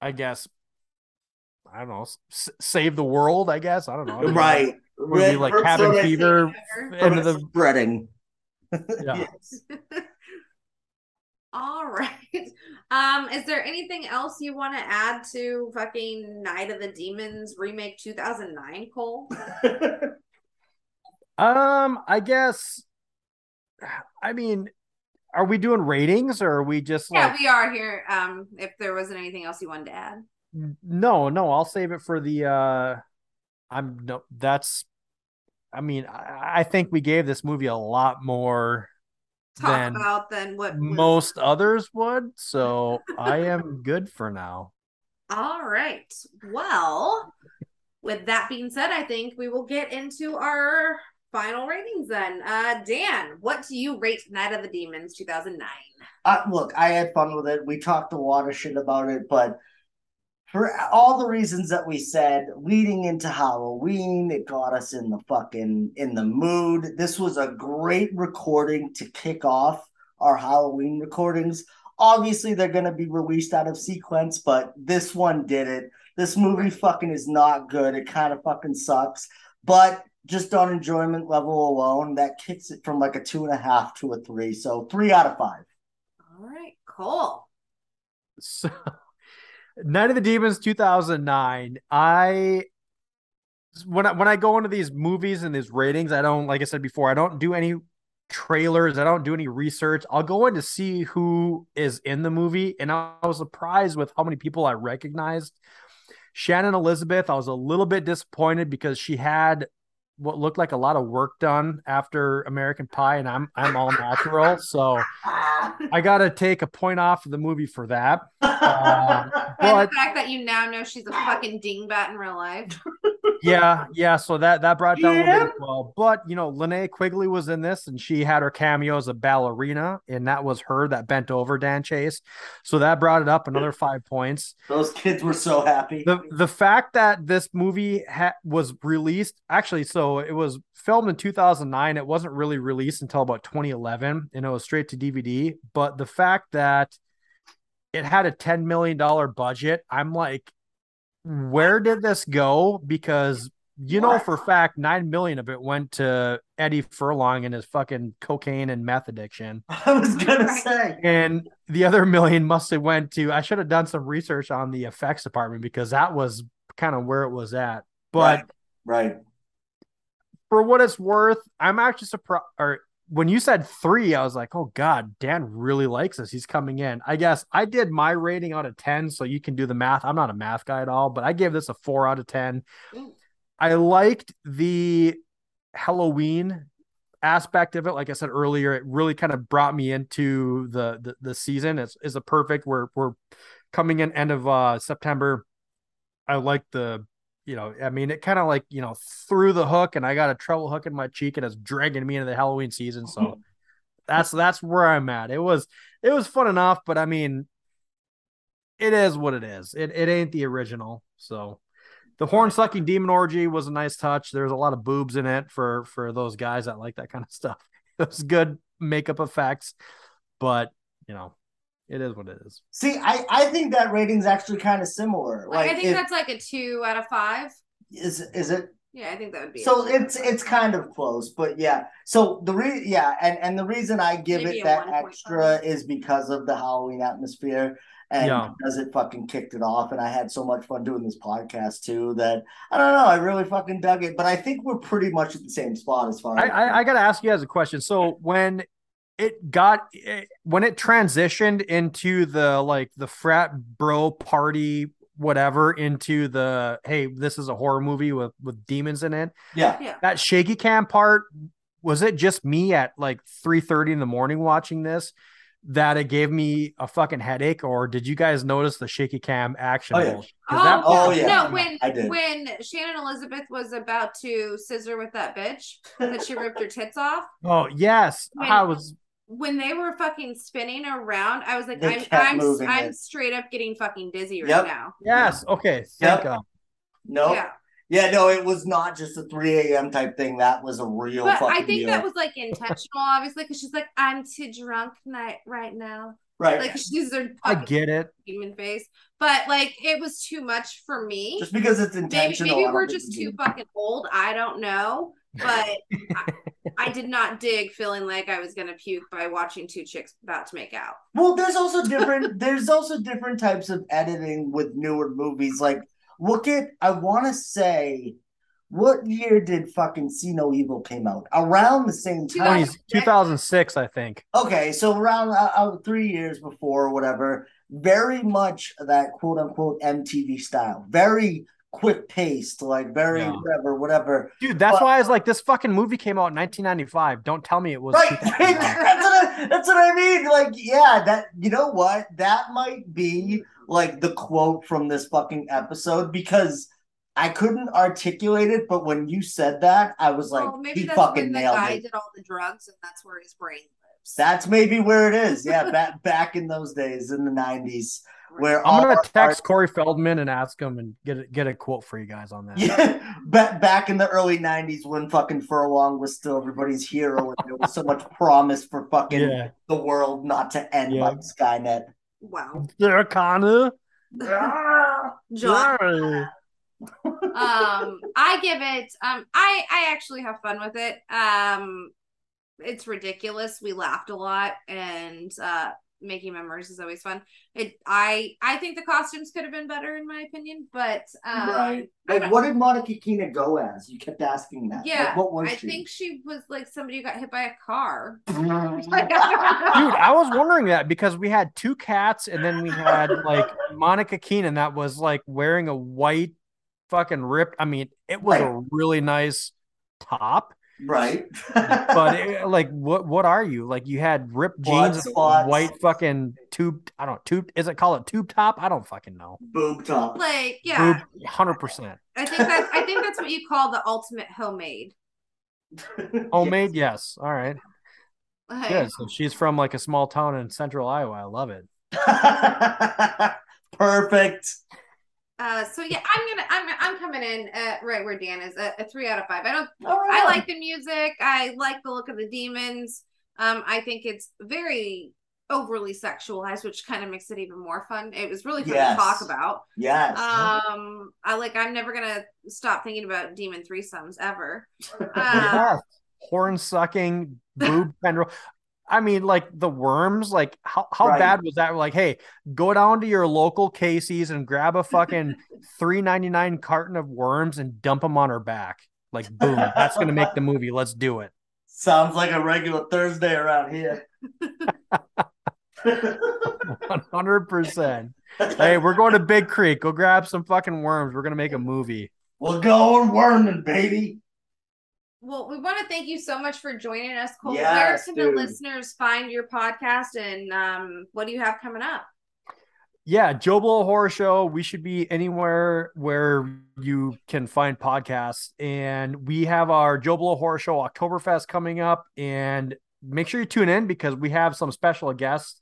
i guess i don't know s- save the world i guess i don't know I mean,
Right.
would it be like cabin
Ferment-
fever Oh.
Fever.
end of the
ferment spreading.
Yeah.
Yes.
All right. Um, is there anything else you want to add to fucking Night of the Demons remake 2009, Cole?
Um, I guess. I mean, are we doing ratings or are we just
yeah,
like
we are here. Um, if there wasn't anything else you wanted to add.
no, no? I'll save it for the. uh I'm no. That's. I mean, I, I think we gave this movie a lot more
Talk
Then
about then what was-
most others would, so I am good for now.
All right. Well, with that being said, I think we will get into our final ratings then. Uh Dan, what do you rate Night of the Demons 2009?
Uh, look, I had fun with it. We talked a lot of shit about it, but for all the reasons that we said leading into Halloween, it got us in the fucking in the mood. This was a great recording to kick off our Halloween recordings. Obviously, they're going to be released out of sequence, but this one did it. This movie fucking is not good. It kind of fucking sucks, but just on enjoyment level alone, that kicks it from like a two and a half to a three. So three out of five.
All right, Cole.
So, Night of the Demons 2009. I when I when I go into these movies and these ratings, I don't like I said before, I don't do any trailers, I don't do any research. I'll go in to see who is in the movie and I, I was surprised with how many people I recognized. Shannon Elizabeth, I was a little bit disappointed because she had what looked like a lot of work done after American Pie and I'm I'm all natural, so I got to take a point off of the movie for that. Um,
and
but
the fact that you now know she's a fucking dingbat in real life.
yeah, yeah. So that that brought down a little
Yeah.
bit as well. But you know, Linnea Quigley was in this, and she had her cameo as a ballerina, and that was her that bent over Dan Chase. So that brought it up another five points.
Those kids were so happy.
The the fact that this movie ha- was released actually, so it was filmed in 2009. It wasn't really released until about 2011, and it was straight to DVD. But the fact that it had a 10 million dollar budget, I'm like, where did this go? Because you know for a fact, nine million of it went to Eddie Furlong and his fucking cocaine and meth addiction
I was gonna
Right.
say.
and the other million must have went to i should have done some research on the effects department because that was kind of where it was at but
Right. Right.
for what it's worth i'm actually surprised or when you said three i was like oh god dan really likes us he's coming in i guess i did my rating out of 10 so you can do the math i'm not a math guy at all but i gave this a four out of 10
Ooh.
I liked the Halloween aspect of it. Like I said earlier, it really kind of brought me into the the, the season. It's is a perfect. We're we're coming in end of uh September. I like the you know, I mean, it kind of like you know threw the hook, and I got a treble hook in my cheek, and it's dragging me into the Halloween season. So that's that's where I'm at. It was it was fun enough, but I mean, it is what it is. It it ain't the original. So the horn sucking demon orgy was a nice touch. There's a lot of boobs in it for for those guys that like that kind of stuff. It was good makeup effects, but you know, it is what it is.
See, I, I think that rating's actually kind of similar.
Like, I think
if-
that's like a two out of five.
is is it
Yeah, I think that would be.
so it's it's kind of close but yeah so the re yeah and and the reason i give
Maybe
it
a
that
1.5.
extra is because of the halloween atmosphere and
Yeah.
because it fucking kicked it off and i had so much fun doing this podcast too that i don't know i really fucking dug it but i think we're pretty much at the same spot as far
I,
as
I, I got to ask you guys a question. So when it got eh, when it transitioned into the like the frat bro party whatever into the hey this is a horror movie with with demons in it
yeah
that shaky cam part was it just me at like 3 30 in the morning watching this that it gave me a fucking headache or did you guys notice the shaky cam action
Oh, yeah.
bullshit? 'Cause that-
Oh,
Oh, yeah.
yeah. No, when
I did.
when Shannon Elizabeth was about to scissor with that bitch that she ripped her tits off,
oh yes
When-
i was
when they were fucking spinning around, I was like,
They
I'm
kept
I'm
moving
I'm
it.
straight up getting fucking dizzy right
Yep.
now.
yes okay
Yep.
thank god
no yeah.
Yeah,
no it was not just a 3 a.m type thing that was a real
but
fucking
I think
deal.
that was like intentional, obviously, because she's like, I'm too drunk night right now.
right
Like she's her
i
fucking
get it
human face, but like it was too much for me.
just because it's
Maybe,
intentional
maybe
I don't
we're
think
just
you
too
need-
fucking old. I don't know, but I, I did not dig feeling like I was gonna puke by watching two chicks about to make out.
Well, there's also different. there's also different types of editing with newer movies. Like, look at. I want to say, what year did fucking See No Evil came out? Around the same time.
20s 2006 i think
Okay, so around uh, uh, three years before or whatever. Very much that quote unquote MTV style. Very quick paced, like very
Yeah.
whatever, whatever.
Dude, that's
But-
why I was like, this fucking movie came out in 1995. Don't tell me it was.
Right,
2009.
that's what I, that's what I mean. Like, yeah, that you know what? That might be like the quote from this fucking episode because I couldn't articulate it, but when you said that, I was like,
well, Oh, maybe
he
that's
fucking
when the
nailed
guy
it.
did all the drugs, and that's where his brain lives.
That's maybe where it is. Yeah, back back in those days in the nineties, where all
I'm gonna
our-
text Corey Feldman and ask him and get a, get a quote for you guys on that.
Yeah, back back in the early '90s when fucking Furlong was still everybody's hero, and there was so much promise for fucking
Yeah.
the world not to end
Yeah.
like Skynet.
wow,
Sarah Connor.
John.
Sorry.
um, I give it. Um, I I actually have fun with it. Um, it's ridiculous. We laughed a lot, and uh, making memories is always fun. It. I I think the costumes could have been better, in my opinion, but um,
Right.
I
Like,
don't-
what did Monica Keena go as? You kept asking that. Like,
Yeah,
what was
I
she?
think she was like somebody who got hit by a car.
Dude, I was wondering that because we had two cats and then we had like Monica Keenan that was like wearing a white fucking ripped. I mean, it was a really nice top,
right.
but it, like, what what are you like? You had ripped
Blood
jeans, and
spots.
white fucking tube. I don't tube. Is it called a tube top? I don't fucking know.
boob top.
like, yeah,
hundred percent
I think that I think that's what you call the ultimate homemade.
homemade. Oh, Yes, all right,
Like,
good. So she's from like a small town in central Iowa. I love it.
Perfect.
Uh, so yeah, I'm gonna I'm I'm coming in uh, right where Dan is a, a three out of five. I don't
All
I
right.
like the music. I like the look of the demons. Um, I think it's very overly sexualized, which kind of makes it even more fun. It was really fun to
Yes.
talk about.
Yes.
Um, I like I'm never gonna stop thinking about demon threesomes ever. Um,
Yes. Horn sucking, boob tendril. I mean, like the worms. Like how how
Right.
bad was that? Like, hey, go down to your local Casey's and grab a fucking three ninety nine carton of worms and dump them on her back. Like, boom, that's gonna make the movie. Let's do it.
Sounds like a regular Thursday around here.
One hundred percent. Hey, we're going to Big Creek. Go grab some fucking worms. We're gonna make a movie.
We're going worming, baby.
Well, we want to thank you so much for joining us, Cole.
Yes,
Where can
dude.
the listeners find your podcast and um, what do you have coming up?
Yeah, Joe Blow Horror Show. We should be anywhere where you can find podcasts. And we have our Joe Blow Horror Show Oktoberfest coming up. And make sure you tune in because we have some special guests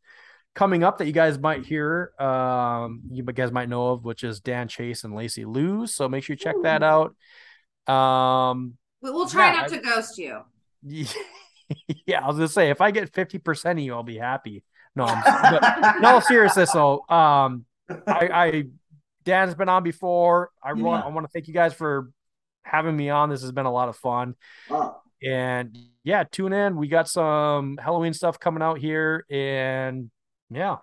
coming up that you guys might hear. Um, you guys might know of, which is Dan Chase and Lacey Lou. So make sure you check that out. Um,
We, we'll try
Yeah,
not
I-
to ghost you.
yeah, I was gonna say if I get 50% of you, I'll be happy. No, I'm, but- in all seriousness though um i i dan's been on before i want i want to thank you guys for having me on this has been a lot of fun
Oh,
and yeah tune in we got some halloween stuff coming out here and yeah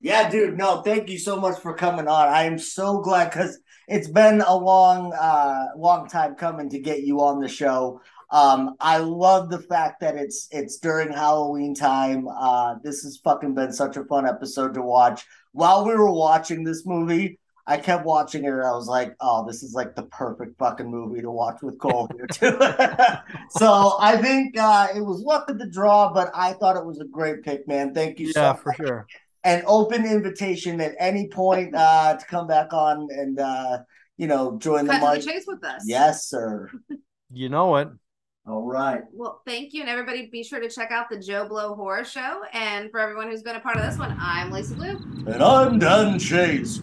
Yeah, dude. No, thank you so much for coming on. I am so glad because it's been a long, uh, long time coming to get you on the show. Um, I love the fact that it's it's during Halloween time. Uh, this has fucking been such a fun episode to watch. While we were watching this movie, I kept watching it and I was like, oh, this is like the perfect fucking movie to watch with Cole here too. so I think uh, it was luck of the draw, but I thought it was a great pick, man. Thank you so
yeah
much
for sure
an open invitation at any point uh, to come back on and uh, you know join the
Cut to
mic.
the chase with us.
Yes, sir.
you know it
All right.
Well, thank you. And everybody, be sure to check out the Joe Blow Horror Show. And for everyone who's been a part of this one, I'm Lacey Blue.
And I'm Dan Chase.